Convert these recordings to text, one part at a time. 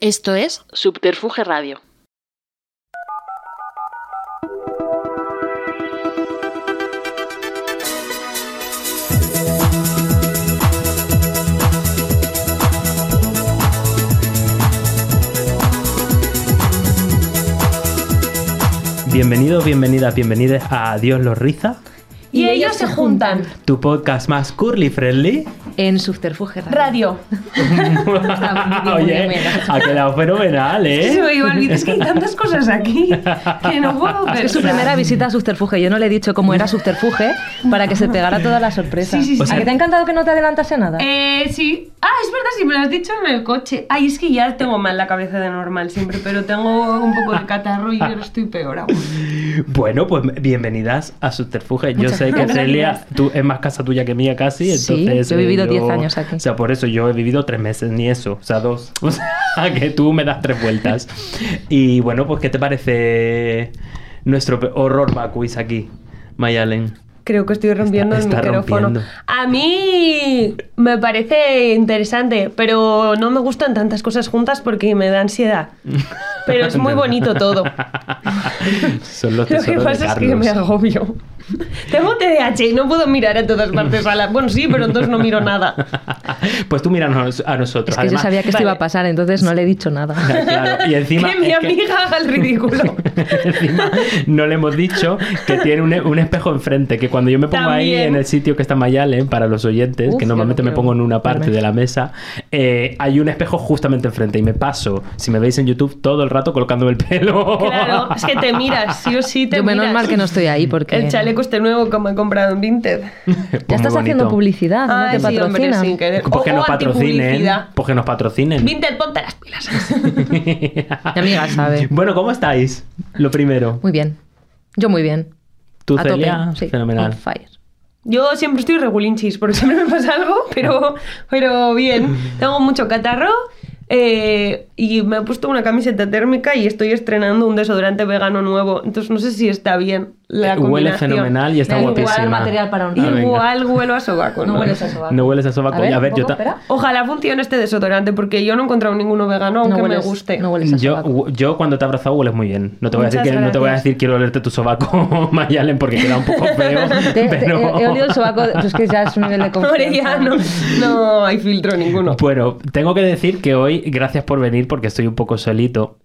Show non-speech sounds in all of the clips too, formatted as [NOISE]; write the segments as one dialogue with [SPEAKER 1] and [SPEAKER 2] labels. [SPEAKER 1] Esto es
[SPEAKER 2] Subterfuge Radio.
[SPEAKER 3] Bienvenidos, bienvenidas, bienvenides a Adiós los Riza,
[SPEAKER 4] Y, ellos se juntan.
[SPEAKER 3] tu podcast más curly friendly.
[SPEAKER 5] [LAUGHS]
[SPEAKER 3] [LAUGHS]
[SPEAKER 5] En Subterfuge
[SPEAKER 4] Radio.
[SPEAKER 5] muy
[SPEAKER 3] Oye,
[SPEAKER 5] bien.
[SPEAKER 3] ha quedado fenomenal,
[SPEAKER 4] [LAUGHS] Se me
[SPEAKER 3] ¿eh?
[SPEAKER 4] iba a olvidar, es que hay tantas cosas aquí que no puedo
[SPEAKER 5] Es que
[SPEAKER 4] ver.
[SPEAKER 5] Es su primera visita a Subterfuge. Yo no le he dicho cómo era Subterfuge para que se pegara toda la sorpresa.
[SPEAKER 4] Sí, sí, sí.
[SPEAKER 3] O sea-
[SPEAKER 5] ¿A que te ha encantado que no te adelantase nada?
[SPEAKER 4] Eh, sí. Ah, es verdad, si me lo has dicho en el coche. Ay, es que ya tengo mal la cabeza de normal siempre, pero tengo un poco de catarro y yo estoy peor aún.
[SPEAKER 3] Bueno, pues bienvenidas a Subterfuge. Yo
[SPEAKER 5] Muchas
[SPEAKER 3] sé que
[SPEAKER 4] gracias.
[SPEAKER 3] Celia tú, es más casa tuya que mía casi,
[SPEAKER 5] Sí,
[SPEAKER 3] entonces...
[SPEAKER 5] yo he vivido
[SPEAKER 3] eh,
[SPEAKER 5] 10 años aquí.
[SPEAKER 3] O sea, por eso yo he vivido tres meses, ni eso, o sea, dos. [LAUGHS] O sea, que tú me das tres vueltas. Y bueno, pues ¿qué te parece nuestro pe- horror Macuis aquí, Mayalen?
[SPEAKER 4] Creo que estoy rompiendo
[SPEAKER 3] Está- está
[SPEAKER 4] el micrófono.
[SPEAKER 3] rompiendo.
[SPEAKER 4] A mí me parece interesante, pero no me gustan tantas cosas juntas porque me da ansiedad. Pero es muy bonito todo.
[SPEAKER 3] Son los
[SPEAKER 4] Lo que
[SPEAKER 3] tesoros de
[SPEAKER 4] pasa es que
[SPEAKER 3] Carlos.
[SPEAKER 4] me agobio. Tengo TDAH y no puedo mirar a todas partes a la... Bueno, sí, pero entonces no miro nada.
[SPEAKER 3] Pues tú míranos a
[SPEAKER 5] es
[SPEAKER 3] nosotros.
[SPEAKER 5] que yo
[SPEAKER 3] Además-
[SPEAKER 5] sabía que esto
[SPEAKER 4] vale.
[SPEAKER 5] iba a pasar, entonces no le he dicho
[SPEAKER 4] [LAUGHS]
[SPEAKER 5] nada.
[SPEAKER 3] [LAUGHS] Claro, y encima,
[SPEAKER 4] que mi
[SPEAKER 3] es que-
[SPEAKER 4] amiga
[SPEAKER 3] [LAUGHS]
[SPEAKER 4] haga el ridículo.
[SPEAKER 3] encima no le hemos dicho que tiene un, un espejo enfrente, que cuando yo me pongo ahí
[SPEAKER 4] También.
[SPEAKER 3] en el sitio que está Mayalen, para los oyentes,
[SPEAKER 5] Uf,
[SPEAKER 3] que
[SPEAKER 5] yo
[SPEAKER 3] normalmente
[SPEAKER 5] no
[SPEAKER 3] me
[SPEAKER 5] quiero
[SPEAKER 3] pongo en una parte
[SPEAKER 5] verme.
[SPEAKER 3] de la mesa, eh, hay un espejo justamente enfrente y me paso, si me veis en YouTube, todo el rato colocándome el pelo.
[SPEAKER 4] Claro, es que te miras, sí o sí te
[SPEAKER 5] Yo menos
[SPEAKER 4] miras.
[SPEAKER 5] mal que no estoy ahí porque...
[SPEAKER 4] El chaleco este nuevo que me he comprado en Vinted.
[SPEAKER 3] [LAUGHS] Pues
[SPEAKER 5] Ya
[SPEAKER 3] muy
[SPEAKER 5] estás haciendo
[SPEAKER 3] bonito.
[SPEAKER 5] publicidad, Ah, ¿no?
[SPEAKER 4] Ay,
[SPEAKER 5] Te
[SPEAKER 4] sí, hombre,
[SPEAKER 5] patrocinan.
[SPEAKER 4] sin querer.
[SPEAKER 3] Pues que
[SPEAKER 4] O- o
[SPEAKER 3] nos patrocinen.
[SPEAKER 4] antipublicidad.
[SPEAKER 3] Pues que nos [LAUGHS] patrocinen.
[SPEAKER 4] Vinted, ponte las pilas.
[SPEAKER 3] [LAUGHS] Mi
[SPEAKER 5] amiga sabe.
[SPEAKER 3] Bueno, ¿cómo estáis? Lo primero.
[SPEAKER 5] Muy bien. Yo muy bien.
[SPEAKER 3] Tú,
[SPEAKER 5] a tope.
[SPEAKER 3] Celia,
[SPEAKER 5] Sí, on
[SPEAKER 3] fenomenal.
[SPEAKER 5] fire.
[SPEAKER 4] Yo siempre estoy regulinchis porque siempre me pasa algo, pero,
[SPEAKER 3] [LAUGHS]
[SPEAKER 4] pero bien. Tengo mucho catarro eh, y me he puesto una camiseta térmica y estoy estrenando un desodorante vegano nuevo. Entonces no sé si está bien la
[SPEAKER 3] Eh, huele
[SPEAKER 4] combinación.
[SPEAKER 3] fenomenal y está
[SPEAKER 5] Da igual
[SPEAKER 3] guapísima.
[SPEAKER 5] material para un-
[SPEAKER 3] Ah, venga.
[SPEAKER 4] Igual huelo a sobaco.
[SPEAKER 5] No hueles a sobaco.
[SPEAKER 3] No hueles a sobaco. Oye, a ver,
[SPEAKER 5] un
[SPEAKER 3] yo
[SPEAKER 5] poco,
[SPEAKER 3] ta-
[SPEAKER 5] espera.
[SPEAKER 4] Ojalá funcione este desodorante porque yo no he encontrado ninguno vegano aunque
[SPEAKER 5] no hueles,
[SPEAKER 4] me guste.
[SPEAKER 5] No hueles a
[SPEAKER 3] Yo,
[SPEAKER 5] sobaco.
[SPEAKER 3] yo cuando te he abrazado hueles muy bien. No te voy a decir
[SPEAKER 4] Muchas
[SPEAKER 3] que no te voy a
[SPEAKER 4] gracias.
[SPEAKER 3] decir quiero olerte tu sobaco, [LAUGHS] Mayalen, porque queda un poco feo.
[SPEAKER 5] Te- te-
[SPEAKER 3] pero...
[SPEAKER 5] he, he olido el sobaco, es que ya es un
[SPEAKER 4] [LAUGHS]
[SPEAKER 5] nivel de confianza.
[SPEAKER 4] Hombre, ya no, [LAUGHS] no hay filtro ninguno.
[SPEAKER 3] Bueno, tengo que decir que hoy, gracias por venir porque estoy un poco solito.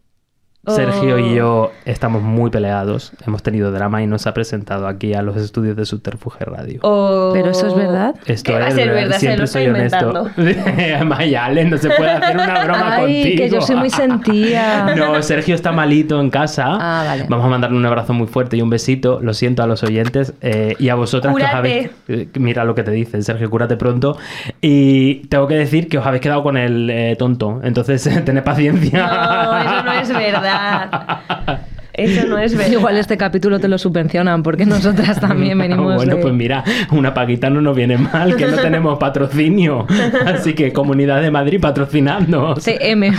[SPEAKER 3] Sergio
[SPEAKER 4] Oh.
[SPEAKER 3] y yo estamos muy peleados. Hemos tenido drama y nos ha presentado aquí a los estudios de Subterfuge Radio.
[SPEAKER 4] O-
[SPEAKER 5] Pero eso es verdad.
[SPEAKER 3] Esto
[SPEAKER 4] ¿Qué Oh, va a
[SPEAKER 3] es
[SPEAKER 4] ser verdad? Se
[SPEAKER 3] Siempre
[SPEAKER 4] lo estoy
[SPEAKER 3] soy honesto. [LAUGHS] Mayalen, no se puede hacer una broma
[SPEAKER 5] Ay,
[SPEAKER 3] contigo.
[SPEAKER 5] que yo
[SPEAKER 3] [LAUGHS]
[SPEAKER 5] soy muy sentía.
[SPEAKER 3] No, Sergio está malito en casa.
[SPEAKER 5] Ah, vale.
[SPEAKER 3] Vamos a mandarle un abrazo muy fuerte y un besito. Lo siento a los oyentes eh, y a vosotras que os habéis. eh, Mira lo que te dicen, Sergio, cúrate pronto. Y tengo que decir que os habéis quedado con el eh, tonto. Entonces, [LAUGHS] tened paciencia.
[SPEAKER 4] No, eso no es verdad. Eso
[SPEAKER 5] [LAUGHS]
[SPEAKER 4] no es verdad.
[SPEAKER 5] Igual este capítulo te lo subvencionan porque
[SPEAKER 3] [LAUGHS]
[SPEAKER 5] nosotras también venimos
[SPEAKER 3] bueno,
[SPEAKER 5] de-
[SPEAKER 3] pues mira, una paguita no nos viene mal, que no tenemos patrocinio. Así que Comunidad de Madrid patrocinando. [LAUGHS]
[SPEAKER 5] TM.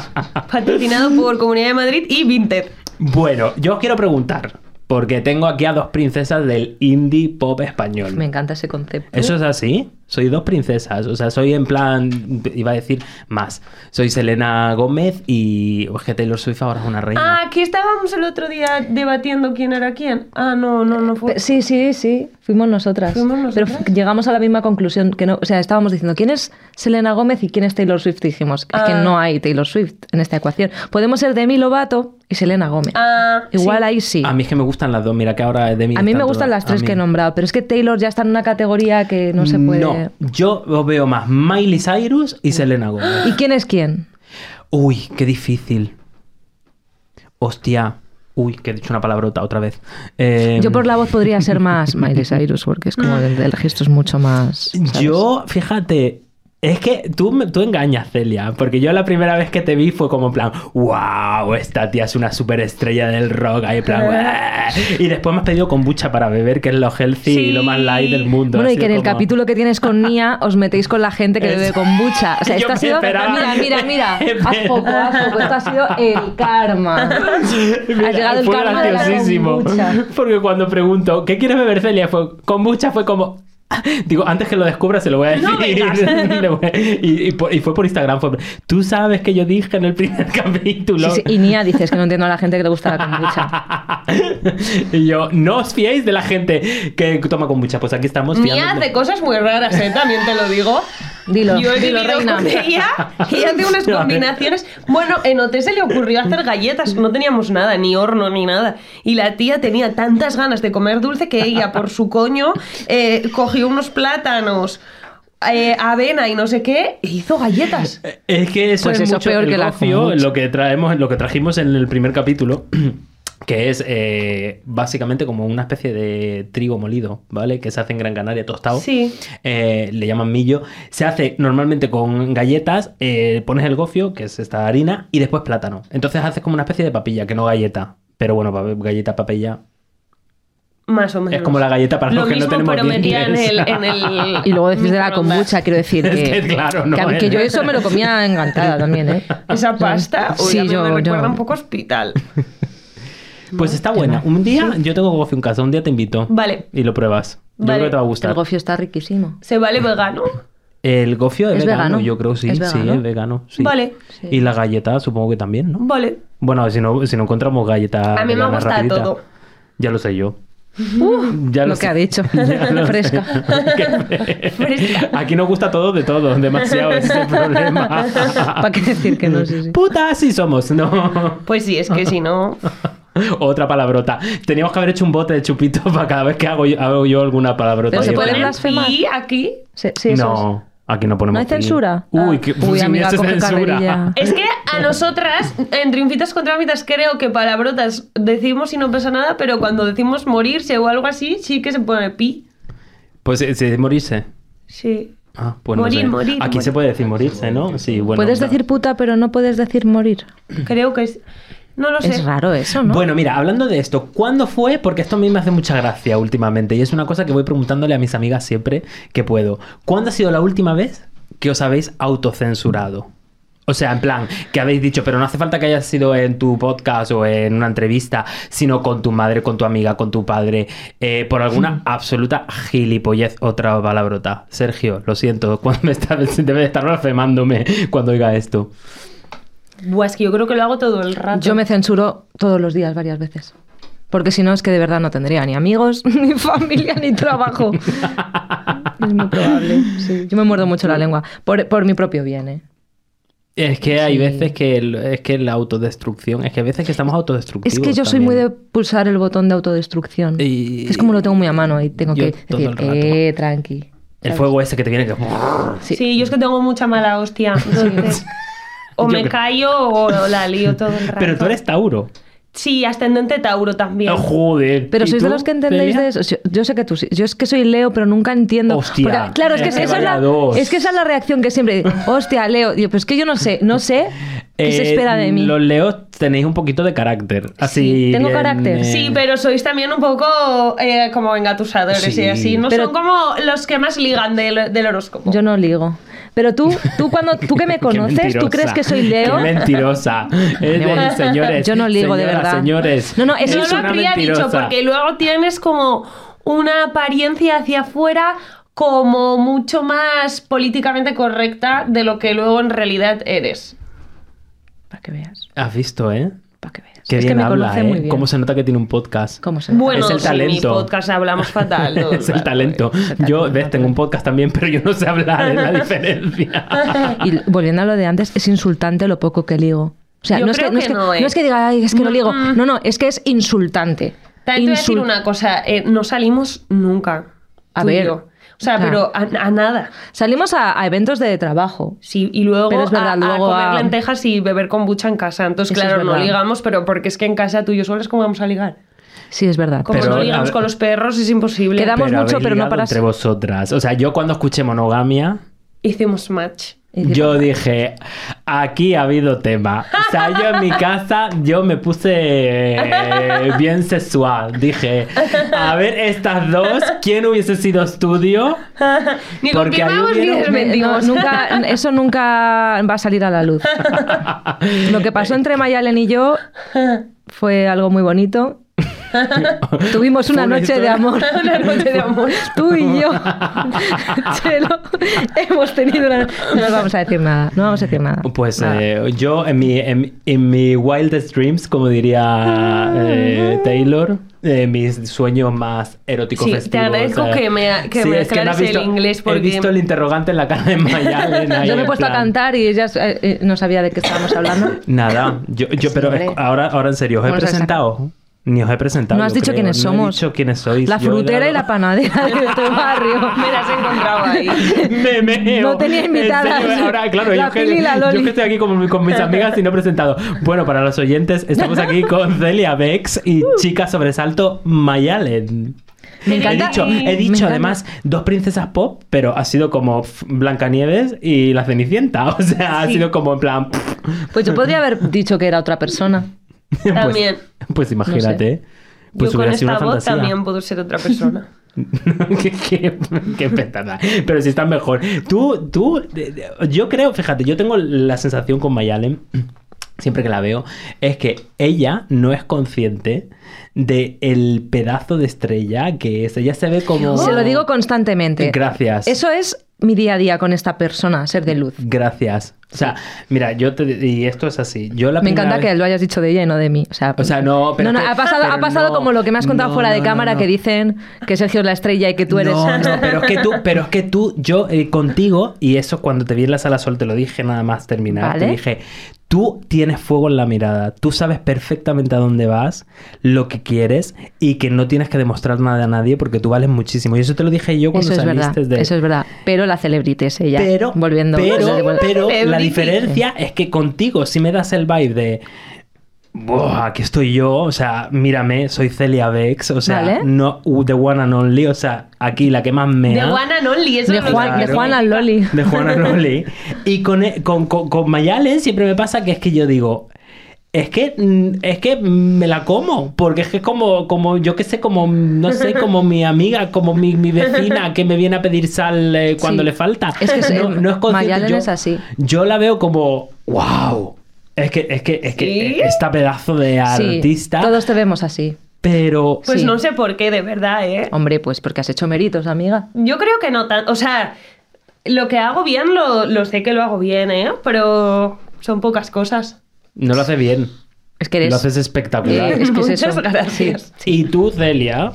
[SPEAKER 5] [LAUGHS]
[SPEAKER 4] Patrocinado por Comunidad de Madrid y Vinted.
[SPEAKER 3] Bueno, yo os quiero preguntar, porque tengo aquí a dos princesas del indie pop español.
[SPEAKER 5] Me encanta ese concepto.
[SPEAKER 3] ¿Eso es así? Soy dos princesas, o sea, soy en plan, iba a decir más. Soy Selena Gómez y o es que Taylor Swift ahora es una
[SPEAKER 4] Ah,
[SPEAKER 3] reina.
[SPEAKER 4] aquí estábamos el otro día debatiendo quién era quién. Ah, no, no, no fue.
[SPEAKER 5] Pe- Sí, sí, sí, fuimos nosotras.
[SPEAKER 4] Fuimos
[SPEAKER 5] Pero
[SPEAKER 4] nosotras.
[SPEAKER 5] fu- llegamos a la misma conclusión, que no, o sea, estábamos diciendo quién es Selena Gómez y quién es Taylor Swift. Y dijimos, es que
[SPEAKER 4] Ah.
[SPEAKER 5] no hay Taylor Swift en esta ecuación. Podemos ser Demi Lovato y Selena Gómez.
[SPEAKER 4] Ah,
[SPEAKER 5] Igual
[SPEAKER 4] sí.
[SPEAKER 5] ahí sí.
[SPEAKER 3] A mí es que me gustan las dos, mira que ahora de mí.
[SPEAKER 5] A mí me
[SPEAKER 3] están
[SPEAKER 5] gustan las
[SPEAKER 3] todas-
[SPEAKER 5] tres
[SPEAKER 3] a mí-
[SPEAKER 5] que he nombrado, pero es que Taylor ya está en una categoría que no se puede.
[SPEAKER 3] No, yo os veo más Miley Cyrus y Selena Gómez.
[SPEAKER 5] ¿Y quién es quién?
[SPEAKER 3] Uy, qué difícil. Hostia. Uy, que he dicho una palabrota otra vez. Eh,
[SPEAKER 5] Yo por la voz podría ser más Miley Cyrus, porque es como el, el registro es mucho más. ¿sabes?
[SPEAKER 3] Yo, fíjate, es que tú, me- tú engañas, Celia, porque yo la primera vez que te vi fue como en plan, wow, esta tía es una superestrella del rock, ahí en plan, "Uah". y después me has pedido kombucha para beber, que es lo healthy y lo más light del mundo.
[SPEAKER 5] Bueno,
[SPEAKER 3] Ha
[SPEAKER 5] y que en
[SPEAKER 3] sido
[SPEAKER 5] el
[SPEAKER 3] como- [LAUGHS]
[SPEAKER 5] capítulo que tienes con Nia os metéis con la gente que
[SPEAKER 3] Es-
[SPEAKER 5] bebe kombucha. O sea,
[SPEAKER 3] Yo
[SPEAKER 5] esto ha
[SPEAKER 3] me
[SPEAKER 5] sido.
[SPEAKER 3] esperaba-
[SPEAKER 5] Mira, mira,
[SPEAKER 3] [LAUGHS]
[SPEAKER 5] mira. Haz poco,
[SPEAKER 3] Espera.
[SPEAKER 5] haz poco. Esto ha sido el karma.
[SPEAKER 3] Mira,
[SPEAKER 5] Ha llegado el
[SPEAKER 3] fue
[SPEAKER 5] karma de la
[SPEAKER 3] graciosísimo.
[SPEAKER 5] kombucha.
[SPEAKER 3] Porque cuando pregunto, ¿qué quieres beber, Celia? Fue, kombucha fue como, [LAUGHS] Digo, antes que lo descubra se lo voy a
[SPEAKER 4] No
[SPEAKER 3] decir.
[SPEAKER 4] vengas.
[SPEAKER 3] [LAUGHS] Le voy- y, y por- y fue por Instagram. fue por- Tú sabes que yo dije en el primer [LAUGHS] capítulo.
[SPEAKER 5] Sí, sí, Y Nia dices que no entiendo a la gente que le gusta la kombucha.
[SPEAKER 3] [LAUGHS] y yo, no os fiéis de la gente que toma kombucha. Pues aquí estamos
[SPEAKER 4] Ni
[SPEAKER 3] fiándonos.
[SPEAKER 4] hace cosas muy raras, ¿eh? También te lo digo.
[SPEAKER 5] Dilo,
[SPEAKER 4] Yo he
[SPEAKER 5] dilo,
[SPEAKER 4] vivido
[SPEAKER 5] reina.
[SPEAKER 4] con ella y hace
[SPEAKER 5] [LAUGHS]
[SPEAKER 4] unas combinaciones. Bueno, en OT se le ocurrió hacer galletas, no teníamos nada, ni horno, ni nada. Y la tía tenía tantas ganas de comer dulce que ella, por su coño, eh, cogió unos plátanos, eh, avena y no sé qué, e hizo galletas.
[SPEAKER 3] Eh, Es que eso
[SPEAKER 5] Pues
[SPEAKER 3] es
[SPEAKER 5] eso
[SPEAKER 3] mucho
[SPEAKER 5] peor
[SPEAKER 3] el
[SPEAKER 5] que la
[SPEAKER 3] gofio,
[SPEAKER 5] kombucha.
[SPEAKER 3] lo que traemos, lo que trajimos en el primer capítulo, [CLEARS THROAT] que es eh, básicamente como una especie de trigo molido, ¿vale? Que se hace en Gran Canaria tostado.
[SPEAKER 4] Sí.
[SPEAKER 3] Eh, le llaman millo. Se hace normalmente con galletas, eh, pones el gofio, que es esta harina, y después plátano. Entonces haces como una especie de papilla, que no galleta. Pero bueno, pa- galleta, papilla.
[SPEAKER 4] Más o menos.
[SPEAKER 3] Es como la galleta para
[SPEAKER 4] Lo
[SPEAKER 3] los que no
[SPEAKER 4] mismo,
[SPEAKER 3] tenemos
[SPEAKER 4] pero metía en
[SPEAKER 3] dientes.
[SPEAKER 4] el, en el-
[SPEAKER 5] [LAUGHS] Y luego decís de la
[SPEAKER 4] microondas.
[SPEAKER 5] kombucha, quiero decir
[SPEAKER 3] [LAUGHS] Es
[SPEAKER 5] que,
[SPEAKER 3] que, claro, no,
[SPEAKER 5] que, a mí- que
[SPEAKER 3] ¿eh?
[SPEAKER 5] yo eso me lo comía encantada también, ¿eh?
[SPEAKER 4] Esa pasta, uy,
[SPEAKER 5] Sí,
[SPEAKER 4] a mí
[SPEAKER 5] yo-
[SPEAKER 4] me
[SPEAKER 5] yo-
[SPEAKER 4] recuerda un poco a hospital.
[SPEAKER 3] Pues está buena. Un día, yo tengo gofio en casa, un día te invito.
[SPEAKER 4] Vale.
[SPEAKER 3] Y lo pruebas. Yo
[SPEAKER 4] Vale.
[SPEAKER 3] creo que te va a
[SPEAKER 5] El
[SPEAKER 3] gustar.
[SPEAKER 5] gofio está riquísimo.
[SPEAKER 4] ¿Se vale vegano?
[SPEAKER 3] El gofio es,
[SPEAKER 5] ¿Es
[SPEAKER 3] vegano,
[SPEAKER 5] vegano?
[SPEAKER 3] yo creo, sí.
[SPEAKER 5] ¿Es
[SPEAKER 3] Sí,
[SPEAKER 5] vegano?
[SPEAKER 3] es vegano. sí.
[SPEAKER 4] Vale.
[SPEAKER 5] Sí.
[SPEAKER 3] Y la galleta supongo que también, ¿no?
[SPEAKER 4] Vale.
[SPEAKER 3] Bueno, si no, si no encontramos galleta
[SPEAKER 4] A mí me
[SPEAKER 3] vegana
[SPEAKER 4] gusta
[SPEAKER 3] rapidita.
[SPEAKER 4] todo.
[SPEAKER 3] Ya lo sé yo. ya
[SPEAKER 5] Uh, lo que ha dicho.
[SPEAKER 3] [LAUGHS] Ya lo
[SPEAKER 5] [LAUGHS]
[SPEAKER 3] sé. [LAUGHS]
[SPEAKER 5] Fresca.
[SPEAKER 3] Qué fe- Aquí nos gusta todo de todo, demasiado, ese es
[SPEAKER 5] [LAUGHS]
[SPEAKER 3] el problema.
[SPEAKER 5] ¿Para qué decir que no? Sí, sí.
[SPEAKER 3] Puta, sí somos, no.
[SPEAKER 4] Pues sí, es que si no.
[SPEAKER 3] [LAUGHS] Otra palabrota. Teníamos que haber hecho un bote de chupito [LAUGHS] para cada vez que hago yo, hago yo alguna palabrota.
[SPEAKER 5] Pero
[SPEAKER 4] pues
[SPEAKER 5] se
[SPEAKER 3] Ahí
[SPEAKER 5] puede
[SPEAKER 3] está.
[SPEAKER 5] blas- blasfemar?
[SPEAKER 4] Y aquí.
[SPEAKER 5] Sí, sí, eso es.
[SPEAKER 3] No, aquí no ponemos.
[SPEAKER 5] ¿No hay
[SPEAKER 3] pi.
[SPEAKER 5] censura?
[SPEAKER 3] Uy,
[SPEAKER 5] Ah.
[SPEAKER 3] qué
[SPEAKER 5] Uy,
[SPEAKER 3] si Ah,
[SPEAKER 5] amiga,
[SPEAKER 3] esto es
[SPEAKER 5] coge carrerilla.
[SPEAKER 4] Es que a nosotras, en Triunfitas contra Mitas, creo que palabrotas decimos y no pasa nada, pero cuando decimos morirse o algo así, sí que se pone pi.
[SPEAKER 3] Pues eh, se morirse.
[SPEAKER 4] Sí.
[SPEAKER 3] Ah, pues no
[SPEAKER 4] Morir,
[SPEAKER 3] sé.
[SPEAKER 4] morir,
[SPEAKER 3] Aquí
[SPEAKER 4] morir.
[SPEAKER 3] se puede decir morirse, ¿no? Sí, bueno.
[SPEAKER 5] puedes
[SPEAKER 3] no.
[SPEAKER 5] decir puta, pero no puedes decir morir.
[SPEAKER 4] Creo que es. No lo sé.
[SPEAKER 5] Es raro eso, ¿no?
[SPEAKER 3] Bueno, mira, hablando de esto, ¿cuándo fue? Porque esto a mí me hace mucha gracia últimamente y es una cosa que voy preguntándole a mis amigas siempre que puedo. ¿Cuándo ha sido la última vez que os habéis autocensurado? O sea, en plan, que habéis dicho, pero no hace falta que haya sido en tu podcast o en una entrevista, sino con tu madre, con tu amiga, con tu padre, eh, por
[SPEAKER 5] Hmm.
[SPEAKER 3] alguna absoluta gilipollez, otra palabrota. Sergio, lo siento, [LAUGHS] cuando me está, debe de estar blasfemándome cuando oiga esto.
[SPEAKER 4] Buah, es que yo creo que lo hago todo el rato.
[SPEAKER 5] Yo me censuro todos los días varias veces. Porque si no, es que de verdad no tendría ni amigos, [LAUGHS] ni familia, ni
[SPEAKER 3] [LAUGHS]
[SPEAKER 5] trabajo. es muy probable, sí. Yo me muerdo mucho la lengua. Por, por mi propio bien, ¿eh?
[SPEAKER 3] Es que hay
[SPEAKER 5] Sí.
[SPEAKER 3] veces que el- es que la autodestrucción, es que hay veces que estamos autodestructivos.
[SPEAKER 5] Es que yo soy muy
[SPEAKER 3] también.
[SPEAKER 5] de pulsar el botón de autodestrucción.
[SPEAKER 3] Y-
[SPEAKER 5] Es como lo tengo muy a mano y tengo
[SPEAKER 3] Yo
[SPEAKER 5] que
[SPEAKER 3] todo el
[SPEAKER 5] decir,
[SPEAKER 3] rato.
[SPEAKER 5] eh, tranqui.
[SPEAKER 3] El fuego ese que te viene que...
[SPEAKER 4] Sí. yo es que tengo mucha mala hostia.
[SPEAKER 3] [LAUGHS]
[SPEAKER 4] entonces, o
[SPEAKER 3] Yo
[SPEAKER 4] me
[SPEAKER 3] creo-
[SPEAKER 4] callo o la lío todo el rato.
[SPEAKER 3] Pero tú eres Tauro.
[SPEAKER 4] Sí, ascendente Tauro también.
[SPEAKER 3] Oh, joder.
[SPEAKER 5] Pero
[SPEAKER 3] ¿Y
[SPEAKER 5] sois de
[SPEAKER 3] tú,
[SPEAKER 5] los que entendéis
[SPEAKER 3] Celia?
[SPEAKER 5] de eso. Yo, yo sé que tú sí. Yo es que soy Leo, pero nunca entiendo.
[SPEAKER 3] Hostia, eh,
[SPEAKER 5] claro, es que,
[SPEAKER 3] es que
[SPEAKER 5] esa es
[SPEAKER 3] vaya
[SPEAKER 5] la,
[SPEAKER 3] dos.
[SPEAKER 5] es que esa es la reacción que siempre. Hostia, Leo. Digo, pues es que yo no sé, no sé qué se
[SPEAKER 3] Eh,
[SPEAKER 5] espera de mí.
[SPEAKER 3] Los leos tenéis un poquito de carácter. Así. eh,
[SPEAKER 5] Sí, tengo carácter.
[SPEAKER 4] Sí, pero sois también un poco eh, como engatusadores
[SPEAKER 3] Sí.
[SPEAKER 4] y así. No
[SPEAKER 5] Pero-
[SPEAKER 4] son como los que más ligan del, del horóscopo.
[SPEAKER 5] Yo no ligo. Pero tú, tú cuando tú que me
[SPEAKER 3] [LAUGHS] Qué
[SPEAKER 5] conoces, tú
[SPEAKER 3] mentirosa.
[SPEAKER 5] crees que soy Leo.
[SPEAKER 3] Qué
[SPEAKER 5] [LAUGHS]
[SPEAKER 3] mentirosa. Es
[SPEAKER 5] Me
[SPEAKER 3] de-
[SPEAKER 5] voy.
[SPEAKER 3] señores.
[SPEAKER 5] Yo no ligo, de
[SPEAKER 3] señoras,
[SPEAKER 5] verdad.
[SPEAKER 3] Señores.
[SPEAKER 5] No, no, eso
[SPEAKER 4] Yo
[SPEAKER 5] es
[SPEAKER 4] lo
[SPEAKER 3] una
[SPEAKER 4] habría dicho
[SPEAKER 3] mentirosa.
[SPEAKER 4] porque luego tienes como una apariencia hacia afuera como mucho más políticamente correcta de lo que luego en realidad eres.
[SPEAKER 5] Para que veas,
[SPEAKER 3] Has visto, ¿eh?
[SPEAKER 5] para que veas.
[SPEAKER 3] Qué
[SPEAKER 5] es
[SPEAKER 3] bien
[SPEAKER 5] que me
[SPEAKER 3] habla,
[SPEAKER 5] conoce
[SPEAKER 3] ¿eh?
[SPEAKER 5] muy bien.
[SPEAKER 3] Cómo se nota que tiene un podcast.
[SPEAKER 5] ¿Cómo se
[SPEAKER 4] Bueno,
[SPEAKER 3] Es el
[SPEAKER 4] sí,
[SPEAKER 3] talento.
[SPEAKER 4] mi podcast
[SPEAKER 3] [LAUGHS]
[SPEAKER 4] hablamos fatal. todo
[SPEAKER 3] es el
[SPEAKER 4] rato.
[SPEAKER 3] talento. Yo, ves, tengo un podcast también, [LAUGHS] pero yo no sé hablar, es
[SPEAKER 5] [LAUGHS]
[SPEAKER 3] la diferencia.
[SPEAKER 5] [LAUGHS] Y volviendo a lo de antes, es insultante lo poco que ligo. O sea,
[SPEAKER 4] Yo
[SPEAKER 5] no es, que,
[SPEAKER 4] creo
[SPEAKER 5] no, es
[SPEAKER 4] que
[SPEAKER 5] que,
[SPEAKER 4] no, ¿eh?
[SPEAKER 5] no es que diga, ay, es que no ligo.
[SPEAKER 4] Mm.
[SPEAKER 5] No, no, es que es insultante.
[SPEAKER 4] También te voy a decir
[SPEAKER 5] Insul-
[SPEAKER 4] una cosa, eh, no salimos nunca.
[SPEAKER 5] A
[SPEAKER 4] tú y
[SPEAKER 5] ver.
[SPEAKER 4] yo. O sea,
[SPEAKER 5] Ya.
[SPEAKER 4] pero a- a nada.
[SPEAKER 5] Salimos a, a eventos de trabajo.
[SPEAKER 4] Sí, y luego,
[SPEAKER 5] Pero es verdad,
[SPEAKER 4] a, a
[SPEAKER 5] luego
[SPEAKER 4] comer
[SPEAKER 5] a-
[SPEAKER 4] lentejas y beber kombucha en casa. Entonces,
[SPEAKER 5] Eso es
[SPEAKER 4] claro, no
[SPEAKER 5] verdad.
[SPEAKER 4] ligamos, pero porque es que en casa tú y yo solos, ¿cómo vamos a ligar?
[SPEAKER 5] Sí, es verdad.
[SPEAKER 4] Como
[SPEAKER 3] Pero,
[SPEAKER 4] no
[SPEAKER 3] a
[SPEAKER 4] ligamos
[SPEAKER 3] ver-
[SPEAKER 4] con los perros, es imposible.
[SPEAKER 5] Quedamos- mucho,
[SPEAKER 3] habéis
[SPEAKER 5] pero no
[SPEAKER 3] ligado
[SPEAKER 5] paras-
[SPEAKER 3] entre vosotras. O sea, yo cuando escuché monogamia,
[SPEAKER 4] Hicimos match.
[SPEAKER 5] Y dices,
[SPEAKER 4] "Pues
[SPEAKER 3] yo dije, aquí ha habido tema. O sea, yo en mi casa, yo me puse eh, bien sexual. Dije, a ver estas dos, ¿quién hubiese sido estudio?
[SPEAKER 4] Ni
[SPEAKER 3] Porque
[SPEAKER 4] confirmamos
[SPEAKER 3] ahí
[SPEAKER 4] ni
[SPEAKER 3] hubieron-
[SPEAKER 4] desmentimos.
[SPEAKER 5] no,
[SPEAKER 4] [LAUGHS]
[SPEAKER 5] nunca, eso nunca va a salir a la
[SPEAKER 3] [LAUGHS]
[SPEAKER 5] luz.
[SPEAKER 3] [LAUGHS]
[SPEAKER 5] Lo que pasó entre Mayalen y yo fue algo muy bonito. Tuvimos
[SPEAKER 3] Fue ¿eh?
[SPEAKER 5] una
[SPEAKER 3] una
[SPEAKER 5] noche de
[SPEAKER 3] historia.
[SPEAKER 5] amor.
[SPEAKER 4] [LAUGHS] Una noche
[SPEAKER 3] [LAUGHS]
[SPEAKER 4] de amor.
[SPEAKER 5] Tú y yo, Chelo, hemos tenido una... No nos vamos a decir nada, no vamos a decir nada.
[SPEAKER 3] Pues
[SPEAKER 5] Ah, Nada.
[SPEAKER 3] eh, yo en mi, en, en mi wildest dreams, como diría
[SPEAKER 5] Ah.
[SPEAKER 3] eh, Taylor, eh, mis sueños más eróticos
[SPEAKER 4] Sí, te
[SPEAKER 3] festivos.
[SPEAKER 4] agradezco
[SPEAKER 3] eh,
[SPEAKER 4] que me- que me
[SPEAKER 3] es no
[SPEAKER 4] aclares
[SPEAKER 3] has visto-
[SPEAKER 4] el inglés
[SPEAKER 3] He
[SPEAKER 4] porque-
[SPEAKER 3] visto el interrogante en la cara
[SPEAKER 5] [LAUGHS]
[SPEAKER 3] de Mayalen. ahí,
[SPEAKER 5] Yo me he
[SPEAKER 3] en
[SPEAKER 5] puesto a
[SPEAKER 3] plan,
[SPEAKER 5] cantar y ella eh, eh, no sabía de qué estábamos hablando.
[SPEAKER 3] Nada, yo, yo pero es-
[SPEAKER 5] hombre.
[SPEAKER 3] ahora, ahora en serio, os he
[SPEAKER 5] Vamos a sacar.
[SPEAKER 3] presentado. Ni os he presentado.
[SPEAKER 5] No has
[SPEAKER 3] yo
[SPEAKER 5] dicho
[SPEAKER 3] creo,
[SPEAKER 5] quiénes
[SPEAKER 3] no he
[SPEAKER 5] somos.
[SPEAKER 3] dicho quiénes sois.
[SPEAKER 5] La
[SPEAKER 3] yo he
[SPEAKER 5] frutera
[SPEAKER 3] dado-
[SPEAKER 5] y la panadera de
[SPEAKER 4] [LAUGHS]
[SPEAKER 5] tu barrio.
[SPEAKER 4] Me las he encontrado ahí.
[SPEAKER 3] [LAUGHS] Me meo.
[SPEAKER 5] No tenía
[SPEAKER 3] En
[SPEAKER 5] invitadas.
[SPEAKER 3] serio, ahora, claro,
[SPEAKER 5] La
[SPEAKER 3] yo, que,
[SPEAKER 5] Pili y la
[SPEAKER 3] yo
[SPEAKER 5] Loli.
[SPEAKER 3] que estoy aquí con, con mis amigas y no he presentado. Bueno, para los oyentes,
[SPEAKER 5] [LAUGHS]
[SPEAKER 3] estamos aquí con Celia Bex y chica sobresalto Mayalen.
[SPEAKER 5] Uh. Me
[SPEAKER 3] He
[SPEAKER 5] encanta-
[SPEAKER 3] dicho,
[SPEAKER 5] me
[SPEAKER 3] he dicho
[SPEAKER 5] encanta.
[SPEAKER 3] además dos princesas pop, pero ha sido como pf, Blancanieves y la Cenicienta. [LAUGHS] O sea, ha
[SPEAKER 4] Sí.
[SPEAKER 3] sido como en plan. [LAUGHS] pf,
[SPEAKER 5] [LAUGHS] Pues yo podría haber dicho que era otra persona.
[SPEAKER 3] pues-
[SPEAKER 4] También.
[SPEAKER 3] Pues, imagínate. Pues
[SPEAKER 4] yo con
[SPEAKER 3] hubiera sido
[SPEAKER 4] esta
[SPEAKER 3] una
[SPEAKER 4] voz
[SPEAKER 3] fantasía.
[SPEAKER 4] también puedo ser otra persona.
[SPEAKER 3] [LAUGHS] qué, qué- qué petada. Pero si están mejor. Tú, tú, de- de- yo creo, fíjate, yo tengo la sensación con Mayalen, [CLEARS THROAT] siempre que la veo, es que ella no es consciente de el pedazo de estrella que es. Ella se ve como.
[SPEAKER 5] Se lo digo constantemente.
[SPEAKER 3] Gracias.
[SPEAKER 5] Eso es mi día a día con esta persona, ser de luz.
[SPEAKER 3] Gracias. O sea, mira, yo te. Y esto es así. Yo la
[SPEAKER 5] Me
[SPEAKER 3] primera
[SPEAKER 5] encanta
[SPEAKER 3] vez-
[SPEAKER 5] que lo hayas dicho de ella y no de mí. O sea,
[SPEAKER 3] O sea, no, pero
[SPEAKER 5] no,
[SPEAKER 3] es que-
[SPEAKER 5] ha pasado, ha
[SPEAKER 3] pero
[SPEAKER 5] pasado
[SPEAKER 3] no,
[SPEAKER 5] como lo que me has contado
[SPEAKER 3] no,
[SPEAKER 5] fuera de
[SPEAKER 3] no,
[SPEAKER 5] cámara,
[SPEAKER 3] no.
[SPEAKER 5] que dicen que Sergio es la estrella y que tú [LAUGHS] eres.
[SPEAKER 3] No, no, pero es que tú, pero es que tú yo eh, contigo, y eso cuando te vi en la sala sol te lo dije nada más terminar,
[SPEAKER 5] Vale.
[SPEAKER 3] te dije, tú tienes fuego en la mirada, tú sabes perfectamente a dónde vas, lo que quieres y que no tienes que demostrar nada a nadie porque tú vales muchísimo. Y eso te lo dije yo cuando
[SPEAKER 5] Eso es verdad.
[SPEAKER 3] saliste de...
[SPEAKER 5] Eso es verdad. Pero la celebrity es ella.
[SPEAKER 3] Pero,
[SPEAKER 5] volviendo.
[SPEAKER 3] pero, pero la
[SPEAKER 4] Celebrity.
[SPEAKER 3] diferencia es que contigo, si me das el vibe de. Buah, aquí estoy yo, o sea, mírame, soy Celia Bex, o sea,
[SPEAKER 5] Vale.
[SPEAKER 3] no uh, the one and only, o sea, aquí la que más me.
[SPEAKER 4] De Juan Anoli, eso
[SPEAKER 5] de,
[SPEAKER 4] no lo
[SPEAKER 5] Juan, de
[SPEAKER 4] sabía.
[SPEAKER 5] Juan al Loli.
[SPEAKER 3] de
[SPEAKER 5] [LAUGHS]
[SPEAKER 3] Juana Loli. Y con, e, con, con, con Mayalen siempre me pasa que es que yo digo. Es que, mm, es que me la como, porque es que es como, como yo que sé, como, no
[SPEAKER 5] [LAUGHS]
[SPEAKER 3] sé, como mi amiga, como mi, mi vecina que me viene a pedir sal eh,
[SPEAKER 5] Sí.
[SPEAKER 3] cuando le falta.
[SPEAKER 5] Es que es-
[SPEAKER 3] no, no es consciente.
[SPEAKER 5] Mayalen
[SPEAKER 3] yo,
[SPEAKER 5] es así.
[SPEAKER 3] Yo la veo como, wow. Es que, es que, es que
[SPEAKER 4] ¿Sí?
[SPEAKER 3] esta pedazo de
[SPEAKER 5] Sí,
[SPEAKER 3] artista,
[SPEAKER 5] Todos te vemos así.
[SPEAKER 3] pero...
[SPEAKER 4] Pues
[SPEAKER 5] Sí.
[SPEAKER 4] no sé por qué, de verdad, ¿eh?
[SPEAKER 5] Hombre, pues porque has hecho méritos, amiga.
[SPEAKER 4] Yo creo que no tan... O sea, lo que hago bien lo, lo sé que lo hago bien, ¿eh? Pero son pocas cosas.
[SPEAKER 3] No lo hace bien.
[SPEAKER 5] Es que eres.
[SPEAKER 3] Lo haces
[SPEAKER 5] [LAUGHS] Eh,
[SPEAKER 3] espectacular.
[SPEAKER 5] es que es
[SPEAKER 4] Muchas
[SPEAKER 5] eso.
[SPEAKER 4] gracias.
[SPEAKER 3] Y tú, Celia,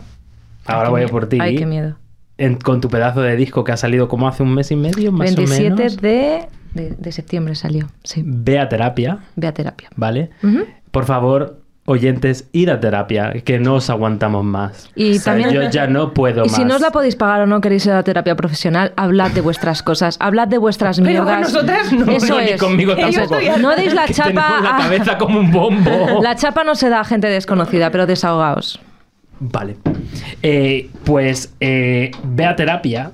[SPEAKER 3] ahora
[SPEAKER 5] Ay,
[SPEAKER 3] voy a
[SPEAKER 5] qué
[SPEAKER 3] por ti.
[SPEAKER 5] miedo. Ay, qué miedo.
[SPEAKER 3] en- con tu pedazo de disco que ha salido como hace un mes y medio, más o
[SPEAKER 5] 27
[SPEAKER 3] menos.
[SPEAKER 5] de, de, de septiembre salió. Sí.
[SPEAKER 3] Ve a terapia,
[SPEAKER 5] Ve a terapia.
[SPEAKER 3] ¿vale?
[SPEAKER 5] Ujú.
[SPEAKER 3] Por favor, oyentes, ir a terapia, que no os aguantamos más.
[SPEAKER 5] Y
[SPEAKER 3] O sea,
[SPEAKER 5] también-
[SPEAKER 3] yo ya no puedo
[SPEAKER 5] [LAUGHS] Y
[SPEAKER 3] más.
[SPEAKER 5] si no os la podéis pagar o no queréis ir a terapia profesional, hablad de vuestras cosas, hablad de vuestras
[SPEAKER 4] Pero con
[SPEAKER 5] mierdas.
[SPEAKER 4] nosotras no.
[SPEAKER 5] Eso
[SPEAKER 3] [LAUGHS] No, ni
[SPEAKER 5] es. [LAUGHS]
[SPEAKER 3] conmigo
[SPEAKER 4] Yo
[SPEAKER 3] tampoco.
[SPEAKER 4] estoy harta.
[SPEAKER 5] No deis la
[SPEAKER 3] [LAUGHS] Que tenemos
[SPEAKER 5] chapa
[SPEAKER 3] la
[SPEAKER 5] [LAUGHS] a-
[SPEAKER 3] cabeza como un bombo.
[SPEAKER 5] La chapa no se da a gente desconocida, pero desahogaos.
[SPEAKER 3] Vale. Eh, pues eh, ve a terapia,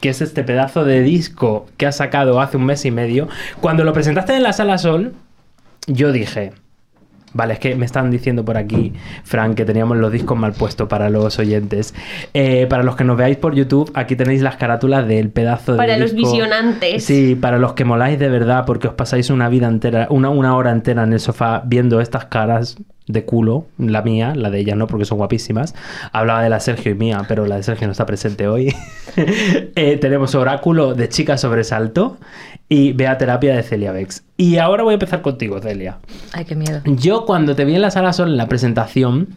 [SPEAKER 3] que es este pedazo de disco que has sacado hace un mes y medio. Cuando lo presentaste en la sala Sol, yo dije. Vale, es que me están diciendo por aquí, Frank, que teníamos los discos mal puestos para los oyentes. Eh, para los que nos veáis por YouTube, aquí tenéis las carátulas del pedazo de
[SPEAKER 4] Para los
[SPEAKER 3] disco.
[SPEAKER 4] visionantes.
[SPEAKER 3] Sí, para los que moláis de verdad, porque os pasáis una vida entera, una, una hora entera en el sofá viendo estas caras de culo, la mía, la de ella no, porque son guapísimas. Hablaba de la Sergio y mía, pero la de Sergio no está presente hoy. [LAUGHS] Eh, tenemos Oráculo de Chica Sobresalto y Vea Terapia de Celia Bex. Y ahora voy a empezar contigo, Celia.
[SPEAKER 5] Ay, qué miedo.
[SPEAKER 3] Yo cuando te vi en la sala sol en la presentación,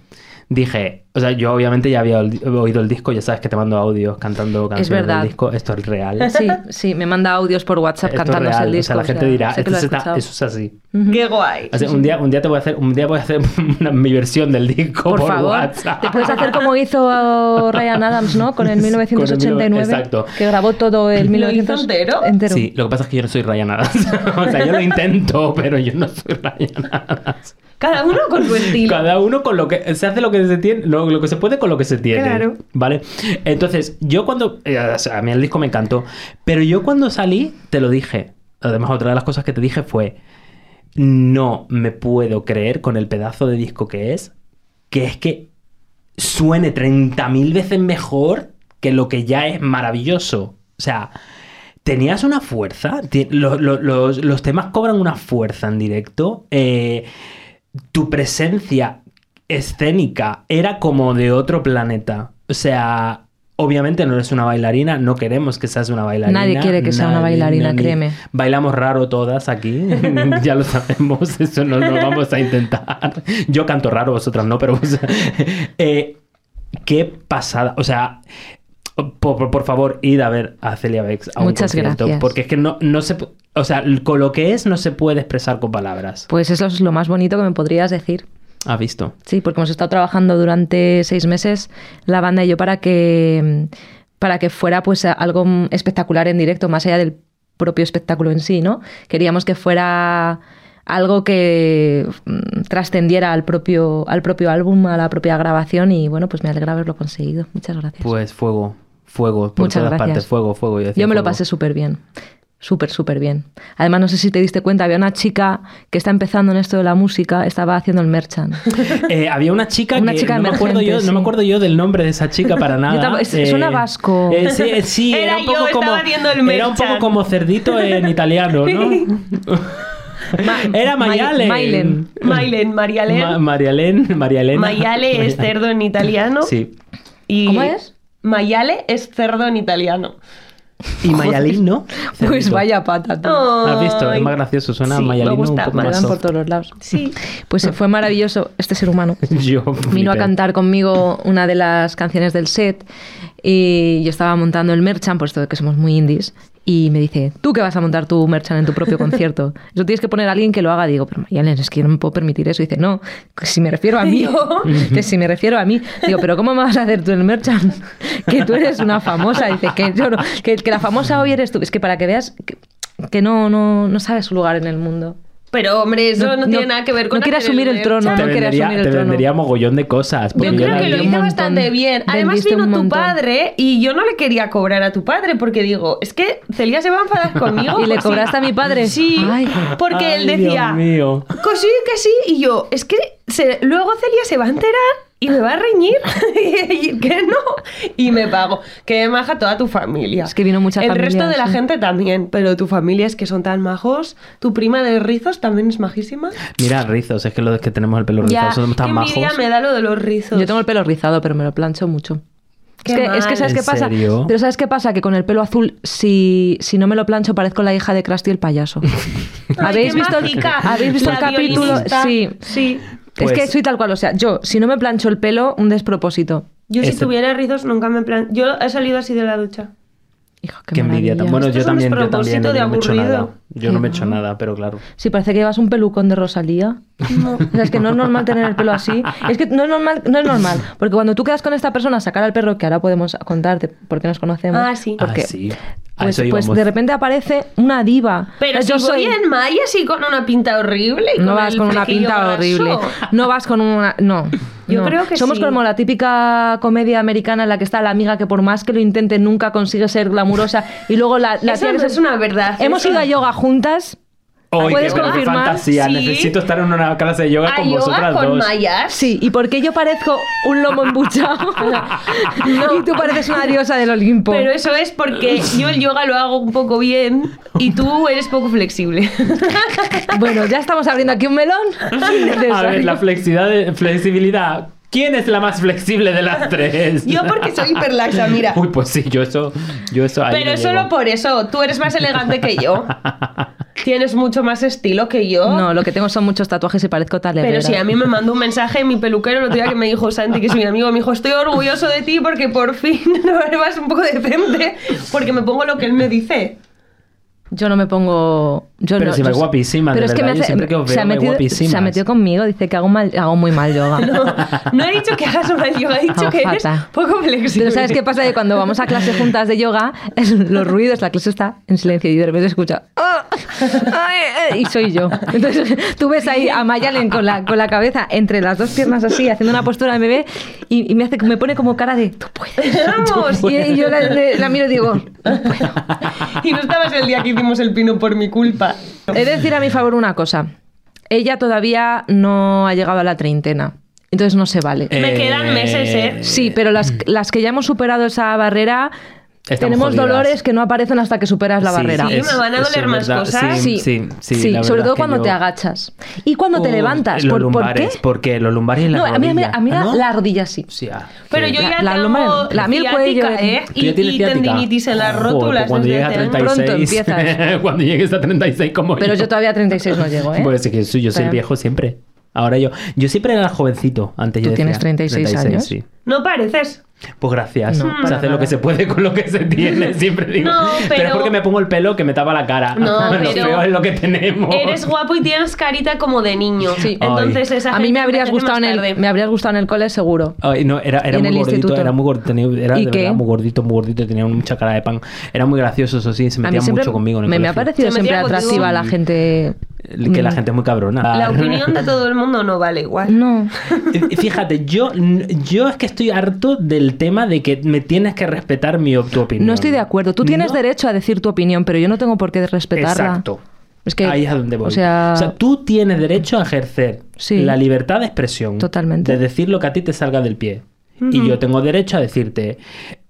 [SPEAKER 3] dije, o sea, yo obviamente ya había oído oído el disco, ya sabes que te mando audios cantando canciones
[SPEAKER 5] verdad.
[SPEAKER 3] del disco, esto
[SPEAKER 5] [LAUGHS]
[SPEAKER 3] es real.
[SPEAKER 5] Sí, sí, me manda audios por WhatsApp
[SPEAKER 3] Esto es
[SPEAKER 5] cantando
[SPEAKER 3] real.
[SPEAKER 5] el disco.
[SPEAKER 3] O sea, la gente
[SPEAKER 5] sea,
[SPEAKER 3] dirá,
[SPEAKER 5] sé que
[SPEAKER 3] "Esto
[SPEAKER 5] lo he
[SPEAKER 3] se está-
[SPEAKER 5] escuchado".
[SPEAKER 3] eso es así.
[SPEAKER 4] Qué guay.
[SPEAKER 3] O sea, un, día, un día te voy a hacer, un día voy a hacer una- mi versión del disco por,
[SPEAKER 5] Por, favor,
[SPEAKER 3] WhatsApp.
[SPEAKER 5] te puedes hacer como hizo Ryan Adams, ¿no?
[SPEAKER 3] [LAUGHS]
[SPEAKER 5] Con el 1989,
[SPEAKER 3] Exacto.
[SPEAKER 5] que grabó todo el
[SPEAKER 4] ¿Lo
[SPEAKER 5] 1900
[SPEAKER 4] hizo entero?
[SPEAKER 3] Sí, lo que pasa es que yo no soy Ryan Adams. [LAUGHS] o sea, yo lo intento, pero yo no soy Ryan Adams.
[SPEAKER 4] Cada uno con su estilo.
[SPEAKER 3] Cada uno con lo que se hace lo que se tiene, lo, lo que se puede con lo que se tiene.
[SPEAKER 4] Claro.
[SPEAKER 3] Vale. Entonces, yo cuando. eh, o sea, a mí el disco me encantó. Pero yo cuando salí, te lo dije. Además, otra de las cosas que te dije fue. No me puedo creer con el pedazo de disco que es. Que es que suene 30.000 veces mejor que lo que ya es maravilloso. O sea, tenías una fuerza. Ti- lo- lo- los, los temas cobran una fuerza en directo. eh, tu presencia escénica, era como de otro planeta. O sea, obviamente no eres una bailarina, no queremos que seas una bailarina.
[SPEAKER 5] Nadie quiere que sea una bailarina, créeme.
[SPEAKER 3] Bailamos raro todas aquí,
[SPEAKER 5] [LAUGHS]
[SPEAKER 3] [LAUGHS] ya lo sabemos, eso no lo vamos a intentar. Yo canto raro, vosotras no, pero... o sea, [LAUGHS] eh, qué pasada, o sea... Por, por- por favor, id a ver a Celia Bex. A un
[SPEAKER 5] Muchas
[SPEAKER 3] concierto,
[SPEAKER 5] gracias.
[SPEAKER 3] Porque es que no, no se... pu- O sea, con lo que es no se puede expresar con palabras.
[SPEAKER 5] Pues eso es lo más bonito que me podrías decir.
[SPEAKER 3] ¿Has Ah, visto?
[SPEAKER 5] Sí, porque hemos estado trabajando durante seis meses la banda y yo para que para que fuera pues a- algo mm, espectacular en directo, más allá del propio espectáculo en sí, ¿no? Queríamos que fuera algo que mm, trascendiera al propio, al propio álbum, a la propia grabación, y bueno, pues me alegra haberlo conseguido. Muchas gracias.
[SPEAKER 3] Pues fuego, fuego, por
[SPEAKER 5] Muchas
[SPEAKER 3] todas
[SPEAKER 5] gracias.
[SPEAKER 3] partes, fuego, fuego. decía
[SPEAKER 5] Yo me lo
[SPEAKER 3] fuego.
[SPEAKER 5] pasé súper bien. Súper, súper bien. Además, no sé si te diste cuenta, había una chica que está empezando en esto de la música, estaba haciendo el merchant.
[SPEAKER 3] Eh, había una chica
[SPEAKER 5] [LAUGHS] Una
[SPEAKER 3] que
[SPEAKER 5] chica
[SPEAKER 3] no, me acuerdo
[SPEAKER 5] emergente,
[SPEAKER 3] yo, no
[SPEAKER 5] sí.
[SPEAKER 3] me acuerdo yo del nombre de esa chica
[SPEAKER 5] [LAUGHS]
[SPEAKER 3] para nada.
[SPEAKER 5] tampoco- es- suena vasco.
[SPEAKER 3] eh, sí,
[SPEAKER 5] [LAUGHS]
[SPEAKER 3] eh, sí, era,
[SPEAKER 4] Era
[SPEAKER 3] un poco
[SPEAKER 4] yo, estaba
[SPEAKER 3] como
[SPEAKER 4] haciendo el
[SPEAKER 3] era un
[SPEAKER 4] merchan.
[SPEAKER 3] poco como cerdito en italiano, [LAUGHS] ¿no? era
[SPEAKER 5] Ma-
[SPEAKER 3] Mayalen.
[SPEAKER 5] Mailen.
[SPEAKER 4] Mailen, Marialen.
[SPEAKER 3] Ma- [LAUGHS] Marialen, Marialena.
[SPEAKER 4] Maiale es cerdo en italiano.
[SPEAKER 3] Sí.
[SPEAKER 4] Y
[SPEAKER 5] ¿Cómo es?
[SPEAKER 4] Maiale es cerdo en italiano.
[SPEAKER 3] Y Mayalín, ¿no?
[SPEAKER 5] [LAUGHS]
[SPEAKER 4] [LAUGHS]
[SPEAKER 5] Pues
[SPEAKER 3] Cerdito.
[SPEAKER 5] vaya pata. tú.
[SPEAKER 3] Has visto, es
[SPEAKER 4] Ay.
[SPEAKER 3] más gracioso, suena a
[SPEAKER 4] Sí, me
[SPEAKER 3] Mayalín un
[SPEAKER 4] gusta,
[SPEAKER 3] poco
[SPEAKER 4] me
[SPEAKER 5] Oh, Me
[SPEAKER 3] más
[SPEAKER 5] dan por
[SPEAKER 3] soft.
[SPEAKER 5] todos los lados.
[SPEAKER 4] Sí.
[SPEAKER 5] Pues eh, fue maravilloso este ser humano.
[SPEAKER 3] [LAUGHS] Yo
[SPEAKER 5] Vino a
[SPEAKER 3] flipé.
[SPEAKER 5] cantar conmigo una de las canciones del set y yo estaba montando el merchan, puesto que somos muy indies, y me dice, ¿tú que vas a montar tu merchan en tu propio concierto? Eso tienes que poner a alguien que lo haga. Digo, pero Mayalen, es que yo no me puedo permitir eso. Y dice, no, que si me refiero a mí,
[SPEAKER 4] Yo.
[SPEAKER 5] que si me refiero a mí. Digo, pero ¿cómo me vas a hacer tú el merchan? [LAUGHS] Que tú eres una famosa. Dice, que yo no- que, que la famosa hoy eres tú. Es que para que veas que, que no, no, no sabes su lugar en el mundo.
[SPEAKER 4] Pero hombre, eso no,
[SPEAKER 5] No-
[SPEAKER 4] tiene
[SPEAKER 5] no-
[SPEAKER 4] nada que ver
[SPEAKER 5] no
[SPEAKER 4] con
[SPEAKER 5] quiere
[SPEAKER 4] hacer
[SPEAKER 5] asumir el trono.
[SPEAKER 4] merchan.
[SPEAKER 3] Te
[SPEAKER 5] no quiere
[SPEAKER 3] vendería,
[SPEAKER 5] asumir el
[SPEAKER 3] te
[SPEAKER 5] trono.
[SPEAKER 3] vendería mogollón de cosas. porque
[SPEAKER 4] Yo
[SPEAKER 5] Yo
[SPEAKER 4] creo
[SPEAKER 5] la
[SPEAKER 4] que
[SPEAKER 5] vi
[SPEAKER 4] lo
[SPEAKER 5] un
[SPEAKER 4] hizo
[SPEAKER 5] montón.
[SPEAKER 4] bastante bien. Además
[SPEAKER 5] Vendiste un
[SPEAKER 4] vino tu
[SPEAKER 5] montón.
[SPEAKER 4] padre y yo no le quería cobrar a tu padre porque digo, es que Celia se va a
[SPEAKER 5] [LAUGHS]
[SPEAKER 4] enfadar conmigo.
[SPEAKER 5] ¿Y le
[SPEAKER 4] Sí.
[SPEAKER 5] cobraste a mi padre?
[SPEAKER 4] Sí,
[SPEAKER 5] Ay.
[SPEAKER 4] porque él
[SPEAKER 3] Ay,
[SPEAKER 4] decía,
[SPEAKER 3] Dios mío.
[SPEAKER 4] que sí, que sí, y yo, es que se- luego Celia se va a enterar y me va a reñir, [LAUGHS] y que no, y me pago. Que maja toda tu familia.
[SPEAKER 5] Es que vino mucha
[SPEAKER 4] El
[SPEAKER 5] familia,
[SPEAKER 4] resto de la
[SPEAKER 5] sí.
[SPEAKER 4] gente también, pero tu familia es que son tan majos. Tu prima de rizos también es majísima.
[SPEAKER 3] Mira, rizos, es que los que tenemos el pelo rizado somos
[SPEAKER 4] qué
[SPEAKER 3] tan majos.
[SPEAKER 4] envidia me da lo de los rizos.
[SPEAKER 5] Yo tengo el pelo rizado, pero me lo plancho mucho.
[SPEAKER 4] Qué
[SPEAKER 5] Es que, es
[SPEAKER 4] mal.
[SPEAKER 5] que ¿sabes
[SPEAKER 3] ¿En
[SPEAKER 5] qué pasa?
[SPEAKER 3] serio?
[SPEAKER 5] Pero ¿sabes qué pasa? Que con el pelo azul, si, si no me lo plancho, parezco la hija de Krusty el
[SPEAKER 3] [LAUGHS]
[SPEAKER 5] payaso. [LAUGHS] ¿Habéis,
[SPEAKER 4] qué
[SPEAKER 5] visto el, [LAUGHS]
[SPEAKER 4] mágica.
[SPEAKER 5] ¿Habéis visto el
[SPEAKER 4] La
[SPEAKER 5] capítulo?
[SPEAKER 4] violinista.
[SPEAKER 5] Sí.
[SPEAKER 4] Sí.
[SPEAKER 3] Pues-
[SPEAKER 5] Es que soy tal cual. O sea, yo, si no me plancho el pelo, un despropósito.
[SPEAKER 4] Yo si
[SPEAKER 3] Este-
[SPEAKER 4] tuviera rizos nunca me plan... Yo he salido así de la ducha.
[SPEAKER 5] Hijo, qué,
[SPEAKER 3] Qué envidia.
[SPEAKER 5] maravilla.
[SPEAKER 3] tan- Bueno,
[SPEAKER 4] Esto
[SPEAKER 3] yo
[SPEAKER 4] es un
[SPEAKER 3] también, yo también.
[SPEAKER 4] despropósito
[SPEAKER 3] Yo
[SPEAKER 4] de
[SPEAKER 3] no me he hecho
[SPEAKER 4] aburrido.
[SPEAKER 3] nada. Yo no me he hecho
[SPEAKER 5] Qué
[SPEAKER 3] nada, pero claro.
[SPEAKER 5] Sí, parece que llevas un pelucón de Rosalía. [LAUGHS] O sea, es que no es normal tener el pelo así. Es que no es normal, no es normal. Porque cuando tú quedas con esta persona a sacar al perro, que ahora podemos contarte porque nos conocemos.
[SPEAKER 4] Ah, sí.
[SPEAKER 5] Porque,
[SPEAKER 3] Ah, sí. A
[SPEAKER 5] Pues,
[SPEAKER 3] eso
[SPEAKER 5] pues
[SPEAKER 3] íbamos.
[SPEAKER 5] de repente aparece una diva.
[SPEAKER 4] Pero
[SPEAKER 5] O sea,
[SPEAKER 4] yo soy en Maya así con una pinta horrible. y
[SPEAKER 5] No vas
[SPEAKER 4] el
[SPEAKER 5] con una
[SPEAKER 4] flequillo
[SPEAKER 5] pinta
[SPEAKER 4] graso.
[SPEAKER 5] horrible. No vas con una. No.
[SPEAKER 4] [LAUGHS] Yo
[SPEAKER 5] no.
[SPEAKER 4] creo que
[SPEAKER 5] Somos
[SPEAKER 4] sí.
[SPEAKER 5] como la típica comedia americana en la que está la amiga que, por más que lo intente, nunca consigue ser glamurosa. Y luego la, la
[SPEAKER 4] Eso
[SPEAKER 5] tía que
[SPEAKER 4] no
[SPEAKER 5] se-
[SPEAKER 4] es una verdad,
[SPEAKER 5] Hemos
[SPEAKER 4] eso.
[SPEAKER 5] ido a yoga juntas.
[SPEAKER 3] Ay,
[SPEAKER 5] ¿Puedes
[SPEAKER 3] qué buena
[SPEAKER 5] confirmar?
[SPEAKER 3] fantasía.
[SPEAKER 4] Sí.
[SPEAKER 3] Necesito estar en una clase de yoga
[SPEAKER 4] A
[SPEAKER 3] con
[SPEAKER 4] yoga
[SPEAKER 3] vosotras
[SPEAKER 4] con
[SPEAKER 3] dos.
[SPEAKER 4] mayas.
[SPEAKER 5] Sí, y porque yo parezco un lomo
[SPEAKER 4] [LAUGHS]
[SPEAKER 5] embuchado y tú pareces una diosa del Olimpo.
[SPEAKER 4] Pero eso es porque yo el yoga lo hago un poco bien y tú eres poco flexible. [LAUGHS]
[SPEAKER 5] Bueno, ya estamos abriendo aquí un melón. [LAUGHS]
[SPEAKER 3] A ver, la flexidad de- flexibilidad. ¿Quién es la más flexible de
[SPEAKER 5] [LAUGHS]
[SPEAKER 3] las tres?
[SPEAKER 4] yo porque soy hiperlaxa, mira.
[SPEAKER 3] Uy, pues sí, yo eso, yo eso ahí
[SPEAKER 4] Pero
[SPEAKER 3] no
[SPEAKER 4] solo
[SPEAKER 3] llego.
[SPEAKER 4] por eso. Tú eres más elegante que yo. Tienes mucho más estilo que yo.
[SPEAKER 5] No, lo que tengo son muchos tatuajes y parezco tal
[SPEAKER 4] Pero si a mí me mandó un mensaje mi peluquero el otro día que me dijo Santi, que es mi amigo, me dijo, estoy orgulloso de ti porque por fin [LAUGHS] vas un poco decente porque me pongo lo que él me dice.
[SPEAKER 5] Yo no me pongo. Yo
[SPEAKER 3] Pero
[SPEAKER 5] no,
[SPEAKER 3] si me
[SPEAKER 5] yo-
[SPEAKER 3] guapísima, de verdad, yo siempre que os
[SPEAKER 5] se,
[SPEAKER 3] veo
[SPEAKER 5] ha
[SPEAKER 3] me
[SPEAKER 5] metido,
[SPEAKER 3] guapísimas.
[SPEAKER 5] se ha metido conmigo, dice que hago, mal, hago muy mal
[SPEAKER 3] [LAUGHS]
[SPEAKER 5] yoga.
[SPEAKER 4] No he dicho que hagas mal yoga, he dicho que eres
[SPEAKER 5] Ajá.
[SPEAKER 4] poco flexible.
[SPEAKER 5] Pero ¿sabes qué
[SPEAKER 4] [LAUGHS]
[SPEAKER 5] pasa? Que cuando vamos a clase juntas de yoga, es- los ruidos, la clase está en silencio y de repente se escucha. "Ah, ay, eh", y soy yo. Entonces tú ves ahí a Mayalen con la, con la cabeza entre las dos piernas así, haciendo una postura de bebé y, y me, hace, me pone como cara de tú puedes.
[SPEAKER 4] Vamos.
[SPEAKER 5] Y, y yo la, le- la miro y digo,
[SPEAKER 4] Y no estabas el día que hicimos el pino por mi culpa.
[SPEAKER 5] He de decir a mi favor una cosa. Ella todavía no ha llegado a la treintena. Entonces
[SPEAKER 3] Eh,
[SPEAKER 5] no se vale.
[SPEAKER 4] Me quedan meses, ¿eh?
[SPEAKER 5] Sí, pero las, las que ya hemos superado esa barrera,
[SPEAKER 3] mm. Estamos
[SPEAKER 5] Tenemos
[SPEAKER 3] jodidas.
[SPEAKER 5] dolores que no aparecen hasta que superas la
[SPEAKER 3] Sí,
[SPEAKER 5] barrera.
[SPEAKER 4] Sí,
[SPEAKER 3] es-
[SPEAKER 4] me van a
[SPEAKER 3] eso
[SPEAKER 4] doler
[SPEAKER 3] es
[SPEAKER 4] más
[SPEAKER 3] verdad.
[SPEAKER 4] cosas.
[SPEAKER 3] Sí, sí, sí,
[SPEAKER 5] sí,
[SPEAKER 3] la
[SPEAKER 5] sobre
[SPEAKER 3] verdad
[SPEAKER 5] todo
[SPEAKER 3] que
[SPEAKER 5] cuando
[SPEAKER 3] yo-
[SPEAKER 5] te agachas. Y cuando te
[SPEAKER 3] Uh,
[SPEAKER 5] levantas.
[SPEAKER 3] los
[SPEAKER 5] ¿Por, por
[SPEAKER 3] lumbares,
[SPEAKER 5] qué?
[SPEAKER 3] ¿Por qué? Los lumbares y la ¿Ah,
[SPEAKER 5] No, a mí, a mí, a mí la-
[SPEAKER 3] ¿no?
[SPEAKER 5] la rodilla sí.
[SPEAKER 3] Sí, ah,
[SPEAKER 4] Pero
[SPEAKER 3] sí.
[SPEAKER 4] yo
[SPEAKER 5] La-
[SPEAKER 4] ya
[SPEAKER 5] la lumbar en-
[SPEAKER 4] tengo
[SPEAKER 5] la- a mí el cuello
[SPEAKER 4] ciática,
[SPEAKER 5] y-
[SPEAKER 4] ¿eh?
[SPEAKER 3] Tú ya
[SPEAKER 4] Y,
[SPEAKER 3] tienes
[SPEAKER 4] y
[SPEAKER 3] ciática.
[SPEAKER 4] tendinitis en las
[SPEAKER 3] Joder, pues
[SPEAKER 4] rótulas.
[SPEAKER 3] cuando
[SPEAKER 4] desde
[SPEAKER 3] llegues a
[SPEAKER 4] hace años.
[SPEAKER 3] 36.
[SPEAKER 5] Pronto empiezas.
[SPEAKER 3] [LAUGHS] cuando llegues a 36 como
[SPEAKER 5] Pero
[SPEAKER 3] yo.
[SPEAKER 5] yo todavía a 36 no llego, ¿eh?
[SPEAKER 3] Pues es que soy- yo soy
[SPEAKER 5] Pero-
[SPEAKER 3] viejo siempre. Ahora yo. Yo siempre era jovencito antes
[SPEAKER 5] Tú
[SPEAKER 3] yo decía,
[SPEAKER 5] tienes 36 años.
[SPEAKER 3] sí. [LAUGHS]
[SPEAKER 4] No pareces.
[SPEAKER 3] Pues gracias.
[SPEAKER 5] No,
[SPEAKER 3] se
[SPEAKER 5] para
[SPEAKER 3] hace lo
[SPEAKER 5] nada.
[SPEAKER 3] que se puede con lo que se
[SPEAKER 4] [LAUGHS]
[SPEAKER 3] tiene, siempre digo.
[SPEAKER 4] No,
[SPEAKER 3] es
[SPEAKER 4] pero-
[SPEAKER 3] porque me pongo el pelo que me tapa la cara. [LAUGHS]
[SPEAKER 4] No,
[SPEAKER 3] lo
[SPEAKER 4] pero-
[SPEAKER 3] feo es lo que tenemos.
[SPEAKER 4] Eres guapo y tienes carita como de niño.
[SPEAKER 5] Sí.
[SPEAKER 4] Entonces esa
[SPEAKER 5] A mí
[SPEAKER 4] gente
[SPEAKER 5] me habrías
[SPEAKER 4] envejece
[SPEAKER 5] gustado en
[SPEAKER 4] más
[SPEAKER 5] el,
[SPEAKER 4] tarde.
[SPEAKER 5] me habrías gustado en el cole seguro.
[SPEAKER 3] Ay, no, era, era
[SPEAKER 5] En
[SPEAKER 3] muy
[SPEAKER 5] el
[SPEAKER 3] gordito,
[SPEAKER 5] instituto.
[SPEAKER 3] era muy gordito, tenía- era
[SPEAKER 5] ¿Y
[SPEAKER 3] de
[SPEAKER 5] qué?
[SPEAKER 3] verdad muy gordito, muy gordito, tenía mucha cara de pan. Era muy gracioso, eso sí, se
[SPEAKER 5] A mí
[SPEAKER 3] metía
[SPEAKER 5] siempre
[SPEAKER 3] mucho conmigo en el
[SPEAKER 5] me, me ha
[SPEAKER 3] colegio.
[SPEAKER 5] parecido
[SPEAKER 4] Se
[SPEAKER 5] siempre
[SPEAKER 4] metía contigo.
[SPEAKER 5] atractiva la gente. Mm.
[SPEAKER 3] El- Que la gente es muy cabrona.
[SPEAKER 4] La opinión de todo el mundo no vale igual.
[SPEAKER 3] [LAUGHS]
[SPEAKER 5] No. [LAUGHS]
[SPEAKER 3] Eh, Fíjate, yo, yo es que estoy harto del tema de que me tienes que respetar mi, op- tu opinión.
[SPEAKER 5] No estoy de acuerdo. Tú tienes
[SPEAKER 3] No.
[SPEAKER 5] derecho a decir tu opinión, pero yo no tengo por qué respetarla.
[SPEAKER 3] Exacto.
[SPEAKER 5] Es que,
[SPEAKER 3] Ahí es a donde voy.
[SPEAKER 5] O sea,
[SPEAKER 3] tú tienes derecho a ejercer
[SPEAKER 5] Sí.
[SPEAKER 3] la libertad de expresión.
[SPEAKER 5] Totalmente.
[SPEAKER 3] De decir lo que a ti te salga del pie. Y yo tengo derecho a decirte,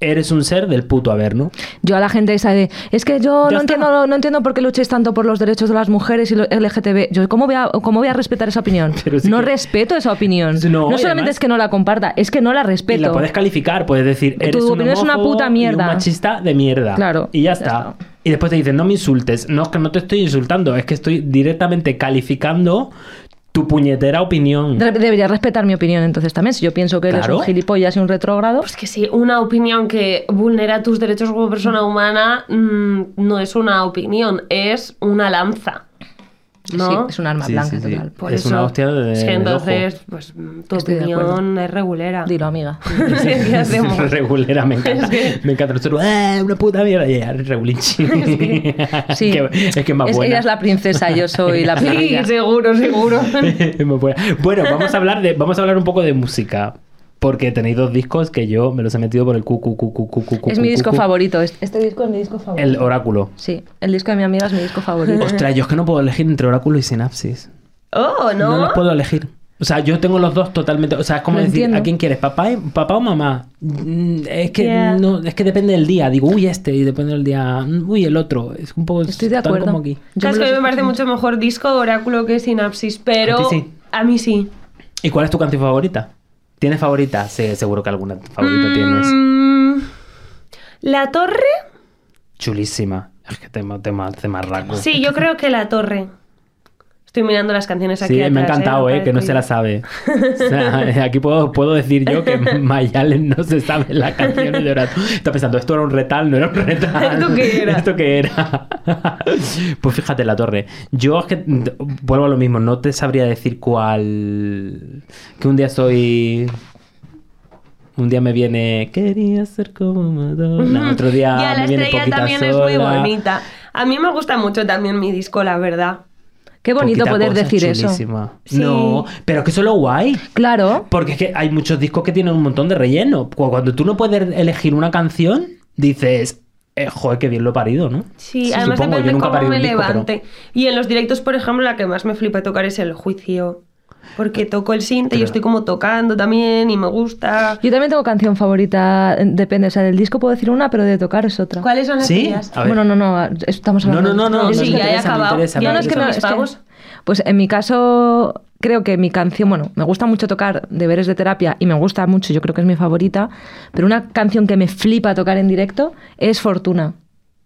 [SPEAKER 3] eres un ser del puto averno.
[SPEAKER 5] yo a la gente esa de, es que yo
[SPEAKER 3] Ya
[SPEAKER 5] no
[SPEAKER 3] está.
[SPEAKER 5] entiendo, no entiendo por qué luchéis tanto por los derechos de las mujeres y lo LGTB. Yo, ¿cómo voy a, cómo voy a respetar esa opinión?
[SPEAKER 3] [LAUGHS] Pero sí
[SPEAKER 5] no
[SPEAKER 3] que-
[SPEAKER 5] respeto esa opinión.
[SPEAKER 3] No, y
[SPEAKER 5] solamente
[SPEAKER 3] además-
[SPEAKER 5] es que no la comparta, es que no la
[SPEAKER 3] Y
[SPEAKER 5] respeto.
[SPEAKER 3] la puedes calificar, puedes decir,
[SPEAKER 5] Tu
[SPEAKER 3] eres un
[SPEAKER 5] opinión es una
[SPEAKER 3] homófobo
[SPEAKER 5] puta
[SPEAKER 3] y un
[SPEAKER 5] mierda.
[SPEAKER 3] machista de mierda.
[SPEAKER 5] Claro,
[SPEAKER 3] Y ya,
[SPEAKER 5] ya
[SPEAKER 3] está.
[SPEAKER 5] está.
[SPEAKER 3] Y después te dicen, no me insultes. No, es que no te estoy insultando, es que estoy directamente calificando tu puñetera opinión. [LAUGHS]
[SPEAKER 5] Debe- Debería respetar mi opinión entonces también. Si yo pienso que eres
[SPEAKER 3] Claro.
[SPEAKER 5] un gilipollas y un retrógrado,
[SPEAKER 4] Pues que sí, una opinión que vulnera tus derechos como persona humana mm, no es una opinión, es una lanza. ¿No?
[SPEAKER 5] sí, es un arma
[SPEAKER 3] Sí,
[SPEAKER 5] blanca
[SPEAKER 3] sí, sí.
[SPEAKER 5] total. Pues,
[SPEAKER 4] Por
[SPEAKER 3] Es
[SPEAKER 4] eso,
[SPEAKER 3] una hostia de-
[SPEAKER 4] es que
[SPEAKER 3] en el
[SPEAKER 4] entonces, pues mm, tu
[SPEAKER 5] Estoy de
[SPEAKER 4] opinión
[SPEAKER 5] acuerdo.
[SPEAKER 4] es regulera.
[SPEAKER 5] Dilo,
[SPEAKER 3] [LAUGHS]
[SPEAKER 5] amiga.
[SPEAKER 4] [LAUGHS] ¿Qué hacemos?
[SPEAKER 3] regulera, me encanta. [LAUGHS] Me encanta el otro, "Ah, una puta mierda. Y ya, regulinchi.
[SPEAKER 5] [LAUGHS]
[SPEAKER 3] [LAUGHS]
[SPEAKER 5] Sí.
[SPEAKER 3] Que- es que es más buena.
[SPEAKER 5] Ella es
[SPEAKER 3] [LAUGHS]
[SPEAKER 5] la princesa, yo soy la
[SPEAKER 4] Sí,
[SPEAKER 5] plebilla.
[SPEAKER 4] seguro, seguro.
[SPEAKER 3] Es más buena. Bueno, vamos a hablar de, vamos a hablar un poco de música. Porque tenéis dos discos que yo me los he metido por el cu, cu, cu, cu, cu, cu, cu,
[SPEAKER 5] Es mi
[SPEAKER 3] cu,
[SPEAKER 5] disco
[SPEAKER 3] cu.
[SPEAKER 5] favorito. Este, este disco es mi disco favorito.
[SPEAKER 3] El oráculo.
[SPEAKER 5] Sí, el disco de mi amiga es mi disco favorito.
[SPEAKER 3] [LAUGHS] Ostras, yo es que no puedo elegir entre oráculo y sinapsis.
[SPEAKER 4] Oh,
[SPEAKER 3] No,
[SPEAKER 4] ¿no?
[SPEAKER 3] los puedo elegir. O sea, yo tengo los dos totalmente. O sea, es como
[SPEAKER 5] Lo
[SPEAKER 3] decir,
[SPEAKER 5] entiendo.
[SPEAKER 3] ¿a quién quieres? ¿Papá, y- papá o mamá? Mm, Es que
[SPEAKER 4] Yeah.
[SPEAKER 3] no, es que depende del día. Digo, uy, este, y depende del día, mm, uy, el otro. Es un poco
[SPEAKER 5] Estoy de
[SPEAKER 3] tan
[SPEAKER 5] acuerdo.
[SPEAKER 3] como aquí.
[SPEAKER 5] Yo
[SPEAKER 4] Sabes
[SPEAKER 5] me
[SPEAKER 4] que a mí
[SPEAKER 5] los-
[SPEAKER 4] me parece mucho mejor disco Oráculo que Sinapsis, pero
[SPEAKER 3] ¿A ti sí?
[SPEAKER 4] a mí sí.
[SPEAKER 3] ¿Y cuál es tu canción favorita? ¿Tienes favorita? Sí, seguro que alguna favorita tienes.
[SPEAKER 4] Mm, La torre.
[SPEAKER 3] Chulísima. Es que tema, tema, tema raco.
[SPEAKER 4] Sí, yo creo que la torre. Estoy mirando las canciones aquí.
[SPEAKER 3] Sí, me ha
[SPEAKER 4] atrás,
[SPEAKER 3] encantado, eh, que no se la
[SPEAKER 4] las [LAUGHS]
[SPEAKER 3] sabe. O sea, [LAUGHS] aquí puedo, puedo decir yo que [LAUGHS] Mayalen no se sabe la canción de Horacio. Está pensando, esto era un retal, no era un retal.
[SPEAKER 4] ¿Esto qué
[SPEAKER 3] [LAUGHS]
[SPEAKER 4] era?
[SPEAKER 3] ¿Esto qué era? pues fíjate, la torre. Yo es que mm, vuelvo a lo mismo, no te sabría decir cuál. Que un día soy. Un día me viene, quería ser como Madonna. Otro día
[SPEAKER 4] [LAUGHS] Ya, la
[SPEAKER 3] me viene
[SPEAKER 4] estrella
[SPEAKER 3] poquita
[SPEAKER 4] también es muy
[SPEAKER 3] sola.
[SPEAKER 4] bonita. A mí me gusta mucho también mi disco, la verdad.
[SPEAKER 5] Qué bonito
[SPEAKER 3] Poquita
[SPEAKER 5] poder
[SPEAKER 3] cosa,
[SPEAKER 5] decir eso.
[SPEAKER 3] chulísima.
[SPEAKER 4] Sí.
[SPEAKER 3] No, pero es que eso es lo guay.
[SPEAKER 5] Claro.
[SPEAKER 3] Porque es que hay muchos discos que tienen un montón de relleno. Cu- Cuando tú no puedes elegir una canción, dices, eh, joder, qué bien lo he parido, ¿no?
[SPEAKER 4] Sí, además
[SPEAKER 3] supongo, yo
[SPEAKER 4] depende
[SPEAKER 3] nunca he parido
[SPEAKER 4] cómo me
[SPEAKER 3] un disco, pero-
[SPEAKER 4] levante. Y en los directos, por ejemplo, la que más me flipa tocar es el juicio. Porque toco el sinte y
[SPEAKER 3] Pero-
[SPEAKER 4] estoy como tocando también y me gusta.
[SPEAKER 5] Yo también tengo canción favorita, eh, depende, o sea, del disco puedo decir una, pero de tocar es otra.
[SPEAKER 4] ¿Cuáles son las
[SPEAKER 3] ¿Sí?
[SPEAKER 4] tuyas?
[SPEAKER 3] A ver.
[SPEAKER 5] Bueno, no, no, a- estamos
[SPEAKER 3] No,
[SPEAKER 5] hablando...
[SPEAKER 3] no, no, no,
[SPEAKER 4] no,
[SPEAKER 3] no,
[SPEAKER 4] sí,
[SPEAKER 3] me
[SPEAKER 4] ya he
[SPEAKER 3] interesa, me
[SPEAKER 4] acabado.
[SPEAKER 3] interesa,
[SPEAKER 4] Ya
[SPEAKER 3] me
[SPEAKER 5] No,
[SPEAKER 4] no,
[SPEAKER 5] no, es que
[SPEAKER 3] interesa.
[SPEAKER 5] no,
[SPEAKER 4] mis
[SPEAKER 5] es que-
[SPEAKER 4] pavos.
[SPEAKER 5] pues en mi caso, creo que mi canción, bueno, me gusta mucho tocar deberes de terapia y me gusta mucho, yo creo que es mi favorita, pero una canción que me flipa tocar en directo es Fortuna.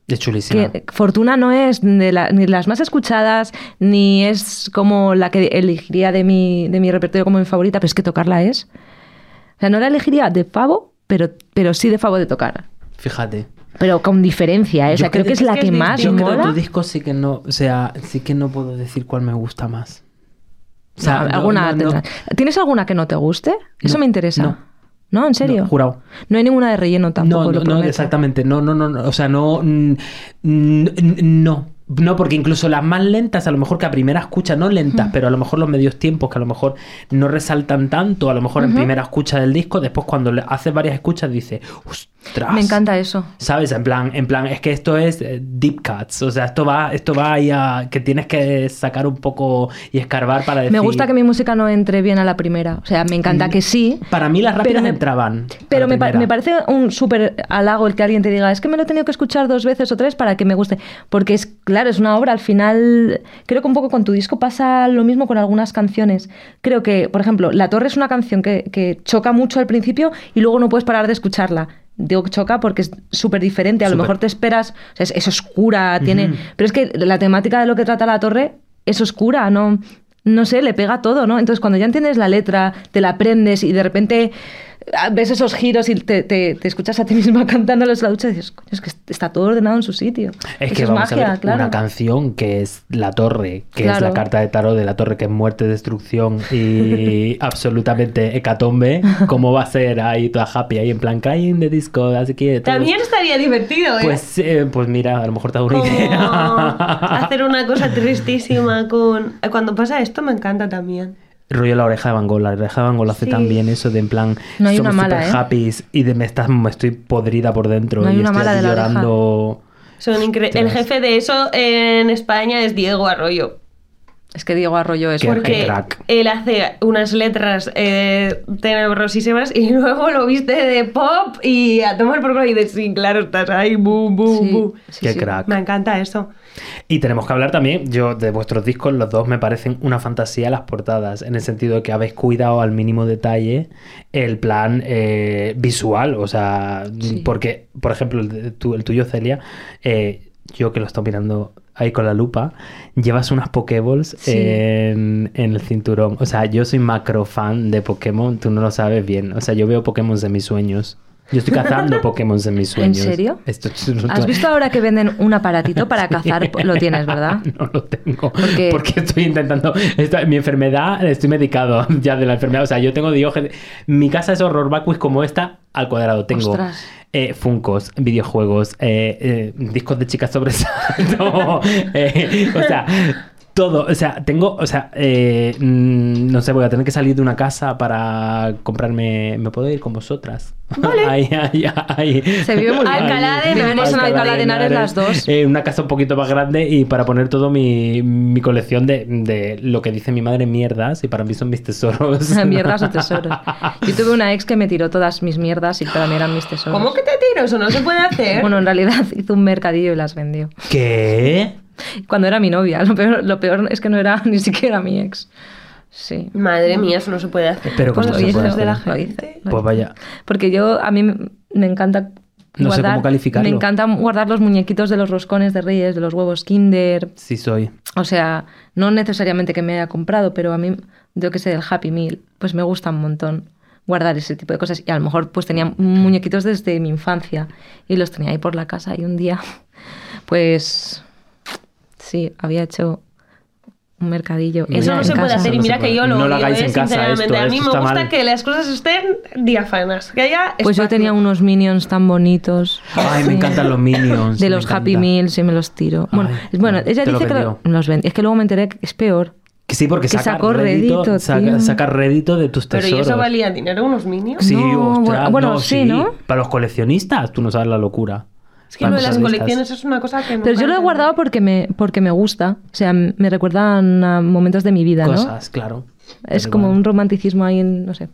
[SPEAKER 3] Es chulísima.
[SPEAKER 5] Que Fortuna no es de la- ni las más escuchadas, ni es como la que elegiría de mi, de mi repertorio como mi favorita, pero es que tocarla es. O sea, no la elegiría de pavo, pero, pero sí de pavo de tocar.
[SPEAKER 3] Fíjate.
[SPEAKER 5] Pero con diferencia, ¿eh? O
[SPEAKER 3] Yo
[SPEAKER 5] sea, creo que es la
[SPEAKER 4] es
[SPEAKER 5] que,
[SPEAKER 4] que es
[SPEAKER 5] más
[SPEAKER 3] Yo creo que
[SPEAKER 5] mola.
[SPEAKER 3] tu disco sí que no, o sea, sí que no puedo decir cuál me gusta más. O sea,
[SPEAKER 5] No,
[SPEAKER 3] no,
[SPEAKER 5] alguna
[SPEAKER 3] no, no.
[SPEAKER 5] tendrá. ¿Tienes alguna que no te guste? Eso
[SPEAKER 3] No,
[SPEAKER 5] me interesa.
[SPEAKER 3] no.
[SPEAKER 5] No. ¿En serio?
[SPEAKER 3] No, jurado.
[SPEAKER 5] No hay ninguna de relleno tampoco.
[SPEAKER 3] no,
[SPEAKER 5] lo
[SPEAKER 3] no, no,
[SPEAKER 5] prometo.
[SPEAKER 3] exactamente. No, no, no, no. O sea, no. mm, mm, No. No, porque incluso las más lentas, a lo mejor que a primera escucha, no lentas, pero a lo mejor los medios tiempos que a lo mejor no resaltan tanto, a lo mejor en primera escucha del disco, después cuando le- haces varias escuchas dices, ostras.
[SPEAKER 5] Me encanta eso.
[SPEAKER 3] ¿Sabes? En plan, en plan, es que esto es eh, deep cuts. O sea, esto va, esto va ahí a. que tienes que sacar un poco y escarbar para decir.
[SPEAKER 5] Me gusta que mi música no entre bien a la primera. O sea, me encanta que sí.
[SPEAKER 3] Para mí las rápidas
[SPEAKER 5] me-
[SPEAKER 3] entraban.
[SPEAKER 5] Pero
[SPEAKER 3] a la
[SPEAKER 5] me, pa-
[SPEAKER 3] primera.
[SPEAKER 5] me parece un súper halago el que alguien te diga, es que me lo he tenido que escuchar dos veces o tres para que me guste. Porque es, claro, es una obra, al final, creo que un poco con tu disco pasa lo mismo con algunas canciones. Creo que, por ejemplo, La Torre es una canción que, que choca mucho al principio y luego no puedes parar de escucharla. Digo que choca porque es súper diferente, a lo
[SPEAKER 3] Súper.
[SPEAKER 5] mejor te esperas, o sea, es, es oscura, tiene... Pero es que la temática de lo que trata La Torre es oscura, no... No sé, le pega todo, ¿no? Entonces, cuando ya entiendes la letra, te la aprendes y de repente Ah, ves esos giros y te, te- te escuchas a ti misma [LAUGHS] cantándolos en la ducha y dices, "Coño, es que est- está todo ordenado en su sitio.
[SPEAKER 3] Es
[SPEAKER 5] Eso
[SPEAKER 3] que
[SPEAKER 5] es
[SPEAKER 3] vamos
[SPEAKER 5] magia,
[SPEAKER 3] a ver
[SPEAKER 5] claro.
[SPEAKER 3] una canción que es La Torre, que es la
[SPEAKER 5] Claro.
[SPEAKER 3] carta de tarot de La Torre, que es muerte, destrucción
[SPEAKER 5] [LAUGHS]
[SPEAKER 3] y absolutamente hecatombe. ¿Cómo va a ser ahí toda happy ahí en plan cayendo de disco? Así que todos-
[SPEAKER 4] También estaría divertido, ¿eh?
[SPEAKER 3] Pues, eh, pues mira, a lo mejor te da una
[SPEAKER 4] Como
[SPEAKER 5] [LAUGHS]
[SPEAKER 3] idea.
[SPEAKER 4] hacer una cosa tristísima con... Cuando pasa esto me encanta también.
[SPEAKER 3] Rollo la oreja de Van Gogh. La oreja de Van Gogh lo hace
[SPEAKER 4] Sí.
[SPEAKER 3] también eso de en plan.
[SPEAKER 5] No hay
[SPEAKER 3] somos
[SPEAKER 5] una mala,
[SPEAKER 3] super
[SPEAKER 5] ¿eh?
[SPEAKER 3] happies y de me, estás, me estoy podrida por dentro
[SPEAKER 5] No hay
[SPEAKER 3] y
[SPEAKER 5] una
[SPEAKER 3] estoy
[SPEAKER 5] mala
[SPEAKER 3] aquí
[SPEAKER 5] de la oreja.
[SPEAKER 3] llorando.
[SPEAKER 4] Son incre- El
[SPEAKER 3] Ostras.
[SPEAKER 4] jefe de eso en España es Diego Arroyo.
[SPEAKER 5] Es que Diego Arroyo es
[SPEAKER 3] Qué
[SPEAKER 5] un
[SPEAKER 4] Porque
[SPEAKER 5] genio.
[SPEAKER 3] crack.
[SPEAKER 4] él hace unas letras eh, tenebrosísimas y [LAUGHS] luego lo viste de pop y a tomar por culo y de sí, claro, estás ahí, bu, bu,
[SPEAKER 5] Sí,
[SPEAKER 4] bu.
[SPEAKER 5] sí,
[SPEAKER 3] Qué
[SPEAKER 5] sí.
[SPEAKER 3] crack.
[SPEAKER 4] Me encanta eso.
[SPEAKER 3] Y tenemos que hablar también, yo, de vuestros discos, los dos me parecen una fantasía las portadas, en el sentido de que habéis cuidado al mínimo detalle el plan eh, visual, o sea,
[SPEAKER 5] Sí.
[SPEAKER 3] porque, por ejemplo, el, de- tu- el tuyo, Celia, eh, yo que lo estoy mirando ahí con la lupa, llevas unas Pokéballs
[SPEAKER 5] Sí.
[SPEAKER 3] en, en el cinturón. O sea, yo soy macro fan de Pokémon, tú no lo sabes bien. O sea, yo veo Pokémon en mis sueños. Yo
[SPEAKER 5] [LAUGHS]
[SPEAKER 3] estoy cazando Pokémon en mis
[SPEAKER 5] ¿En
[SPEAKER 3] sueños.
[SPEAKER 5] serio?
[SPEAKER 3] Esto-
[SPEAKER 5] ¿Has visto ahora que venden un aparatito [LAUGHS] para cazar? Lo tienes, [LAUGHS] ¿verdad?
[SPEAKER 3] [LAUGHS] no lo tengo.
[SPEAKER 5] Porque-
[SPEAKER 3] Porque estoy intentando. esta- mi enfermedad, estoy medicado [LAUGHS] ya de la enfermedad. O sea, yo tengo diógenes. Mi casa es horror vacuis como esta al cuadrado. Tengo
[SPEAKER 5] Ostras.
[SPEAKER 3] eh, funcos, videojuegos, eh, eh, discos de chicas sobresalto. [LAUGHS] eh, o sea. Todo, o sea, tengo, o sea, eh, mm, no sé, voy a tener que salir de una casa para comprarme. ¿Me puedo ir con vosotras? [LAUGHS]
[SPEAKER 4] Vale.
[SPEAKER 3] Ahí, ahí, ahí.
[SPEAKER 5] Se vive muy bien.
[SPEAKER 4] Alcalá de Henares,
[SPEAKER 5] Vivimos en Alcalá de Henares las dos.
[SPEAKER 3] Eh, una casa un poquito más grande y para poner todo mi, mi colección de, de lo que dice mi madre mierdas y para mí son mis tesoros.
[SPEAKER 4] [LAUGHS]
[SPEAKER 5] mierdas o tesoros. Yo tuve una ex que me tiró todas mis mierdas y para mí eran mis tesoros.
[SPEAKER 4] ¿Cómo que te tiro? Eso no se puede hacer.
[SPEAKER 5] Ah. [LAUGHS] Bueno, en realidad hizo un mercadillo y las vendió.
[SPEAKER 3] ¿Qué?
[SPEAKER 5] Cuando era mi novia, lo peor, lo peor es que no era [LAUGHS] ni siquiera mi ex. Sí. Pues,
[SPEAKER 4] Madre mía, eso no se puede hacer.
[SPEAKER 3] Pero ¿cómo
[SPEAKER 4] Con los
[SPEAKER 3] se puede
[SPEAKER 4] hijos de la
[SPEAKER 3] hacer?
[SPEAKER 5] Lo
[SPEAKER 4] gente.
[SPEAKER 5] hice, lo
[SPEAKER 3] Pues
[SPEAKER 5] hice.
[SPEAKER 3] vaya.
[SPEAKER 5] Porque yo, a mí m- me encanta.
[SPEAKER 3] No sé
[SPEAKER 5] guardar-
[SPEAKER 3] cómo calificarlo.
[SPEAKER 5] Me encanta guardar los muñequitos de los roscones de Reyes, de los huevos Kinder.
[SPEAKER 3] Sí soy.
[SPEAKER 5] O sea, no necesariamente que me haya comprado, pero a mí, yo que sé, del Happy Meal, pues me gusta un montón guardar ese tipo de cosas. Y a lo mejor pues tenía muñequitos desde mi infancia y los tenía ahí por la casa y un día, [LAUGHS] pues sí, había hecho un mercadillo. en-
[SPEAKER 4] Eso no
[SPEAKER 5] en
[SPEAKER 4] se puede
[SPEAKER 5] casa.
[SPEAKER 4] hacer y
[SPEAKER 3] No se
[SPEAKER 4] mira que
[SPEAKER 3] puede.
[SPEAKER 4] yo lo
[SPEAKER 3] No lo
[SPEAKER 4] odio,
[SPEAKER 3] hagáis
[SPEAKER 4] eh,
[SPEAKER 3] en casa,
[SPEAKER 4] sinceramente.
[SPEAKER 3] esto-
[SPEAKER 4] a mí
[SPEAKER 3] esto
[SPEAKER 4] me
[SPEAKER 3] está
[SPEAKER 4] gusta
[SPEAKER 3] mal.
[SPEAKER 4] que las cosas estén diáfanas, que haya
[SPEAKER 5] Pues yo
[SPEAKER 4] espacio.
[SPEAKER 5] tenía unos minions tan bonitos.
[SPEAKER 3] Ay, me
[SPEAKER 5] Sí.
[SPEAKER 3] encantan los minions.
[SPEAKER 5] De
[SPEAKER 3] me
[SPEAKER 5] los Happy
[SPEAKER 3] encanta.
[SPEAKER 5] Meals y me los tiro. Bueno,
[SPEAKER 3] Ay,
[SPEAKER 5] es- bueno
[SPEAKER 3] no,
[SPEAKER 5] ella
[SPEAKER 3] te lo
[SPEAKER 5] dice que
[SPEAKER 3] vendió.
[SPEAKER 5] lo- los vende. Es que luego me enteré que es peor.
[SPEAKER 3] Que sí, porque
[SPEAKER 5] Que
[SPEAKER 3] saca
[SPEAKER 5] sacó
[SPEAKER 3] rédito,
[SPEAKER 5] rédito,
[SPEAKER 3] saca-
[SPEAKER 5] tío.
[SPEAKER 3] saca rédito de tus
[SPEAKER 4] Pero
[SPEAKER 3] tesoros.
[SPEAKER 4] ¿y eso valía dinero unos minions?
[SPEAKER 3] Sí,
[SPEAKER 5] No,
[SPEAKER 3] ostras,
[SPEAKER 5] bueno,
[SPEAKER 3] no,
[SPEAKER 5] sí,
[SPEAKER 3] sí.
[SPEAKER 5] ¿no?
[SPEAKER 3] Para los coleccionistas, tú no sabes la locura.
[SPEAKER 4] Es que lo de
[SPEAKER 3] Para
[SPEAKER 4] las
[SPEAKER 3] los
[SPEAKER 4] colecciones es una cosa que no.
[SPEAKER 5] Pero yo lo he guardado porque me, porque me gusta. O sea, m- me recuerdan a momentos de mi vida, ¿no?
[SPEAKER 3] Cosas, claro.
[SPEAKER 5] Es
[SPEAKER 3] Pero
[SPEAKER 5] como
[SPEAKER 3] bueno.
[SPEAKER 5] un romanticismo ahí en, no sé.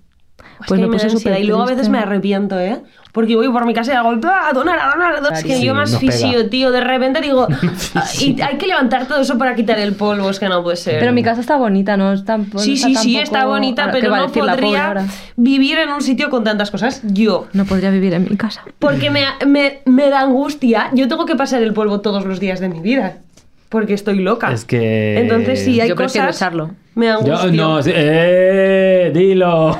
[SPEAKER 4] Pues me puse súper. Y luego a veces
[SPEAKER 5] triste.
[SPEAKER 4] me arrepiento, ¿eh? Porque voy por mi casa y hago, "Ah, a donar, a donar, a donar. Es que
[SPEAKER 3] Sí,
[SPEAKER 4] yo más
[SPEAKER 3] nos pega.
[SPEAKER 4] fisio, tío. De repente
[SPEAKER 5] [LAUGHS]
[SPEAKER 4] digo, "Ah, y hay que levantar todo eso para quitar el polvo, es que no puede ser.
[SPEAKER 5] Pero mi casa está bonita, ¿no? Es tan-
[SPEAKER 4] Sí,
[SPEAKER 5] está
[SPEAKER 4] sí, sí,
[SPEAKER 5] tampoco-
[SPEAKER 4] está bonita,
[SPEAKER 5] Ahora, ¿qué
[SPEAKER 4] pero
[SPEAKER 5] va a
[SPEAKER 4] no
[SPEAKER 5] decir la pobre ahora?
[SPEAKER 4] podría vivir en un sitio con tantas cosas. Yo.
[SPEAKER 5] No podría vivir en mi casa.
[SPEAKER 4] Porque me, me- me da angustia. Yo tengo que pasar el polvo todos los días de mi vida. Porque estoy loca.
[SPEAKER 3] Es que- eh,
[SPEAKER 4] Entonces, si hay
[SPEAKER 5] Yo prefiero
[SPEAKER 4] cosas,
[SPEAKER 5] echarlo.
[SPEAKER 4] Me da
[SPEAKER 3] Yo,
[SPEAKER 4] angustia.
[SPEAKER 3] no, sí, ¡eh! ¡Dilo!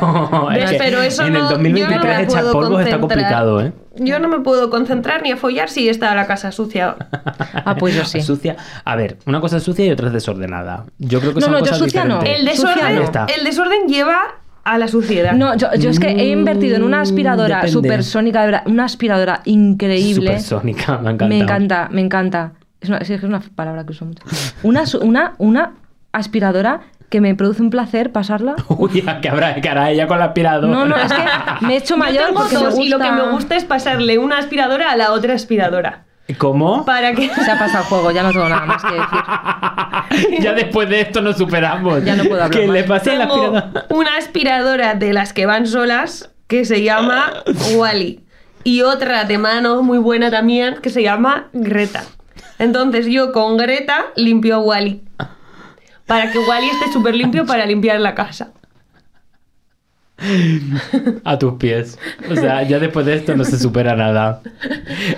[SPEAKER 4] Ves,
[SPEAKER 3] Es que
[SPEAKER 4] pero eso
[SPEAKER 3] en
[SPEAKER 4] no,
[SPEAKER 3] el
[SPEAKER 4] yo no
[SPEAKER 3] 2023
[SPEAKER 4] me
[SPEAKER 3] echar
[SPEAKER 4] puedo
[SPEAKER 3] polvos está
[SPEAKER 4] concentrar.
[SPEAKER 3] complicado, ¿eh?
[SPEAKER 4] Yo no me puedo concentrar ni a follar si está la casa sucia.
[SPEAKER 3] [LAUGHS]
[SPEAKER 5] Ah, pues yo sí.
[SPEAKER 3] Sucia. A ver, una cosa es sucia y otra es desordenada. Yo creo que
[SPEAKER 5] No,
[SPEAKER 3] son
[SPEAKER 5] no, yo
[SPEAKER 3] cosas
[SPEAKER 5] sucia no.
[SPEAKER 3] diferentes.
[SPEAKER 4] El
[SPEAKER 5] Sucia
[SPEAKER 4] desorden,
[SPEAKER 5] no.
[SPEAKER 3] Está.
[SPEAKER 4] el desorden lleva a la suciedad.
[SPEAKER 5] [LAUGHS] No, yo, yo es que he invertido en una
[SPEAKER 3] Mm,
[SPEAKER 5] aspiradora
[SPEAKER 3] depende.
[SPEAKER 5] supersónica, de verdad, una aspiradora increíble.
[SPEAKER 3] Supersónica, me encanta.
[SPEAKER 5] Me encanta, me encanta. Es una, sí, es que es una palabra que uso mucho. Una, su- una, una aspiradora que me produce un placer pasarla.
[SPEAKER 3] [LAUGHS] Uy, ¿a qué habrá que hará ella con la aspiradora?
[SPEAKER 5] No, no, es que me he hecho
[SPEAKER 4] [LAUGHS] Yo
[SPEAKER 5] mayor
[SPEAKER 4] tengo
[SPEAKER 5] porque me
[SPEAKER 4] dos
[SPEAKER 5] gusta...
[SPEAKER 4] y lo que me gusta es pasarle una aspiradora a la otra aspiradora.
[SPEAKER 3] [LAUGHS] ¿Cómo?
[SPEAKER 4] Para que...
[SPEAKER 5] Se ha
[SPEAKER 4] [LAUGHS]
[SPEAKER 5] pasado el juego, ya no tengo nada más que decir.
[SPEAKER 3] ya después de esto nos superamos.
[SPEAKER 5] Ya no puedo hablar
[SPEAKER 3] Que
[SPEAKER 5] más.
[SPEAKER 3] le pase la
[SPEAKER 4] Tengo
[SPEAKER 3] aspiradora.
[SPEAKER 4] una aspiradora de las que van solas que se llama Wally y otra de manos muy buena también que se llama Greta. Entonces yo con Greta limpio a Wally para que Wally esté súper limpio para limpiar la casa.
[SPEAKER 3] A tus pies. O sea, ya después de esto no se supera nada.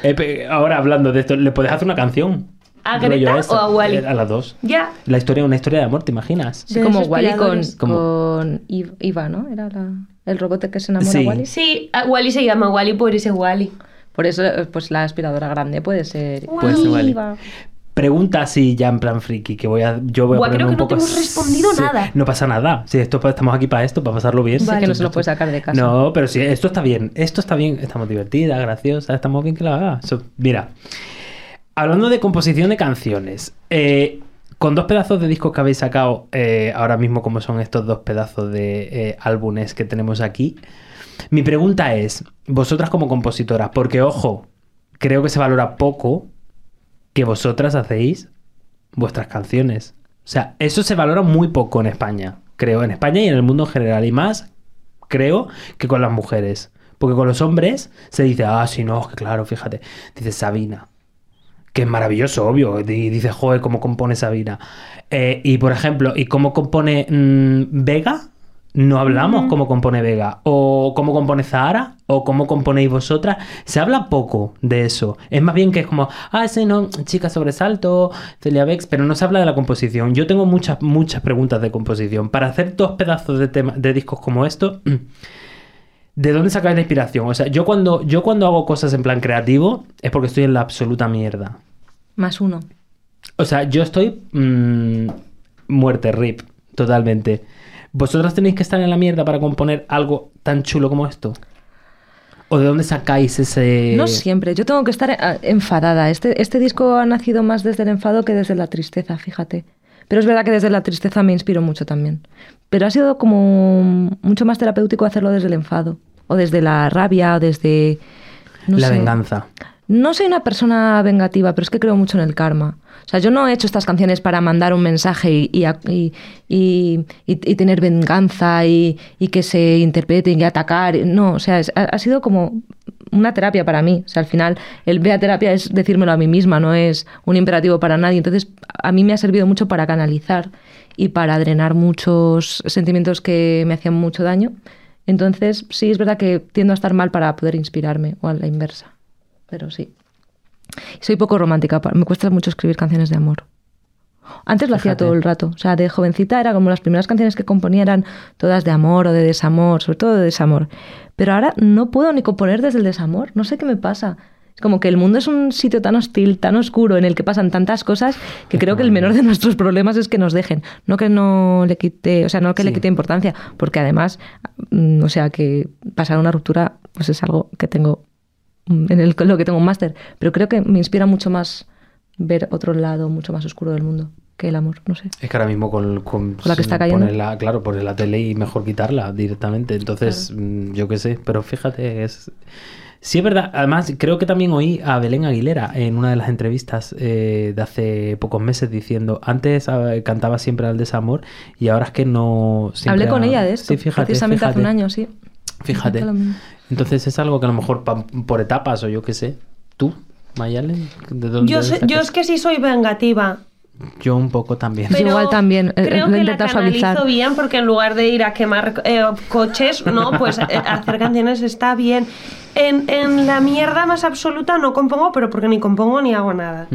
[SPEAKER 3] Eh, pe- ahora hablando de esto, ¿le puedes hacer una canción?
[SPEAKER 4] ¿A
[SPEAKER 3] Rollo
[SPEAKER 4] Greta
[SPEAKER 3] eso.
[SPEAKER 4] o a Wall-E?
[SPEAKER 3] Eh, A las dos.
[SPEAKER 4] Ya.
[SPEAKER 3] La historia, una historia de amor, ¿te imaginas?
[SPEAKER 5] Sí,
[SPEAKER 4] De
[SPEAKER 5] como
[SPEAKER 4] esos
[SPEAKER 5] Wally con,
[SPEAKER 4] peladores.
[SPEAKER 3] Como-
[SPEAKER 5] con Iv- Iva, ¿no? Era la- el robot que se enamora
[SPEAKER 3] Sí.
[SPEAKER 5] Wally.
[SPEAKER 4] Sí, a Wally se llama Wally por ese Wally.
[SPEAKER 5] Por eso, eh, pues la aspiradora grande puede ser
[SPEAKER 3] Puede ser Wall-E.
[SPEAKER 5] Iva.
[SPEAKER 3] Pregunta así ya en plan friki, que voy a, yo voy a
[SPEAKER 4] Buah,
[SPEAKER 3] ponerme
[SPEAKER 4] creo que
[SPEAKER 3] un poco...
[SPEAKER 4] no te hemos respondido
[SPEAKER 3] Sí,
[SPEAKER 4] nada.
[SPEAKER 3] No pasa nada. Sí, esto, pa- estamos aquí para esto, para pasarlo bien.
[SPEAKER 5] Sí,
[SPEAKER 4] Vale.
[SPEAKER 5] que no se lo puede sacar de casa.
[SPEAKER 3] No, pero sí, esto está bien. Esto está bien. Estamos divertidas, graciosas, estamos bien que la haga. So- mira, hablando de composición de canciones, eh, con dos pedazos de discos que habéis sacado eh, ahora mismo, como son estos dos pedazos de eh, álbumes que tenemos aquí, mi pregunta es, vosotras como compositoras, porque ojo, creo que se valora poco que vosotras hacéis vuestras canciones. O sea, eso se valora muy poco en España, creo, en España y en el mundo en general, y más, creo, que con las mujeres. Porque con los hombres se dice, ah, sí, no, es que claro, fíjate. Dice Sabina, que es maravilloso, obvio. Y dice, joder, cómo compone Sabina. Eh, y por ejemplo, ¿y cómo compone mm, Vega? No hablamos cómo compone Vega. O cómo compone Zahara. O cómo componéis vosotras. Se habla poco de eso. Es más bien que es como, ah, ese no, chica sobresalto, Celia Bex, pero no se habla de la composición. Yo tengo muchas, muchas preguntas de composición. Para hacer dos pedazos de, tema- de discos como [CLEARS THROAT] estos, ¿De dónde sacáis la inspiración? O sea, yo cuando, yo cuando hago cosas en plan creativo es porque estoy en la absoluta mierda.
[SPEAKER 5] Más uno.
[SPEAKER 3] O sea, yo estoy mm, muerte, rip, totalmente. ¿Vosotras tenéis que estar en la mierda para componer algo tan chulo como esto? ¿O de dónde sacáis ese...?
[SPEAKER 5] No siempre. Yo tengo que estar ah, enfadada. Este, este disco ha nacido más desde el enfado que desde la tristeza, fíjate. Pero es verdad que desde la tristeza me inspiro mucho también. Pero ha sido como mucho más terapéutico hacerlo desde el enfado. O desde la rabia, o desde... no
[SPEAKER 3] la
[SPEAKER 5] sé.
[SPEAKER 3] venganza.
[SPEAKER 5] No soy una persona vengativa, pero es que creo mucho en el karma. O sea, yo no he hecho estas canciones para mandar un mensaje y, y, a- y- y- y- y tener venganza y, y que se interprete y atacar. No, o sea, es- ha, ha sido como una terapia para mí. O sea, al final, el vea terapia es decírmelo a mí misma, no es un imperativo para nadie. Entonces, a mí me ha servido mucho para canalizar y para drenar muchos sentimientos que me hacían mucho daño. Entonces, sí, es verdad que tiendo a estar mal para poder inspirarme o a la inversa pero sí. Soy poco romántica, pa- me cuesta mucho escribir canciones de amor. Antes lo hacía
[SPEAKER 3] Fíjate.
[SPEAKER 5] todo el rato, o sea, de jovencita era como las primeras canciones que componía eran todas de amor o de desamor, sobre todo de desamor. Pero ahora no puedo ni componer desde el desamor, no sé qué me pasa. Es como que el mundo es un sitio tan hostil, tan oscuro, en el que pasan tantas cosas, que creo que el menor de nuestros problemas es que nos dejen. No que no le quite, o sea, no que le
[SPEAKER 3] Sí.
[SPEAKER 5] quite importancia, porque además, mm, o sea, que pasar una ruptura pues es algo que tengo mm, en el, con lo que tengo un máster, pero creo que me inspira mucho más ver otro lado mucho más oscuro del mundo que el amor, no sé.
[SPEAKER 3] Es que ahora mismo con, con,
[SPEAKER 5] Con la que está cayendo.
[SPEAKER 3] ponerla- claro, poner la tele y mejor quitarla directamente. Entonces, mm, yo qué sé, pero fíjate, es... Sí, es verdad. Además, creo que también oí a Belén Aguilera en una de las entrevistas eh, de hace pocos meses diciendo, antes eh, cantaba siempre al desamor y ahora es que no... siempre
[SPEAKER 5] Hablé con
[SPEAKER 3] ha-".
[SPEAKER 5] ella de esto,
[SPEAKER 3] Sí, fíjate.
[SPEAKER 5] precisamente hace
[SPEAKER 3] fíjate.
[SPEAKER 5] un año,
[SPEAKER 3] [LAUGHS]
[SPEAKER 5] sí.
[SPEAKER 3] Fíjate.
[SPEAKER 5] Lo mismo.
[SPEAKER 3] Entonces es algo que a lo mejor pa- por etapas o yo qué sé. ¿Tú, Mayalen? ¿De dónde
[SPEAKER 4] Yo, sé- yo
[SPEAKER 3] sacas?
[SPEAKER 4] es que sí soy vengativa.
[SPEAKER 3] yo un poco también.
[SPEAKER 5] Yo igual también, eh,
[SPEAKER 4] creo
[SPEAKER 5] lo he
[SPEAKER 4] que la
[SPEAKER 5] intentado
[SPEAKER 4] canalizo
[SPEAKER 5] suavizar.
[SPEAKER 4] bien porque en lugar de ir a quemar eh, coches, no, pues eh, hacer canciones está bien. En, en la mierda más absoluta no compongo, pero porque ni compongo ni hago nada.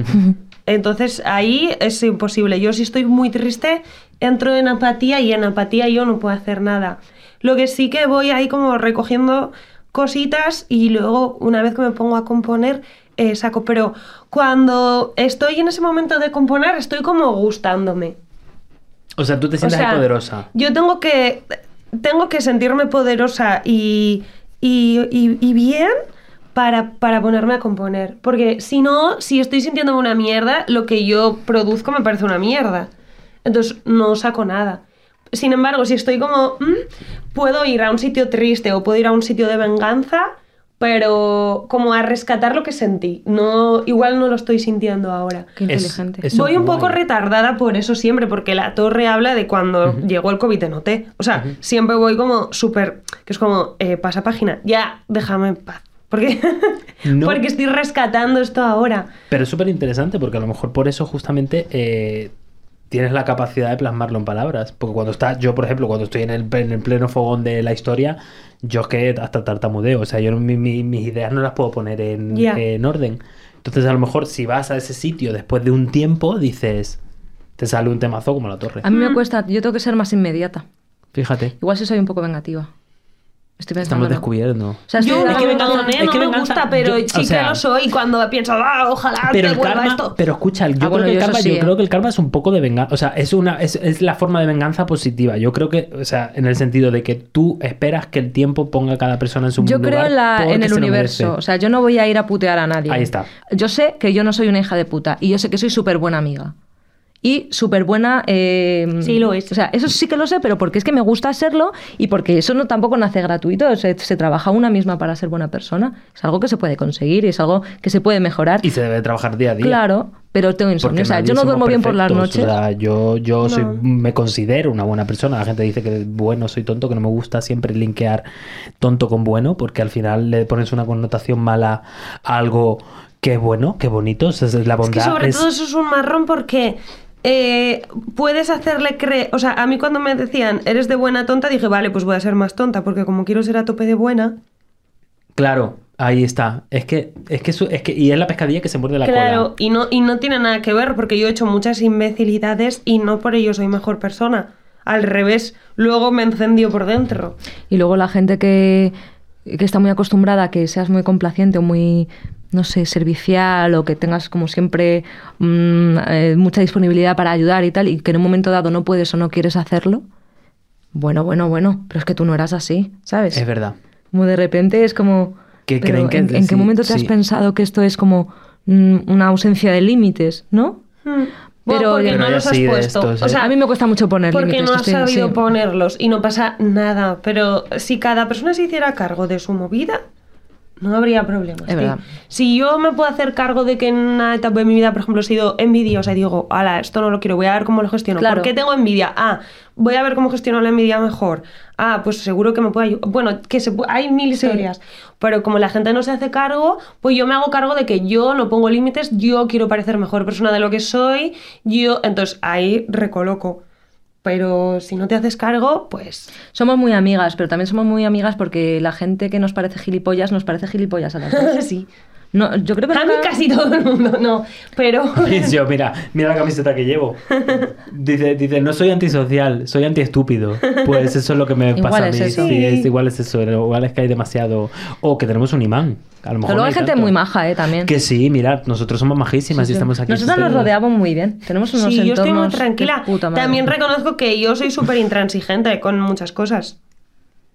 [SPEAKER 4] Entonces ahí es imposible. Yo si estoy muy triste, entro en apatía y en apatía yo no puedo hacer nada. Lo que sí que voy ahí como recogiendo cositas y luego una vez que me pongo a componer, eh, saco. Pero cuando estoy en ese momento de componer, estoy como gustándome.
[SPEAKER 3] [LAUGHS] O sea, tú te
[SPEAKER 4] O
[SPEAKER 3] sientes
[SPEAKER 4] sea,
[SPEAKER 3] ahí poderosa.
[SPEAKER 4] Yo tengo que, tengo que sentirme poderosa y, y, y- y bien para, para ponerme a componer. Porque si no, si estoy sintiéndome una mierda, lo que yo produzco me parece una mierda. Entonces no saco nada. Sin embargo, si estoy como, "Mm, puedo ir a un sitio triste o puedo ir a un sitio de venganza, pero como a rescatar lo que sentí. No, igual no lo estoy sintiendo ahora.
[SPEAKER 5] Qué
[SPEAKER 3] Es-
[SPEAKER 5] inteligente.
[SPEAKER 3] es- Eso
[SPEAKER 4] Voy un poco
[SPEAKER 3] guay.
[SPEAKER 4] retardada por eso siempre, porque la torre habla de cuando llegó el COVID en OT. O sea, siempre voy como súper, que es como, eh, pasa página, ya, déjame en paz. Porque,
[SPEAKER 3] No.
[SPEAKER 4] porque estoy rescatando esto ahora.
[SPEAKER 3] Pero es súper interesante porque a lo mejor por eso justamente eh, tienes la capacidad de plasmarlo en palabras. Porque cuando estás, yo por ejemplo, cuando estoy en el, en el pleno fogón de la historia, yo es que hasta tartamudeo. O sea, yo no- mi- mi- mis ideas no las puedo poner en,
[SPEAKER 4] Ya.
[SPEAKER 3] en orden. Entonces a lo mejor si vas a ese sitio después de un tiempo, dices, te sale un temazo como la torre.
[SPEAKER 5] A mí me cuesta, yo tengo que ser más inmediata.
[SPEAKER 3] Fíjate,
[SPEAKER 5] Igual si soy un poco vengativa. Estoy pensando.
[SPEAKER 3] estamos descubriendo.
[SPEAKER 5] O sea, estoy
[SPEAKER 4] yo
[SPEAKER 5] dando-
[SPEAKER 4] es que me
[SPEAKER 3] encanta-
[SPEAKER 4] engañé,
[SPEAKER 3] es
[SPEAKER 4] no
[SPEAKER 3] que me
[SPEAKER 4] me,
[SPEAKER 3] encanta-
[SPEAKER 4] gusta, pero
[SPEAKER 3] yo- o
[SPEAKER 4] sí que
[SPEAKER 3] sea-
[SPEAKER 4] lo soy cuando pienso, "Ah, ojalá
[SPEAKER 3] Pero
[SPEAKER 4] que
[SPEAKER 3] el
[SPEAKER 4] vuelva
[SPEAKER 3] karma,
[SPEAKER 4] esto.
[SPEAKER 3] pero escucha, yo,
[SPEAKER 5] Ah,
[SPEAKER 3] creo,
[SPEAKER 5] bueno,
[SPEAKER 3] que el
[SPEAKER 5] yo eso
[SPEAKER 3] karma,
[SPEAKER 5] sí,
[SPEAKER 3] yo
[SPEAKER 5] ¿eh?
[SPEAKER 3] creo que el karma es un poco de venganza, o sea, es una es, es la forma de venganza positiva. Yo creo que, o sea, en el sentido de que tú esperas que el tiempo ponga a cada persona en su
[SPEAKER 5] Yo
[SPEAKER 3] lugar
[SPEAKER 5] creo en, la-
[SPEAKER 3] porque
[SPEAKER 5] en el
[SPEAKER 3] se lo
[SPEAKER 5] universo.
[SPEAKER 3] merece.
[SPEAKER 5] O sea, yo no voy a ir a putear a nadie.
[SPEAKER 3] Ahí está.
[SPEAKER 5] Yo sé que yo no soy una hija de puta. Y yo sé que soy súper buena amiga. Y súper buena. eh,
[SPEAKER 4] Sí, lo es.
[SPEAKER 5] O sea, eso sí que lo sé, pero porque es que me gusta serlo y porque eso no tampoco nace gratuito. Se, se trabaja una misma para ser buena persona. Es algo que se puede conseguir y es algo que se puede mejorar.
[SPEAKER 3] y se debe trabajar día a día.
[SPEAKER 5] Claro, pero tengo
[SPEAKER 3] Porque
[SPEAKER 5] insomnio. O sea,
[SPEAKER 3] nadie
[SPEAKER 5] yo no
[SPEAKER 3] somos
[SPEAKER 5] duermo bien por las
[SPEAKER 3] perfectos.
[SPEAKER 5] noches.
[SPEAKER 3] O sea, yo yo soy,
[SPEAKER 4] No.
[SPEAKER 3] me considero una buena persona. La gente dice que bueno, soy tonto, que no me gusta siempre linkear tonto con bueno, porque al final le pones una connotación mala a algo que es bueno, que es bonito. O sea, es la
[SPEAKER 4] Es
[SPEAKER 3] bondad
[SPEAKER 4] que sobre
[SPEAKER 3] es-
[SPEAKER 4] todo eso es un marrón porque eh, puedes hacerle creer. O sea, a mí cuando me decían, eres de buena tonta, dije, vale, pues voy a ser más tonta, porque como quiero ser a tope de buena.
[SPEAKER 3] Claro, ahí está. Es que, es que, su- es que, y es la pescadilla que se muerde la
[SPEAKER 4] claro,
[SPEAKER 3] cola.
[SPEAKER 4] y no, y no tiene nada que ver, porque yo he hecho muchas imbecilidades y no por ello soy mejor persona. Al revés, luego me encendió por dentro.
[SPEAKER 5] Y luego la gente que, que está muy acostumbrada a que seas muy complaciente o muy, no sé, servicial o que tengas como siempre mm, eh, mucha disponibilidad para ayudar y tal, y que en un momento dado no puedes o no quieres hacerlo. Bueno, bueno, bueno, pero es que tú no eras así, ¿sabes?
[SPEAKER 3] Es verdad. [LAUGHS]
[SPEAKER 5] Como de repente es como...
[SPEAKER 3] Que
[SPEAKER 5] pero
[SPEAKER 3] creen que-
[SPEAKER 5] ¿En, en
[SPEAKER 3] sí,
[SPEAKER 5] qué momento te has
[SPEAKER 3] sí.
[SPEAKER 5] pensado que esto es como mm, una ausencia de límites, no?
[SPEAKER 4] Hmm.
[SPEAKER 5] Pero-
[SPEAKER 4] Bueno, porque
[SPEAKER 5] Pero
[SPEAKER 4] no
[SPEAKER 3] hay
[SPEAKER 4] los has
[SPEAKER 3] así de
[SPEAKER 4] puesto.
[SPEAKER 3] estos,
[SPEAKER 4] o
[SPEAKER 3] ¿eh?
[SPEAKER 4] sea,
[SPEAKER 5] a mí me cuesta mucho poner
[SPEAKER 4] porque
[SPEAKER 5] límites.
[SPEAKER 4] no has
[SPEAKER 5] estoy-
[SPEAKER 4] sabido
[SPEAKER 5] sí.
[SPEAKER 4] ponerlos y no pasa nada. Pero si cada persona se hiciera cargo de su movida, no habría problemas.
[SPEAKER 5] Es
[SPEAKER 4] tío.
[SPEAKER 5] verdad.
[SPEAKER 4] Si yo me puedo hacer cargo de que en una etapa de mi vida, por ejemplo, he sido envidiosa y digo, ala, esto no lo quiero, voy a ver cómo lo gestiono.
[SPEAKER 5] Claro.
[SPEAKER 4] ¿Por qué tengo envidia? Ah, voy a ver cómo gestiono la envidia mejor. Ah, pues seguro que me puede ayudar. Bueno, que se pu- hay mil historias. Pero como la gente no se hace cargo, pues yo me hago cargo de que yo no pongo límites, yo quiero parecer mejor persona de lo que soy, yo. Entonces ahí recoloco. Pero si no te haces cargo, pues. [LAUGHS]
[SPEAKER 5] Somos muy amigas, pero también somos muy amigas porque la gente que nos parece gilipollas nos parece gilipollas a las dos.
[SPEAKER 4] sí.
[SPEAKER 5] No, yo creo que
[SPEAKER 4] A mí
[SPEAKER 5] nunca-
[SPEAKER 4] casi todo el mundo, no. Pero.
[SPEAKER 5] [LAUGHS]
[SPEAKER 3] Yo, mira, mira la camiseta que llevo. Dice, dice, no soy antisocial, soy antiestúpido. Pues eso es lo
[SPEAKER 5] [LAUGHS]
[SPEAKER 3] que me
[SPEAKER 5] Igual
[SPEAKER 3] pasa
[SPEAKER 5] es
[SPEAKER 3] a mí.
[SPEAKER 5] eso.
[SPEAKER 3] Sí, es- igual es eso. Igual es que hay demasiado. O que tenemos un imán. A
[SPEAKER 5] Pero
[SPEAKER 3] lo mejor.
[SPEAKER 5] luego
[SPEAKER 3] no
[SPEAKER 5] hay gente
[SPEAKER 3] tanto.
[SPEAKER 5] muy maja, ¿eh? También.
[SPEAKER 3] Que sí, mirad, nosotros somos majísimas
[SPEAKER 5] Sí, sí.
[SPEAKER 3] y estamos aquí.
[SPEAKER 5] Nosotros nos
[SPEAKER 3] ustedes.
[SPEAKER 5] rodeamos muy bien. Tenemos
[SPEAKER 4] [LAUGHS]
[SPEAKER 5] unos
[SPEAKER 4] Sí, yo
[SPEAKER 5] entornos
[SPEAKER 4] estoy muy
[SPEAKER 5] de
[SPEAKER 4] tranquila.
[SPEAKER 5] puta madre.
[SPEAKER 4] También reconozco que yo soy súper intransigente con muchas cosas.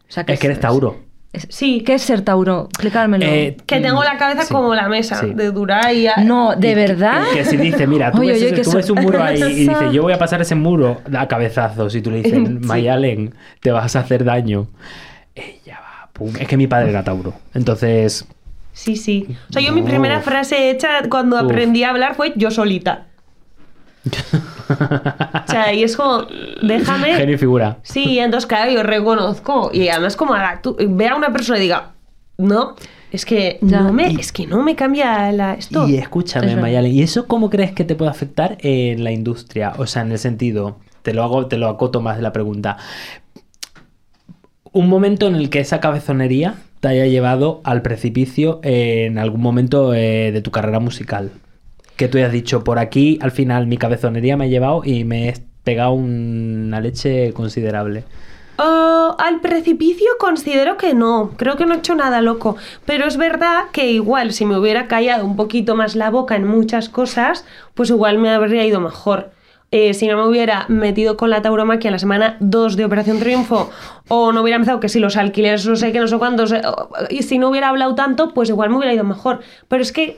[SPEAKER 5] O sea,
[SPEAKER 3] Es que eres Tauro.
[SPEAKER 5] es-
[SPEAKER 4] Sí.
[SPEAKER 5] ¿Qué es ser Tauro? Explicármelo.
[SPEAKER 3] Eh,
[SPEAKER 4] Que tengo la cabeza
[SPEAKER 3] Sí,
[SPEAKER 4] como la mesa,
[SPEAKER 3] sí.
[SPEAKER 4] de durar y...
[SPEAKER 5] Mm. no,
[SPEAKER 3] Y
[SPEAKER 5] de
[SPEAKER 3] que-
[SPEAKER 5] verdad.
[SPEAKER 3] y Que, si dice, mira, tú,
[SPEAKER 5] Oye,
[SPEAKER 3] ves,
[SPEAKER 5] oye,
[SPEAKER 3] ese-
[SPEAKER 5] que
[SPEAKER 3] tú
[SPEAKER 5] so-
[SPEAKER 3] ves un muro ahí y
[SPEAKER 5] [LAUGHS]
[SPEAKER 3] dice, yo voy a pasar ese muro a cabezazos. Y tú le dices,
[SPEAKER 4] Sí.
[SPEAKER 3] Mayalen, te vas a hacer daño. Ella va, pum. Es que mi padre era Tauro. Entonces,
[SPEAKER 4] Sí, sí. O sea, yo mi
[SPEAKER 3] Uf.
[SPEAKER 4] primera frase hecha cuando
[SPEAKER 3] Uf.
[SPEAKER 4] aprendí a hablar fue
[SPEAKER 3] [LAUGHS]
[SPEAKER 4] yo solita. o sea, y es como, déjame...
[SPEAKER 3] genio y figura.
[SPEAKER 4] Sí, entonces claro, yo reconozco. Y además como a la- tú- ve a una persona y diga, no, es que,
[SPEAKER 5] Ya.
[SPEAKER 4] no me,
[SPEAKER 3] Y-
[SPEAKER 4] es que no me cambia la, esto.
[SPEAKER 3] Y
[SPEAKER 5] Es
[SPEAKER 3] escúchame,
[SPEAKER 5] verdad.
[SPEAKER 3] Mayalen, ¿y eso cómo crees que te puede afectar en la industria? O sea, en el sentido, te lo hago, te lo acoto más de la pregunta. Un momento en el que esa cabezonería te haya llevado al precipicio en algún momento eh, de tu carrera musical. Que tú hayas dicho, por aquí al final mi cabezonería me ha llevado y me he pegado una leche considerable.
[SPEAKER 4] Ah, al precipicio considero que no, creo que no he hecho nada loco, pero es verdad que igual si me hubiera callado un poquito más la boca en muchas cosas, pues igual me habría ido mejor. eh, si no me hubiera metido con la tauromaquia la semana 2 de Operación Triunfo, o no hubiera empezado que si los alquileres no sé qué, no sé cuántos, eh, o- y si no hubiera hablado tanto, pues igual me hubiera ido mejor. Pero es que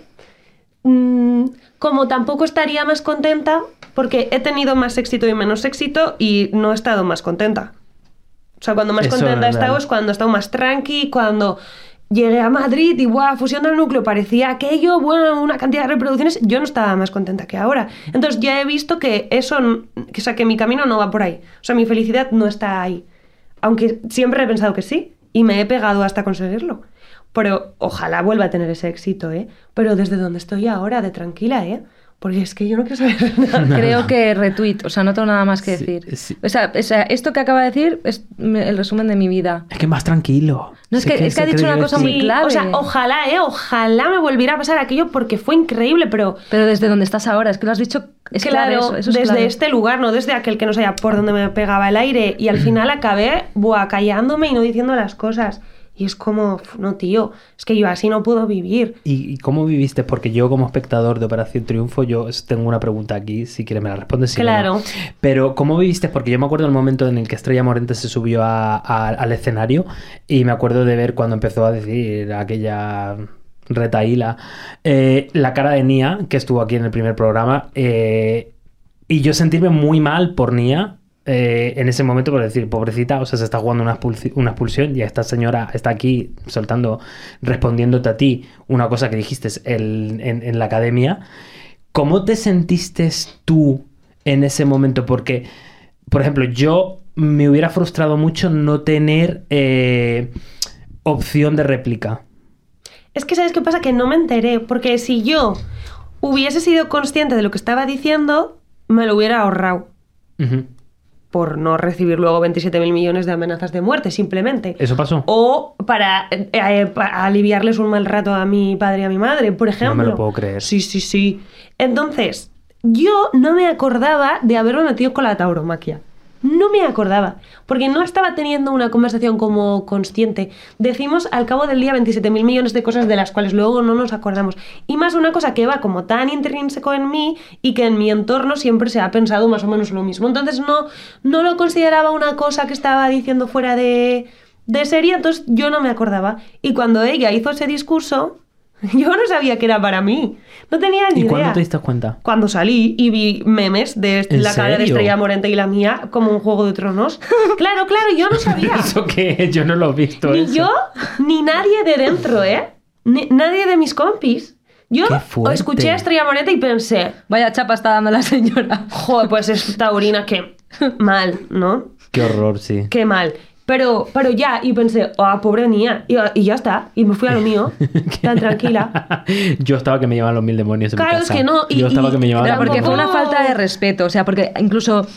[SPEAKER 4] Mm, como tampoco estaría más contenta porque he tenido más éxito y menos éxito y no he estado más contenta. O sea, cuando más
[SPEAKER 3] Eso
[SPEAKER 4] contenta he
[SPEAKER 3] es
[SPEAKER 4] estado
[SPEAKER 3] real.
[SPEAKER 4] es cuando he estado más tranqui, cuando llegué a Madrid y guau, fusión del núcleo, parecía aquello, bueno, una cantidad de reproducciones, yo no estaba más contenta que ahora. Entonces ya he visto que eso, n- que, o sea, que mi camino no va por ahí. O sea, mi felicidad no está ahí. Aunque siempre he pensado que sí y me he pegado hasta conseguirlo. Pero ojalá vuelva a tener ese éxito, ¿eh? Pero desde donde estoy ahora, de tranquila, ¿eh? Porque es que yo no quiero saber [LAUGHS] nada.
[SPEAKER 5] Creo que retweet, o sea, no tengo nada más que
[SPEAKER 3] Sí,
[SPEAKER 5] decir.
[SPEAKER 3] sí.
[SPEAKER 5] O, sea, o sea, esto que acaba de decir es me- el resumen de mi vida.
[SPEAKER 3] Es que más tranquilo.
[SPEAKER 5] No, es
[SPEAKER 3] Sé
[SPEAKER 5] que- es que
[SPEAKER 3] sé
[SPEAKER 5] ha dicho una
[SPEAKER 3] debes
[SPEAKER 5] cosa
[SPEAKER 3] de-
[SPEAKER 5] muy clave.
[SPEAKER 4] O sea, ojalá, ¿eh? Ojalá me volviera a pasar aquello porque fue increíble, pero
[SPEAKER 5] Pero desde donde estás ahora, es que lo has dicho. Es clave eso, eso es
[SPEAKER 4] desde
[SPEAKER 5] clave.
[SPEAKER 4] este lugar, no desde aquel que no sabía por dónde me pegaba el aire. Y al
[SPEAKER 5] Mm.
[SPEAKER 4] final acabé, buah, callándome y no diciendo las cosas. Y es como, "Uf, no, tío, es que yo así no puedo vivir.
[SPEAKER 3] ¿Y y cómo viviste? Porque yo como espectador de Operación Triunfo, yo os tengo una pregunta aquí, si quieres me la respondes. si no,
[SPEAKER 4] Claro.
[SPEAKER 3] no. Pero ¿cómo viviste? Porque yo me acuerdo del momento en el que Estrella Morente se subió a- a- al escenario y me acuerdo de ver cuando empezó a decir aquella retaíla, eh, la cara de Nia, que estuvo aquí en el primer programa, eh, y yo sentirme muy mal por Nia. eh, en ese momento, por decir, pobrecita, o sea, se está jugando una, expulsi- una expulsión y esta señora está aquí soltando, respondiéndote a ti una cosa que dijiste el- en, en la academia. ¿Cómo te sentiste tú en ese momento? Porque, por ejemplo, yo me hubiera frustrado mucho no tener eh, opción de réplica.
[SPEAKER 4] Es que, ¿sabes qué pasa? Que no me enteré, porque si yo hubiese sido consciente de lo que estaba diciendo, me lo hubiera ahorrado
[SPEAKER 3] Ujú.
[SPEAKER 4] por no recibir luego 27.000 millones de amenazas de muerte, simplemente.
[SPEAKER 3] ¿Eso pasó?
[SPEAKER 4] O para, eh, eh, pa- aliviarles un mal rato a mi padre y a mi madre, por ejemplo.
[SPEAKER 3] me lo puedo creer.
[SPEAKER 4] Sí, sí, sí. Entonces, yo no me acordaba de haberme metido con la tauromaquia. No me acordaba, porque no estaba teniendo una conversación como consciente. Decimos al cabo del día 27.000 millones de cosas de las cuales luego no nos acordamos. Y más una cosa que va como tan intrínseco en mí y que en mi entorno siempre se ha pensado más o menos lo mismo. Entonces no, no lo consideraba una cosa que estaba diciendo fuera de, de serie, entonces yo no me acordaba. Y cuando ella hizo ese discurso, [LAUGHS] yo no sabía que era para mí. No tenía ni
[SPEAKER 3] ¿Y
[SPEAKER 4] idea.
[SPEAKER 3] cuándo te diste cuenta?
[SPEAKER 4] Cuando salí y vi memes de est-
[SPEAKER 3] ¿En
[SPEAKER 4] la cara de
[SPEAKER 3] serio?
[SPEAKER 4] Estrella Morente y la mía como un juego de
[SPEAKER 3] [LAUGHS]
[SPEAKER 4] tronos. claro, claro, yo no sabía.
[SPEAKER 3] ¿Eso qué? Yo no lo he visto.
[SPEAKER 4] ni
[SPEAKER 3] eso.
[SPEAKER 4] yo, ni nadie de dentro, ¿eh? Ni- nadie de mis compis. Yo
[SPEAKER 3] Qué fuerte.
[SPEAKER 4] escuché a Estrella Morente y pensé,
[SPEAKER 5] Vaya chapa está dando la señora.
[SPEAKER 4] joder, pues es taurina, qué mal, ¿no?
[SPEAKER 3] Qué horror, sí.
[SPEAKER 4] Qué mal. Pero, pero ya, y pensé, ah, pobre niña. Y, y ya está. Y me fui a lo
[SPEAKER 3] [LAUGHS]
[SPEAKER 4] mío, tan tranquila.
[SPEAKER 3] Yo estaba que me llevaban los mil demonios. En mi
[SPEAKER 4] Claro, es
[SPEAKER 3] casa.
[SPEAKER 4] que no, y-
[SPEAKER 3] Yo estaba
[SPEAKER 4] y-
[SPEAKER 3] que me llevaban
[SPEAKER 5] Pero
[SPEAKER 4] Era
[SPEAKER 3] los
[SPEAKER 5] porque fue una
[SPEAKER 4] tampoco-
[SPEAKER 5] falta de respeto, o sea, porque incluso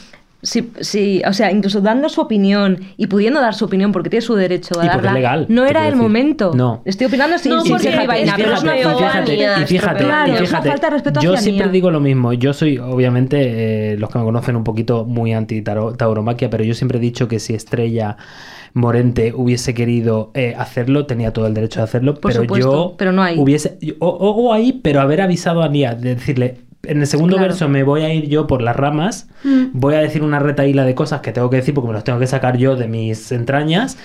[SPEAKER 5] si, si- o sea, incluso dando su opinión y pudiendo dar su opinión porque tiene su derecho a
[SPEAKER 3] Y porque
[SPEAKER 5] darla,
[SPEAKER 3] es legal,
[SPEAKER 5] no
[SPEAKER 3] te
[SPEAKER 5] era
[SPEAKER 3] quiero
[SPEAKER 5] el
[SPEAKER 3] decir.
[SPEAKER 5] momento.
[SPEAKER 3] No.
[SPEAKER 5] Estoy opinando sin
[SPEAKER 4] No,
[SPEAKER 5] sin
[SPEAKER 4] porque
[SPEAKER 5] ser
[SPEAKER 4] fíjate,
[SPEAKER 5] vaina,
[SPEAKER 4] es
[SPEAKER 5] pero es una
[SPEAKER 4] fíjate,
[SPEAKER 5] falta de
[SPEAKER 4] fíjate,
[SPEAKER 5] respeto.
[SPEAKER 4] Estefanía,
[SPEAKER 3] y fíjate,
[SPEAKER 5] Claro,
[SPEAKER 3] y
[SPEAKER 5] es una
[SPEAKER 3] fíjate.
[SPEAKER 5] falta de respeto
[SPEAKER 3] yo
[SPEAKER 5] hacia
[SPEAKER 3] siempre
[SPEAKER 5] Nia.
[SPEAKER 3] digo lo mismo. Yo soy, obviamente, eh, los que me conocen un poquito muy anti-tauromaquia, pero yo siempre he dicho que si Estrella Morente hubiese querido eh, hacerlo, tenía todo el derecho de hacerlo,
[SPEAKER 5] Por
[SPEAKER 3] pero
[SPEAKER 5] supuesto,
[SPEAKER 3] yo
[SPEAKER 5] pero no ahí.
[SPEAKER 3] hubiese... yo- O, o- o ahí, pero haber avisado a Nia, de decirle... En el segundo
[SPEAKER 5] Claro.
[SPEAKER 3] verso me voy a ir yo por las ramas,
[SPEAKER 4] Mm.
[SPEAKER 3] voy a decir una retaíla de cosas que tengo que decir porque me los tengo que sacar yo de mis entrañas,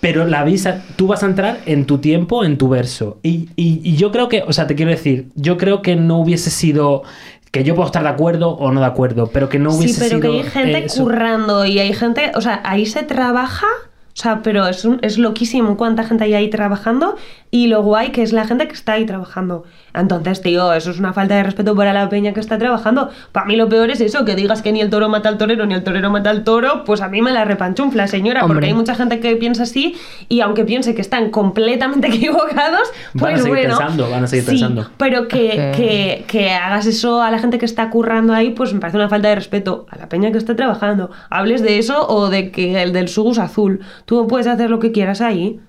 [SPEAKER 3] pero la avisa, tú vas a entrar en tu tiempo, en tu verso. Y, y- y yo creo que, o sea, te quiero decir, yo creo que no hubiese sido, que yo puedo estar de acuerdo o no de acuerdo, pero que no
[SPEAKER 4] sí,
[SPEAKER 3] hubiese
[SPEAKER 4] pero
[SPEAKER 3] sido...
[SPEAKER 4] que hay gente
[SPEAKER 3] eso.
[SPEAKER 4] currando y hay gente, o sea, ahí se trabaja, o sea, pero es, un- es loquísimo cuánta gente hay ahí trabajando y lo guay que es la gente que está ahí trabajando. Entonces, tío, eso es una falta de respeto para la peña que está trabajando. Para mí lo peor es eso, que digas que ni el toro mata al torero ni el torero mata al toro, pues a mí me la repanchunfla, señora, porque
[SPEAKER 5] Hombre.
[SPEAKER 4] hay mucha gente que piensa así y aunque piense que están completamente [LAUGHS] equivocados, pues
[SPEAKER 3] Van a seguir
[SPEAKER 4] bueno,
[SPEAKER 3] pensando, van a seguir
[SPEAKER 4] sí,
[SPEAKER 3] pensando.
[SPEAKER 4] pero que,
[SPEAKER 5] Ok.
[SPEAKER 4] que- que hagas eso a la gente que está currando ahí, pues me parece una falta de respeto a la peña que está trabajando. Hables de eso o de que el del sugus azul. Tú puedes hacer lo que quieras ahí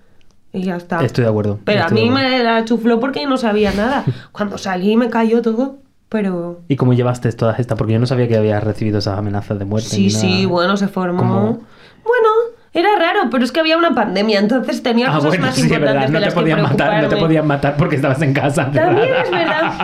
[SPEAKER 4] y ya está.
[SPEAKER 3] Estoy de acuerdo.
[SPEAKER 4] Pero a
[SPEAKER 3] estoy de
[SPEAKER 4] mí
[SPEAKER 3] acuerdo.
[SPEAKER 4] me la chufló porque no sabía
[SPEAKER 3] [LAUGHS]
[SPEAKER 4] nada. Cuando salí me cayó todo, pero...
[SPEAKER 3] ¿Y cómo llevaste todas estas? Porque yo no sabía que habías recibido esas amenazas de muerte. ni
[SPEAKER 4] Sí,
[SPEAKER 3] nada.
[SPEAKER 4] sí, bueno, se formó.
[SPEAKER 3] ¿Cómo?
[SPEAKER 4] Bueno, Era raro, pero es que había una pandemia, entonces tenía
[SPEAKER 3] Ah,
[SPEAKER 4] cosas
[SPEAKER 3] bueno,
[SPEAKER 4] más
[SPEAKER 3] sí, es
[SPEAKER 4] importantes
[SPEAKER 3] verdad. No
[SPEAKER 4] de
[SPEAKER 3] te
[SPEAKER 4] las
[SPEAKER 3] podían
[SPEAKER 4] que
[SPEAKER 3] matar, no te
[SPEAKER 4] preocuparme.
[SPEAKER 3] podían matar porque estabas en casa.
[SPEAKER 4] También es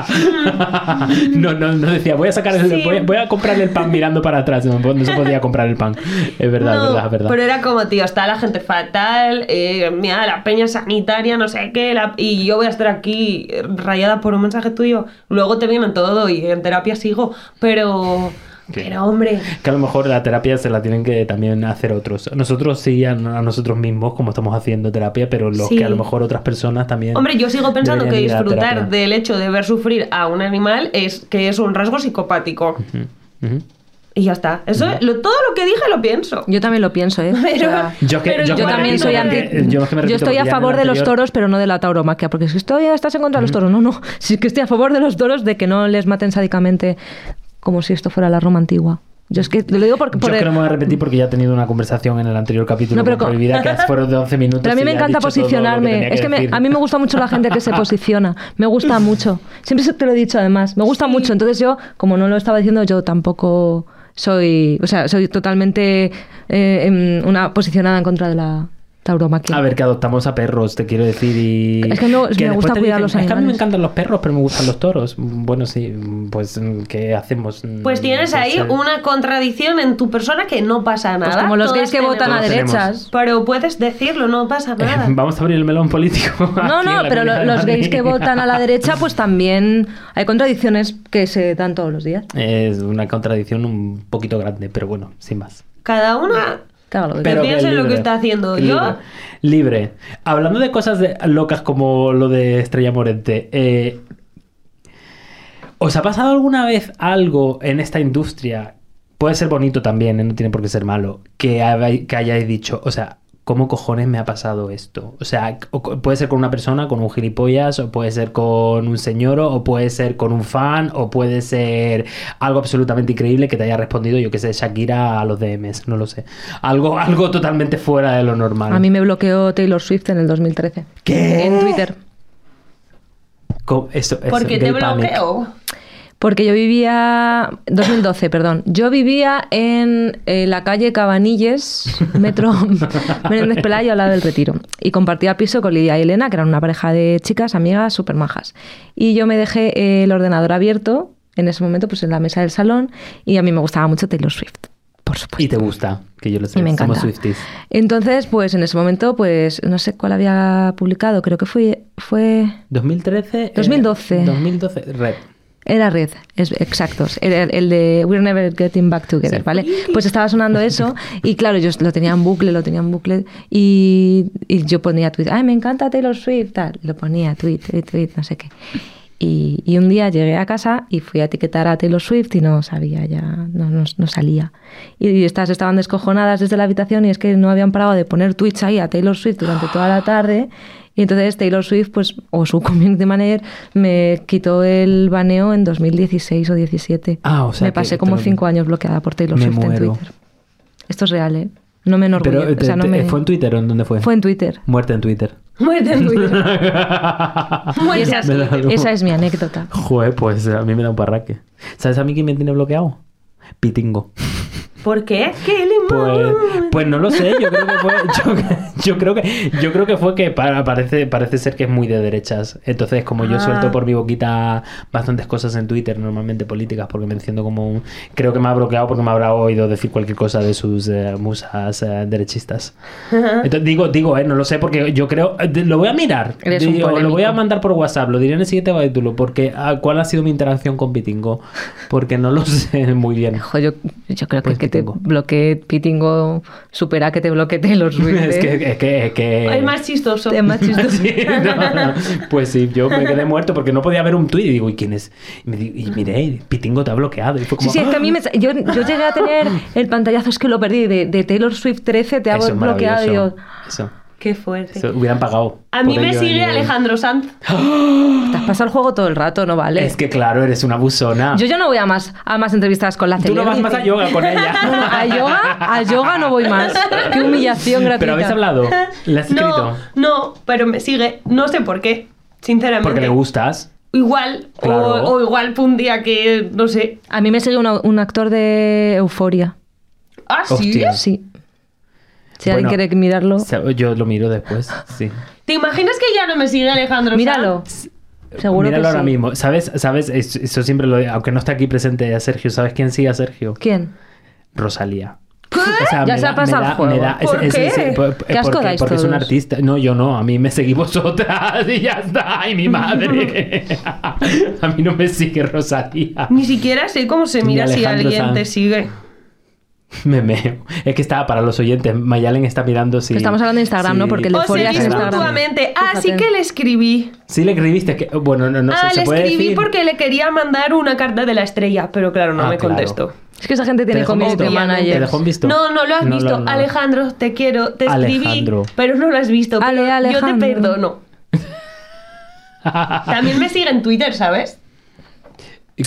[SPEAKER 4] verdad.
[SPEAKER 3] [LAUGHS] no, no, no decía, voy a sacar el,
[SPEAKER 4] Sí.
[SPEAKER 3] voy, a- voy a comprarle el pan mirando para atrás. No, no se podía comprar el pan. Es verdad,
[SPEAKER 4] No,
[SPEAKER 3] es verdad, es verdad.
[SPEAKER 4] Pero era como, tío, está la gente fatal, eh, mira, la peña sanitaria, no sé qué, la- y yo voy a estar aquí eh, rayada por un mensaje tuyo. Luego te vienen todo y en terapia sigo, pero...
[SPEAKER 3] ¿Qué?
[SPEAKER 4] Pero, hombre...
[SPEAKER 3] Que a lo mejor la terapia se la tienen que también hacer otros. Nosotros sí, a, a nosotros mismos, como estamos haciendo terapia, pero los
[SPEAKER 4] Sí.
[SPEAKER 3] que a lo mejor otras personas también.
[SPEAKER 4] Hombre, yo sigo pensando que
[SPEAKER 3] deberían ir a
[SPEAKER 4] disfrutar
[SPEAKER 3] terapia.
[SPEAKER 4] del hecho de ver sufrir a un animal es que es un rasgo psicopático.
[SPEAKER 3] Ujú.
[SPEAKER 4] Y ya está. Eso, lo- todo lo que dije lo pienso.
[SPEAKER 5] Yo también lo pienso, ¿eh? O
[SPEAKER 4] [LAUGHS] Pero-
[SPEAKER 5] sea,
[SPEAKER 3] Yo, que,
[SPEAKER 4] Pero
[SPEAKER 3] yo,
[SPEAKER 4] yo
[SPEAKER 3] que me
[SPEAKER 5] también
[SPEAKER 3] repito
[SPEAKER 5] soy
[SPEAKER 3] porque-
[SPEAKER 5] anti.
[SPEAKER 3] Yo, es que me repito
[SPEAKER 5] estoy
[SPEAKER 3] porque
[SPEAKER 5] a
[SPEAKER 3] ya en
[SPEAKER 5] favor
[SPEAKER 3] el
[SPEAKER 5] de los
[SPEAKER 3] anterior-
[SPEAKER 5] toros, pero no de la tauromaquia, porque si estoy, estás en contra de los toros. No, no. Si es que estoy a favor de los toros, de que no les maten sádicamente como si esto fuera la Roma antigua. Yo es que lo digo porque.
[SPEAKER 3] Yo
[SPEAKER 5] por-
[SPEAKER 3] es que no me voy a repetir porque ya he tenido una conversación en el anterior capítulo
[SPEAKER 5] No, pero
[SPEAKER 3] con
[SPEAKER 5] con-
[SPEAKER 3] Prohibida que fueron de 11
[SPEAKER 5] [LAUGHS]
[SPEAKER 3] minutos.
[SPEAKER 5] Pero a mí
[SPEAKER 3] y
[SPEAKER 5] me
[SPEAKER 3] ya he
[SPEAKER 5] encanta
[SPEAKER 3] dicho todo lo que tenía
[SPEAKER 5] posicionarme.
[SPEAKER 3] que
[SPEAKER 5] Es que me-
[SPEAKER 3] decir.
[SPEAKER 5] a mí me gusta mucho la gente
[SPEAKER 3] [LAUGHS]
[SPEAKER 5] que se posiciona. Me gusta mucho. Siempre se- te lo he dicho, además. Me gusta mucho. Entonces yo, como no lo estaba diciendo, yo tampoco soy... O sea, soy totalmente eh, em, una posicionada en contra de la tauromaquia.
[SPEAKER 3] [LAUGHS] A ver, que adoptamos a perros, te quiero decir. Y...
[SPEAKER 5] Es que me- me
[SPEAKER 3] después
[SPEAKER 5] gusta
[SPEAKER 3] te
[SPEAKER 5] cuidar los
[SPEAKER 3] Es que a mí me
[SPEAKER 5] animales".
[SPEAKER 3] encantan los perros, pero me gustan los toros. Bueno, sí, pues ¿qué hacemos?
[SPEAKER 4] Pues tienes ahí
[SPEAKER 3] Entonces, [LAUGHS]
[SPEAKER 4] una contradicción en tu persona que no pasa nada.
[SPEAKER 5] Pues como los gays que
[SPEAKER 4] Todas
[SPEAKER 5] votan a
[SPEAKER 3] Todos
[SPEAKER 4] tenemos.
[SPEAKER 3] tenemos. [LAUGHS]
[SPEAKER 5] derechas.
[SPEAKER 4] Pero puedes decirlo, no pasa nada.
[SPEAKER 3] Vamos a abrir el melón político. [LAUGHS]
[SPEAKER 5] No,
[SPEAKER 3] aquí en
[SPEAKER 5] no,
[SPEAKER 3] la
[SPEAKER 5] pero
[SPEAKER 3] Comunidad
[SPEAKER 5] lo-
[SPEAKER 3] de
[SPEAKER 5] los gays
[SPEAKER 3] Madrid. [LAUGHS]
[SPEAKER 5] que votan a la derecha, pues también hay contradicciones que se dan todos los días.
[SPEAKER 3] Es una contradicción un poquito grande, pero bueno, sin más.
[SPEAKER 4] Cada una.
[SPEAKER 5] Que haga lo que
[SPEAKER 4] Pero-
[SPEAKER 5] quiera.
[SPEAKER 4] piensa en lo que está haciendo.
[SPEAKER 3] Libre,
[SPEAKER 4] Yo-
[SPEAKER 3] libre. Hablando de cosas de- locas como lo de Estrella Morente, eh, ¿os ha pasado alguna vez algo en esta industria? Puede ser bonito también, eh, no tiene por qué ser malo, que, habéis- que hayáis dicho, o sea, ¿cómo cojones me ha pasado esto? O sea, o co- puede ser con una persona, con un gilipollas, o puede ser con un señor, o puede ser con un fan, o puede ser algo absolutamente increíble que te haya respondido, yo que sé, Shakira a los DMs, no lo sé. Algo, algo totalmente fuera de lo normal.
[SPEAKER 5] A mí me bloqueó Taylor Swift en el 2013.
[SPEAKER 3] ¿Qué?
[SPEAKER 5] En Twitter.
[SPEAKER 3] Co- Eso, eso,
[SPEAKER 4] Porque te
[SPEAKER 3] gay panic.
[SPEAKER 4] bloqueo. [LAUGHS]
[SPEAKER 5] Porque yo vivía. 2012, perdón. Yo vivía en eh, la calle
[SPEAKER 3] [LAUGHS]
[SPEAKER 5] Cabanilles, metro Menéndez Pelayo, al lado del Retiro. Y compartía piso con Lidia y Elena, que eran una pareja de chicas, amigas, súper majas. Y yo me dejé eh, el ordenador abierto en ese momento, pues en la mesa del salón. Y a mí me gustaba mucho Taylor Swift, por supuesto.
[SPEAKER 3] Y te gusta, que yo lo sé.
[SPEAKER 5] Y me encanta.
[SPEAKER 3] Somos Swifties.
[SPEAKER 5] Entonces, pues en ese momento, pues no sé cuál había publicado, creo que fue, fue
[SPEAKER 3] 2013. eh,
[SPEAKER 5] 2012.
[SPEAKER 3] 2012. Red.
[SPEAKER 5] Era Red, es, exactos. Era el- el de We're Never Getting Back Together,
[SPEAKER 3] Sí.
[SPEAKER 5] ¿vale? Pues estaba sonando eso y claro, yo lo tenía en bucle, lo tenía en bucle y, y yo ponía tweet, ay, me encanta Taylor Swift, tal. Lo ponía tweet, tweet, tweet, no sé qué. Y, y un día llegué a casa y fui a etiquetar a Taylor Swift y no sabía ya, no, no- no salía. Y, estas estaban descojonadas desde la habitación y es que no habían parado de poner tweets ahí a Taylor Swift durante toda la tarde. Y entonces Taylor Swift, pues, o su community manager, me quitó el baneo en 2016 o 17.
[SPEAKER 3] Ah, o sea
[SPEAKER 5] Me
[SPEAKER 3] que
[SPEAKER 5] pasé
[SPEAKER 3] te
[SPEAKER 5] como
[SPEAKER 3] lo-
[SPEAKER 5] cinco años bloqueada por Taylor
[SPEAKER 3] Me
[SPEAKER 5] Swift en
[SPEAKER 3] muero.
[SPEAKER 5] Twitter. Esto es real, ¿eh? No me enorgullece.
[SPEAKER 3] Pero eh,
[SPEAKER 5] o sea,
[SPEAKER 3] te-
[SPEAKER 5] no
[SPEAKER 3] te-
[SPEAKER 5] me-
[SPEAKER 3] fue en Twitter o en dónde fue?
[SPEAKER 5] Fue en Twitter.
[SPEAKER 3] Muerte en Twitter.
[SPEAKER 4] Muerte en
[SPEAKER 3] [LAUGHS]
[SPEAKER 4] Twitter.
[SPEAKER 5] Y
[SPEAKER 4] Muerte
[SPEAKER 5] esa,
[SPEAKER 4] en Twitter.
[SPEAKER 3] algo.
[SPEAKER 5] esa es mi anécdota.
[SPEAKER 3] Joder, pues a mí me da un parraque. ¿Sabes a mí quién me tiene bloqueado? Pitingo.
[SPEAKER 4] ¿Por qué? ¿Qué le
[SPEAKER 3] Pues, pues no lo sé, yo creo que fue, [LAUGHS] yo, yo creo que, yo creo que fue que para- parece, parece ser que es muy de derechas. Entonces, como yo
[SPEAKER 4] Ah.
[SPEAKER 3] suelto por mi boquita bastantes cosas en Twitter, normalmente políticas, porque me enciendo como un... Creo que me ha bloqueado porque me habrá oído decir cualquier cosa de sus eh, musas eh,
[SPEAKER 5] [LAUGHS]
[SPEAKER 3] derechistas. Entonces, digo, digo, eh, no lo sé, porque yo creo... eh, lo voy a mirar.
[SPEAKER 5] Eres un
[SPEAKER 3] Digo, lo voy a
[SPEAKER 5] polémico.
[SPEAKER 3] mandar por WhatsApp, lo diré en el siguiente capítulo, porque ah, cuál ha sido mi interacción con Pitingo, porque no lo [LAUGHS] sé muy bien.
[SPEAKER 5] Ojo, yo, yo creo que
[SPEAKER 3] Pues
[SPEAKER 5] que te
[SPEAKER 3] Pitingo.
[SPEAKER 5] bloquee Pitingo supera que te bloquee
[SPEAKER 3] [LAUGHS]
[SPEAKER 5] Taylor Swift.
[SPEAKER 3] Es
[SPEAKER 5] ¿eh?
[SPEAKER 3] que, es que, es que...
[SPEAKER 4] Es más chistoso.
[SPEAKER 5] Es
[SPEAKER 3] [LAUGHS]
[SPEAKER 5] más chistoso.
[SPEAKER 3] Sí, no, no. Pues sí, yo me quedé muerto porque no podía ver un tuit y digo, ¿y quién es? Y, me di- y miré, Pitingo te ha bloqueado. Y fue
[SPEAKER 5] Sí,
[SPEAKER 3] como,
[SPEAKER 5] sí, es que a mí me,
[SPEAKER 3] ¡Ah!
[SPEAKER 5] yo, yo llegué a
[SPEAKER 3] [LAUGHS]
[SPEAKER 5] tener el pantallazo, es que lo perdí, de, de Taylor Swift 13, te ha
[SPEAKER 3] Eso es
[SPEAKER 5] bloqueado. y yo,
[SPEAKER 3] maravilloso. Eso,
[SPEAKER 4] [LAUGHS] Qué fuerte.
[SPEAKER 3] eso, hubieran pagado.
[SPEAKER 4] A
[SPEAKER 3] por
[SPEAKER 4] mí me
[SPEAKER 3] ello
[SPEAKER 4] sigue
[SPEAKER 3] en el-
[SPEAKER 4] Alejandro Sanz.
[SPEAKER 5] "Ah, te has pasado el juego todo el rato, no vale.
[SPEAKER 3] Es que claro, eres una busona.
[SPEAKER 5] Yo ya no voy a más, a más entrevistas con la
[SPEAKER 3] Tú no vas
[SPEAKER 5] celebrity.
[SPEAKER 3] más a yoga con ella.
[SPEAKER 5] No, [LAUGHS] no, a yoga, a yoga no voy más. Qué humillación gratuita.
[SPEAKER 3] Pero habéis hablado,
[SPEAKER 4] [LAUGHS]
[SPEAKER 3] le has escrito.
[SPEAKER 4] No, no, pero me sigue. No sé por qué, sinceramente.
[SPEAKER 3] Porque le gustas.
[SPEAKER 4] Igual, o-
[SPEAKER 3] Claro.
[SPEAKER 4] o, igual fue un día que, no sé.
[SPEAKER 5] A mí me sigue una- un actor de Euforia.
[SPEAKER 4] Ah, sí.
[SPEAKER 3] Hostia.
[SPEAKER 5] Sí. Si alguien
[SPEAKER 3] Bueno,
[SPEAKER 5] quiere mirarlo,
[SPEAKER 3] sa- Yo lo miro después, sí.
[SPEAKER 4] ¿Te imaginas que ya no me sigue Alejandro? Sanz?
[SPEAKER 5] míralo. Seguro
[SPEAKER 3] Míralo
[SPEAKER 5] que
[SPEAKER 3] ahora
[SPEAKER 5] sí.
[SPEAKER 3] mismo. ¿Sabes? ¿Sabes? Es- Eso siempre lo aunque no está aquí presente a Sergio, ¿sabes quién sigue a Sergio?
[SPEAKER 5] ¿Quién?
[SPEAKER 3] Rosalía.
[SPEAKER 4] ¿Qué?
[SPEAKER 3] O sea,
[SPEAKER 5] Ya
[SPEAKER 3] me
[SPEAKER 5] se ha
[SPEAKER 3] da-
[SPEAKER 5] pasado
[SPEAKER 3] me da-
[SPEAKER 5] el juego.
[SPEAKER 3] me da-
[SPEAKER 4] ¿Por qué?
[SPEAKER 3] po-
[SPEAKER 5] ¿Qué asco
[SPEAKER 3] eh, porque,
[SPEAKER 5] dais
[SPEAKER 3] porque es un
[SPEAKER 5] todos?
[SPEAKER 3] artista. No, yo no. A mí me seguís [LAUGHS] vosotras y ya está. Ay, mi
[SPEAKER 5] [LAUGHS]
[SPEAKER 3] madre. a mí no me sigue Rosalía.
[SPEAKER 4] Ni siquiera sé cómo se
[SPEAKER 3] Ni
[SPEAKER 4] mira si
[SPEAKER 3] Alejandro
[SPEAKER 4] alguien
[SPEAKER 3] Sanz.
[SPEAKER 4] te sigue.
[SPEAKER 3] Me meo. Es que estaba para los oyentes. Mayalen está mirando si.
[SPEAKER 5] Estamos hablando de Instagram, ¿no? Porque el de
[SPEAKER 4] O
[SPEAKER 5] Euphoria
[SPEAKER 4] seguís
[SPEAKER 5] es en Instagram.
[SPEAKER 4] mutuamente. Ah, sí
[SPEAKER 5] Fíjate.
[SPEAKER 4] que le escribí.
[SPEAKER 3] Sí, le escribiste. Que, bueno, no, no
[SPEAKER 4] ah,
[SPEAKER 3] sé. ¿se
[SPEAKER 4] le
[SPEAKER 3] puede
[SPEAKER 4] escribí
[SPEAKER 3] decir?
[SPEAKER 4] porque le quería mandar una carta de la estrella, pero claro, no
[SPEAKER 3] Ah,
[SPEAKER 4] me
[SPEAKER 3] claro.
[SPEAKER 4] contestó.
[SPEAKER 5] Es que esa gente tiene
[SPEAKER 3] dejó
[SPEAKER 5] community
[SPEAKER 3] visto.
[SPEAKER 5] manager.
[SPEAKER 3] Te dejó visto.
[SPEAKER 4] No, no lo has
[SPEAKER 3] No,
[SPEAKER 4] visto.
[SPEAKER 3] no, no.
[SPEAKER 4] Alejandro, te quiero, te escribí,
[SPEAKER 3] Alejandro.
[SPEAKER 4] pero no lo has visto.
[SPEAKER 5] Ale,
[SPEAKER 4] pero Yo
[SPEAKER 5] Alejandro.
[SPEAKER 3] [LAUGHS]
[SPEAKER 4] te perdono. También me sigue en Twitter, ¿sabes?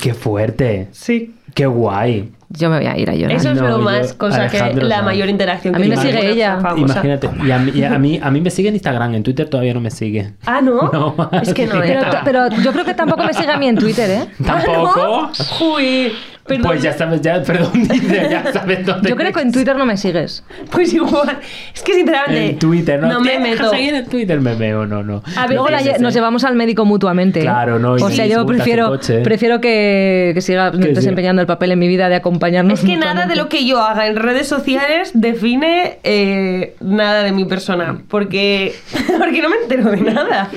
[SPEAKER 3] Qué fuerte.
[SPEAKER 4] Sí.
[SPEAKER 3] Qué guay.
[SPEAKER 5] Yo me voy a ir a llorar.
[SPEAKER 4] Eso es
[SPEAKER 3] No,
[SPEAKER 4] lo
[SPEAKER 3] yo-
[SPEAKER 4] más cosa que
[SPEAKER 3] Alejandro
[SPEAKER 4] la
[SPEAKER 3] Sanz.
[SPEAKER 4] mayor interacción
[SPEAKER 5] A
[SPEAKER 4] que
[SPEAKER 5] mí me
[SPEAKER 4] tengo
[SPEAKER 5] sigue
[SPEAKER 4] con una
[SPEAKER 5] ella.
[SPEAKER 4] famosa.
[SPEAKER 3] Imagínate. Y a mí, y a, mí, a mí me sigue en Instagram. En Twitter todavía no me sigue.
[SPEAKER 4] Ah, ¿no?
[SPEAKER 3] [LAUGHS] No.
[SPEAKER 4] Es que no.
[SPEAKER 5] Pero,
[SPEAKER 4] entra. [LAUGHS]
[SPEAKER 5] pero yo creo que tampoco me sigue a mí en Twitter, ¿eh?
[SPEAKER 3] Tampoco.
[SPEAKER 4] Uy, perdón.
[SPEAKER 3] Pues ya sabes, ya, [LAUGHS] perdón, dice, ya sabes dónde.
[SPEAKER 5] Yo creo que en Twitter no me sigues.
[SPEAKER 4] [LAUGHS] Pues igual. Es que sinceramente.
[SPEAKER 3] En Twitter, ¿no?
[SPEAKER 4] No
[SPEAKER 3] ¿Te
[SPEAKER 4] me
[SPEAKER 3] dejas
[SPEAKER 4] meto.
[SPEAKER 3] seguir en Twitter me veo, no, no.
[SPEAKER 4] A ver,
[SPEAKER 5] Luego la
[SPEAKER 3] Sí, sí,
[SPEAKER 5] lle-
[SPEAKER 3] sí.
[SPEAKER 5] nos llevamos al médico mutuamente. ¿eh?
[SPEAKER 3] Claro, no, y
[SPEAKER 5] O
[SPEAKER 3] si
[SPEAKER 5] sea, yo
[SPEAKER 3] disfrutas en
[SPEAKER 5] prefiero,
[SPEAKER 3] coche.
[SPEAKER 5] prefiero que, que siga
[SPEAKER 3] siga.
[SPEAKER 5] desempeñando el papel en mi vida de acompañarnos.
[SPEAKER 4] Es que nada de lo que yo haga en redes sociales define eh, nada de mi persona. Porque, [LAUGHS] porque no me entero de nada.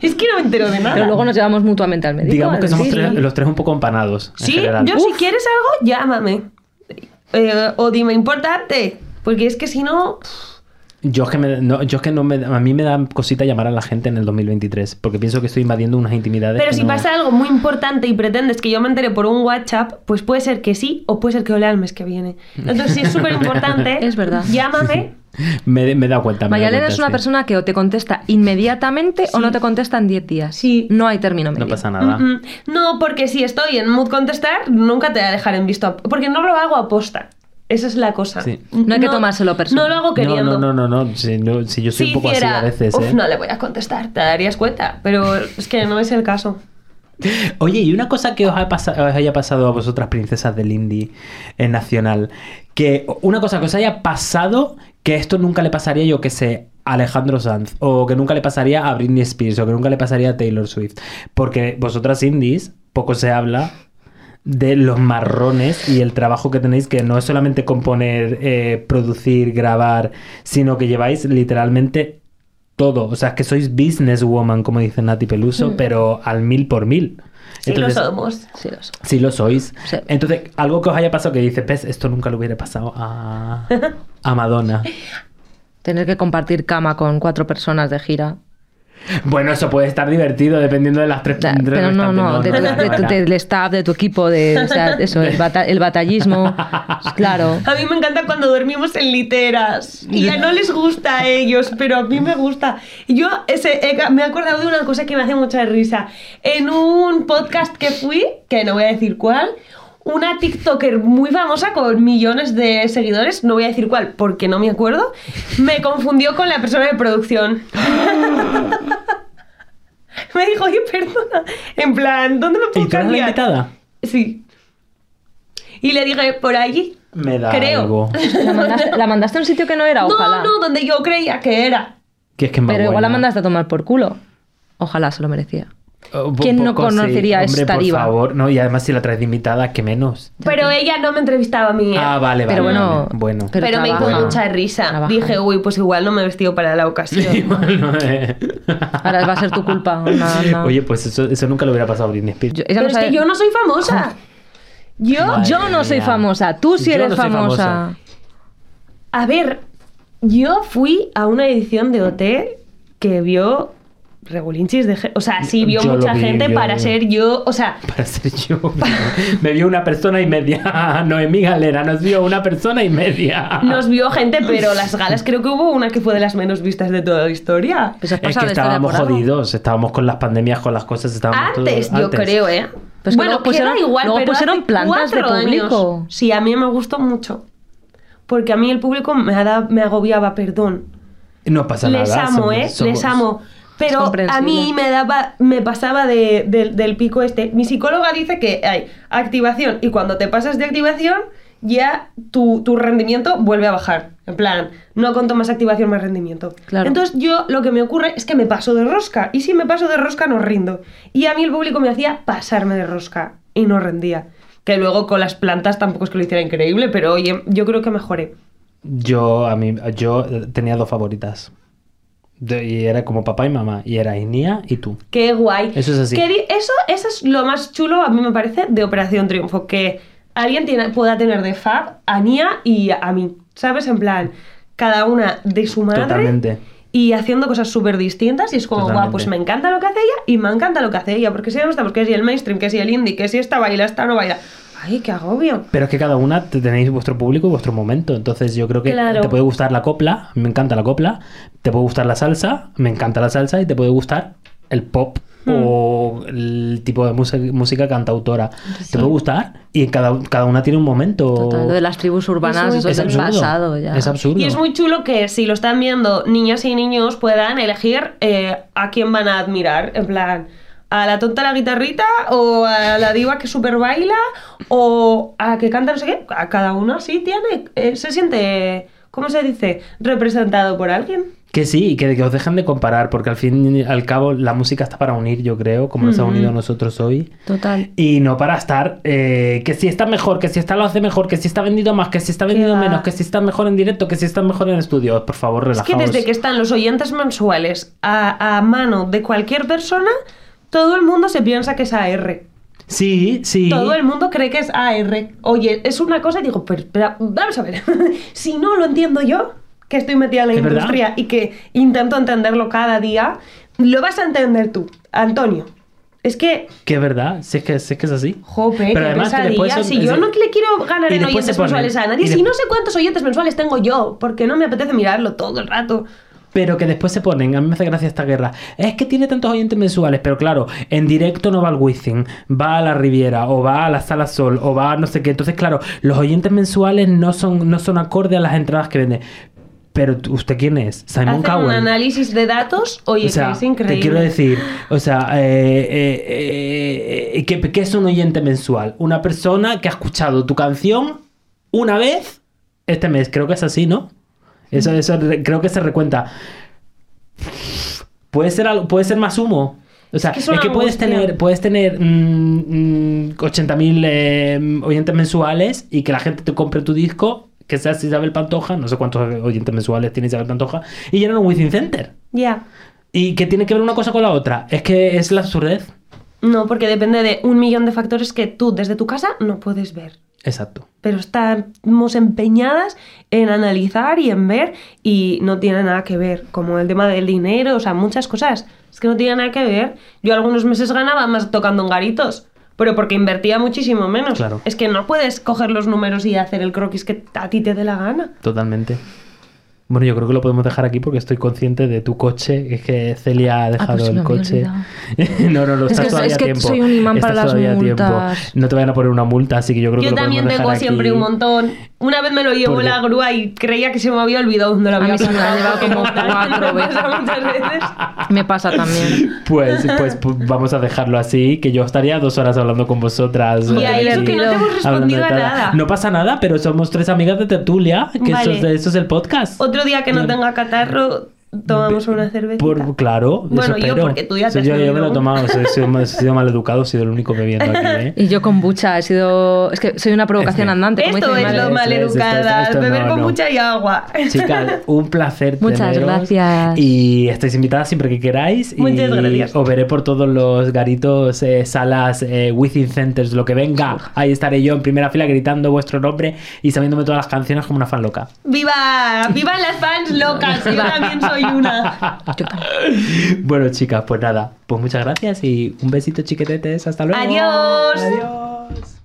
[SPEAKER 4] Es que no me entero de nada.
[SPEAKER 5] Pero luego nos llevamos mutuamente al médico.
[SPEAKER 3] Digamos
[SPEAKER 5] al
[SPEAKER 3] que somos
[SPEAKER 5] dentista.
[SPEAKER 3] tres- los tres un poco empanados. en
[SPEAKER 4] sí,
[SPEAKER 3] general.
[SPEAKER 4] yo si quieres algo, llámame. Eh, o dime importante. Porque es que si no.
[SPEAKER 3] Yo es que, me- no, yo es que no me, a mí me da cosita llamar a la gente en el 2023, porque pienso que estoy invadiendo unas intimidades.
[SPEAKER 4] Pero
[SPEAKER 3] que
[SPEAKER 4] si
[SPEAKER 3] no-
[SPEAKER 4] pasa algo muy importante y pretendes que yo me entere por un WhatsApp, pues puede ser que sí o puede ser que lo lea el mes que viene. Entonces, si
[SPEAKER 3] [LAUGHS]
[SPEAKER 4] es súper importante,
[SPEAKER 5] Es verdad.
[SPEAKER 4] Llámame.
[SPEAKER 3] Me, me he dado cuenta. me he dado
[SPEAKER 5] Mayalena
[SPEAKER 3] cuenta,
[SPEAKER 5] es una
[SPEAKER 3] sí.
[SPEAKER 5] persona que o te contesta inmediatamente o no te contesta en 10 días.
[SPEAKER 4] Sí.
[SPEAKER 5] No hay término medio.
[SPEAKER 3] No pasa nada.
[SPEAKER 4] Mm, mm. No, porque si estoy en mood contestar, nunca te voy a dejar en visto. Porque no lo hago aposta. Esa es la cosa.
[SPEAKER 3] Sí.
[SPEAKER 5] No hay que tomárselo personal.
[SPEAKER 4] No lo hago
[SPEAKER 3] No,
[SPEAKER 4] queriendo.
[SPEAKER 3] no, no, no. no, Si, no- si yo soy
[SPEAKER 4] Si
[SPEAKER 3] un poco así
[SPEAKER 4] hiciera,
[SPEAKER 3] a veces.
[SPEAKER 4] "Uf,
[SPEAKER 3] ¿eh?
[SPEAKER 4] no le voy a contestar, te darías cuenta. Pero es que no es el caso.
[SPEAKER 3] Oye, y una cosa que os, ha pasa- os haya pasado a vosotras, princesas del indie eh, nacional, que una cosa que os haya pasado, que esto nunca le pasaría, yo que sé, a Alejandro Sanz, o que nunca le pasaría a Britney Spears, o que nunca le pasaría a Taylor Swift. Porque vosotras indies, poco se habla de los marrones y el trabajo que tenéis, que no es solamente componer, eh, producir, grabar, sino que lleváis literalmente todo. O sea, es que sois businesswoman, como dice Nati Peluso, pero al mil por mil.
[SPEAKER 4] Sí, lo somos.
[SPEAKER 5] Mm. Sí, lo sé.
[SPEAKER 3] Sí lo sois.
[SPEAKER 5] Sí.
[SPEAKER 3] Entonces, algo que os haya pasado que dices, ves, esto nunca lo hubiera pasado
[SPEAKER 5] [LAUGHS]
[SPEAKER 3] a, a Madonna.
[SPEAKER 5] Tener que compartir cama con cuatro personas de gira.
[SPEAKER 3] Bueno, eso puede estar divertido dependiendo de las tres.
[SPEAKER 5] O sea,
[SPEAKER 3] tres
[SPEAKER 5] pero no,
[SPEAKER 3] restantes.
[SPEAKER 5] no, de tu-
[SPEAKER 3] no,
[SPEAKER 5] de tu-
[SPEAKER 3] no.
[SPEAKER 5] del staff, de tu equipo, de o
[SPEAKER 3] [LAUGHS]
[SPEAKER 5] sea, eso, el, bata- el batallismo. Claro.
[SPEAKER 4] A mí me encanta cuando dormimos en literas. Y ya no les gusta a ellos, pero a mí me gusta. Y Yo ese, he- me he acordado de una cosa que me hace mucha risa. En un podcast que fui, que no voy a decir cuál, una TikToker muy famosa con millones de seguidores, no voy a decir cuál porque no me acuerdo, me confundió con la persona de producción. [LAUGHS] me dijo, oye, perdona. En plan, ¿dónde me puedo
[SPEAKER 3] ¿Y tú eras la
[SPEAKER 4] cambiar?
[SPEAKER 3] invitada?
[SPEAKER 4] Sí. Y le dije, por allí.
[SPEAKER 3] Me da
[SPEAKER 4] Creo.
[SPEAKER 3] algo.
[SPEAKER 5] ¿La mandaste, la mandaste a un sitio que no era? Ojalá.
[SPEAKER 4] No, no, donde yo creía que era.
[SPEAKER 3] Que es que es más
[SPEAKER 5] pero igual la
[SPEAKER 3] buena.
[SPEAKER 5] mandaste a tomar por culo. Ojalá se lo merecía.
[SPEAKER 3] Oh, po-
[SPEAKER 5] ¿Quién no
[SPEAKER 3] poco, sí.
[SPEAKER 5] conocería a
[SPEAKER 3] Hombre,
[SPEAKER 5] esta
[SPEAKER 3] por
[SPEAKER 5] diva?
[SPEAKER 3] favor. No, y además si la traes de invitada, que menos.
[SPEAKER 4] Pero ella no me entrevistaba a mí. ¿eh?
[SPEAKER 3] Ah, vale, vale.
[SPEAKER 5] Pero bueno,
[SPEAKER 3] vale. bueno.
[SPEAKER 5] pero
[SPEAKER 3] [LAUGHS]
[SPEAKER 4] pero me hizo
[SPEAKER 5] trabaja.
[SPEAKER 4] mucha risa.
[SPEAKER 5] Trabaja.
[SPEAKER 4] Dije, uy, pues igual no me he vestido para la
[SPEAKER 3] Sí, [LAUGHS]
[SPEAKER 4] ocasión.
[SPEAKER 3] bueno, eh.
[SPEAKER 5] Ahora va a ser tu culpa.
[SPEAKER 3] [LAUGHS]
[SPEAKER 5] No, no.
[SPEAKER 3] Oye, pues eso, eso nunca lo hubiera pasado a Britney Spears.
[SPEAKER 5] Yo- ella
[SPEAKER 4] pero
[SPEAKER 5] no
[SPEAKER 4] es
[SPEAKER 5] sabe-
[SPEAKER 4] que yo no soy famosa. Yo,
[SPEAKER 3] Madre
[SPEAKER 5] Yo no soy
[SPEAKER 3] mía.
[SPEAKER 5] famosa, tú sí
[SPEAKER 3] Yo
[SPEAKER 5] eres
[SPEAKER 3] no soy
[SPEAKER 5] famosa.
[SPEAKER 3] famosa.
[SPEAKER 4] a ver, yo fui a una edición de OT que vio Regulinchis de... ge- O sea, sí vio
[SPEAKER 3] Yo lo
[SPEAKER 4] mucha
[SPEAKER 3] vi,
[SPEAKER 4] gente
[SPEAKER 3] yo-
[SPEAKER 4] para ser yo... O sea,
[SPEAKER 3] [LAUGHS] Para ser yo. me vio una persona y media. [LAUGHS] Noemí Galera nos vio una persona y media.
[SPEAKER 4] nos vio gente, pero las galas creo que hubo una que fue de las menos vistas de toda la historia.
[SPEAKER 5] Pues has
[SPEAKER 3] Es
[SPEAKER 5] pasado
[SPEAKER 3] que
[SPEAKER 5] de historia
[SPEAKER 3] estábamos
[SPEAKER 5] por algo.
[SPEAKER 3] jodidos, estábamos con las pandemias, con las cosas, estábamos
[SPEAKER 4] Antes,
[SPEAKER 3] todo-
[SPEAKER 4] yo
[SPEAKER 3] antes.
[SPEAKER 4] creo, ¿eh?
[SPEAKER 5] Pues que luego pusieron-
[SPEAKER 4] queda igual,
[SPEAKER 5] luego
[SPEAKER 4] pero
[SPEAKER 5] pusieron
[SPEAKER 4] hace
[SPEAKER 5] plantas de
[SPEAKER 4] cuatro
[SPEAKER 5] público.
[SPEAKER 4] años. Sí, a mí me gustó mucho. Porque a mí el público me, ha da- me agobiaba, perdón.
[SPEAKER 3] No pasa
[SPEAKER 4] Les
[SPEAKER 3] nada.
[SPEAKER 4] amo,
[SPEAKER 3] somos-
[SPEAKER 4] ¿eh?
[SPEAKER 3] somos-
[SPEAKER 4] Les amo. Pero a
[SPEAKER 5] comprensible.
[SPEAKER 4] mí me daba, me pasaba de- del- del pico este. Mi psicóloga dice que hay activación y cuando te pasas de activación ya tu, tu rendimiento vuelve a bajar. En plan, no cuanto más activación, más rendimiento.
[SPEAKER 5] Claro.
[SPEAKER 4] Entonces yo lo que me ocurre es que me paso de rosca. Y si me paso de rosca, no rindo. Y a mí el público me hacía pasarme de rosca. Y no rendía. Que luego con las plantas tampoco es que lo hiciera increíble, pero oye, yo creo que mejoré.
[SPEAKER 3] Yo, a mí, yo tenía dos favoritas. De- y era como papá y mamá. Y era Inia y tú.
[SPEAKER 4] Qué guay.
[SPEAKER 3] Eso es así.
[SPEAKER 4] Que di- eso, eso es lo más chulo, a mí me parece, de Operación Triunfo. Que alguien tiene- pueda tener de Fab a Nia y a mí. ¿Sabes? En plan, cada una de su madre.
[SPEAKER 3] Totalmente.
[SPEAKER 4] Y haciendo cosas súper distintas. Y es como, guau,
[SPEAKER 3] Totalmente.
[SPEAKER 4] pues me encanta lo que hace ella y me encanta lo que hace ella. Porque si no estamos, que si el mainstream, que si el indie, que si esta baila, esta no baila. Ay, qué agobio.
[SPEAKER 3] Pero es que cada una te- tenéis vuestro público y vuestro momento. Entonces yo creo que
[SPEAKER 4] Claro.
[SPEAKER 3] te puede gustar la copla, me encanta la copla, te puede gustar la salsa, me encanta la salsa y te puede gustar el pop
[SPEAKER 5] Hmm.
[SPEAKER 3] o el tipo de música, música cantautora. Te puede gustar y cada, cada una tiene un momento.
[SPEAKER 5] Total, lo de las tribus urbanas,
[SPEAKER 4] Es
[SPEAKER 5] eso
[SPEAKER 4] muy-
[SPEAKER 5] es del
[SPEAKER 3] absurdo.
[SPEAKER 5] pasado ya.
[SPEAKER 3] Es absurdo.
[SPEAKER 4] Y es muy chulo que si lo están viendo niñas y niños puedan elegir eh, a quién van a admirar. En plan, a la tonta la guitarrita o a la diva que super baila o a que canta no sé qué. A cada uno sí tiene, eh, se siente, ¿cómo se dice? Representado por alguien.
[SPEAKER 3] Que sí, que, que os dejen de comparar, porque al fin y al cabo la música está para unir, yo creo, como nos ha unido a nosotros hoy.
[SPEAKER 5] Total.
[SPEAKER 3] Y no para estar, eh, que si está mejor, que si está lo hace mejor, que si está vendido más, que si está vendido
[SPEAKER 4] va.
[SPEAKER 3] menos, que si está mejor en directo, que si está mejor en estudio. Por favor,
[SPEAKER 4] Es que
[SPEAKER 3] relajaos.
[SPEAKER 4] desde que están los oyentes mensuales a, a mano de cualquier persona, todo el mundo se piensa que es AR.
[SPEAKER 3] Sí, sí.
[SPEAKER 4] Todo el mundo cree que es AR. Oye, es una cosa y digo, pero, pero, vamos a ver. [LAUGHS] si no lo entiendo yo, que estoy metida en la
[SPEAKER 3] Es verdad.
[SPEAKER 4] industria y que intento entenderlo cada día, lo vas a entender tú, Antonio. Es que,
[SPEAKER 3] Que es verdad, si es que, si es, que es así.
[SPEAKER 4] jope,
[SPEAKER 3] Pero
[SPEAKER 4] qué
[SPEAKER 3] además que
[SPEAKER 4] pesadilla.
[SPEAKER 3] después son-
[SPEAKER 4] si yo no le quiero ganar
[SPEAKER 3] y
[SPEAKER 4] en
[SPEAKER 3] después se
[SPEAKER 4] oyentes
[SPEAKER 3] ponen-
[SPEAKER 4] mensuales a
[SPEAKER 3] y
[SPEAKER 4] nadie,
[SPEAKER 3] de-
[SPEAKER 4] si no sé cuántos oyentes mensuales tengo yo, porque no me apetece mirarlo todo el rato.
[SPEAKER 3] Pero que después se ponen, a mí me hace gracia esta guerra. Es que tiene tantos oyentes mensuales, pero claro, en directo no va al Wizzing, va a la Riviera, o va a la Sala Sol, o va a no sé qué. Entonces, claro, los oyentes mensuales no son, no son acorde a las entradas que venden. Pero tú- usted quién es? Simon
[SPEAKER 4] Hacen un
[SPEAKER 3] Cowell.
[SPEAKER 4] análisis de datos, oye,
[SPEAKER 3] O sea,
[SPEAKER 4] que es increíble.
[SPEAKER 3] te quiero decir, o sea, eh, eh, eh, eh, ¿qué, qué es un oyente mensual? Una persona que ha escuchado tu canción una vez este mes, creo que es así, ¿no? Eso, eso re- creo que se recuenta. Puede ser algo, puede ser más humo. O sea,
[SPEAKER 4] que
[SPEAKER 3] es
[SPEAKER 4] es
[SPEAKER 3] que,
[SPEAKER 4] una
[SPEAKER 3] puedes
[SPEAKER 4] angustia.
[SPEAKER 3] tener, puedes tener mm, mm, 80.000 eh, oyentes mensuales y que la gente te compre tu disco, que seas Isabel Pantoja, no sé cuántos oyentes mensuales tiene Isabel Pantoja, y llenan un Within Center.
[SPEAKER 4] Ya.
[SPEAKER 3] ¿Y qué tiene que ver una cosa con la otra? Es que es la absurdez.
[SPEAKER 4] No, porque depende de un millón de factores que tú desde tu casa no puedes ver.
[SPEAKER 3] Exacto.
[SPEAKER 4] Pero estamos empeñadas en analizar y en ver y no tiene nada que ver, como el tema del dinero, o sea, muchas cosas. Es que no tiene nada que ver. Yo algunos meses ganaba más tocando en garitos, pero porque invertía muchísimo menos.
[SPEAKER 3] Claro.
[SPEAKER 4] Es que no puedes coger los números y hacer el croquis que a ti te dé la gana.
[SPEAKER 3] Totalmente. Bueno, yo creo que lo podemos dejar aquí porque estoy consciente de tu coche. Es que Celia ha dejado
[SPEAKER 5] pues se me
[SPEAKER 3] el
[SPEAKER 5] había
[SPEAKER 3] coche. [LAUGHS] no, no, no,
[SPEAKER 5] Es
[SPEAKER 3] estás
[SPEAKER 5] que-
[SPEAKER 3] todavía
[SPEAKER 5] es
[SPEAKER 3] a
[SPEAKER 5] que
[SPEAKER 3] tiempo.
[SPEAKER 5] soy un imán para
[SPEAKER 3] Estás
[SPEAKER 5] las
[SPEAKER 3] todavía a tiempo.
[SPEAKER 5] multas.
[SPEAKER 3] No te vayan a poner una multa, así que yo creo que
[SPEAKER 4] Yo
[SPEAKER 3] lo podemos
[SPEAKER 4] también
[SPEAKER 3] dejar
[SPEAKER 4] tengo
[SPEAKER 3] aquí.
[SPEAKER 4] siempre un montón. Una vez me lo llevó
[SPEAKER 3] Porque-
[SPEAKER 4] la grúa y creía que se me había olvidado. No
[SPEAKER 5] A
[SPEAKER 4] lo había
[SPEAKER 5] mí se me ha llevado
[SPEAKER 4] porque
[SPEAKER 5] como
[SPEAKER 4] [LAUGHS] contar,
[SPEAKER 5] cuatro
[SPEAKER 4] me pasa muchas veces.
[SPEAKER 5] Me pasa
[SPEAKER 3] [LAUGHS]
[SPEAKER 5] también.
[SPEAKER 3] Pues, pues, pu- vamos a dejarlo así, que yo estaría dos horas hablando con vosotras.
[SPEAKER 4] Y
[SPEAKER 3] eh,
[SPEAKER 4] ahí eso que no te hemos
[SPEAKER 3] hablando de
[SPEAKER 4] respondido a
[SPEAKER 3] tal-
[SPEAKER 4] nada.
[SPEAKER 3] No pasa nada, pero somos tres amigas de tertulia, que eso,
[SPEAKER 4] Vale.
[SPEAKER 3] es, eso es el podcast.
[SPEAKER 4] Otro día que no tenga catarro, tomamos una cervecita.
[SPEAKER 3] Por, claro,
[SPEAKER 4] Bueno,
[SPEAKER 3] eso
[SPEAKER 4] yo,
[SPEAKER 3] espero.
[SPEAKER 4] porque tú ya te
[SPEAKER 3] Sí,
[SPEAKER 4] has
[SPEAKER 3] yo, yo
[SPEAKER 4] bebido
[SPEAKER 3] me lo he
[SPEAKER 4] uno.
[SPEAKER 3] tomado, soy- he sido, mal- he sido mal educado, he sido el único bebiendo aquí,
[SPEAKER 4] [LAUGHS]
[SPEAKER 3] ¿eh?
[SPEAKER 5] Y yo con bucha, he sido. Es que soy una provocación
[SPEAKER 3] Es que-
[SPEAKER 5] andante. Como
[SPEAKER 4] Esto
[SPEAKER 5] dice mi
[SPEAKER 4] es
[SPEAKER 5] madre.
[SPEAKER 3] Esto
[SPEAKER 4] lo
[SPEAKER 3] es, esto
[SPEAKER 4] maleducada,
[SPEAKER 3] es, esto
[SPEAKER 4] beber
[SPEAKER 3] no,
[SPEAKER 4] con
[SPEAKER 3] no.
[SPEAKER 4] mucha y agua.
[SPEAKER 3] Chicas, un placer
[SPEAKER 5] Muchas
[SPEAKER 3] teneros.
[SPEAKER 5] gracias.
[SPEAKER 3] Y estáis invitadas siempre que queráis.
[SPEAKER 4] Muchas
[SPEAKER 3] y
[SPEAKER 4] gracias.
[SPEAKER 3] Os veré por todos los garitos, eh, salas, eh, within centers, lo que venga. Ahí estaré yo en primera fila gritando vuestro nombre y sabiéndome todas las canciones como una fan loca. [LAUGHS]
[SPEAKER 4] ¡Viva! ¡Viva las fans locas! Yo también soy una.
[SPEAKER 5] Yo también.
[SPEAKER 3] Bueno, chicas, pues nada. Pues muchas gracias y un besito chiquetetes. Hasta luego.
[SPEAKER 4] Adiós.
[SPEAKER 3] Adiós.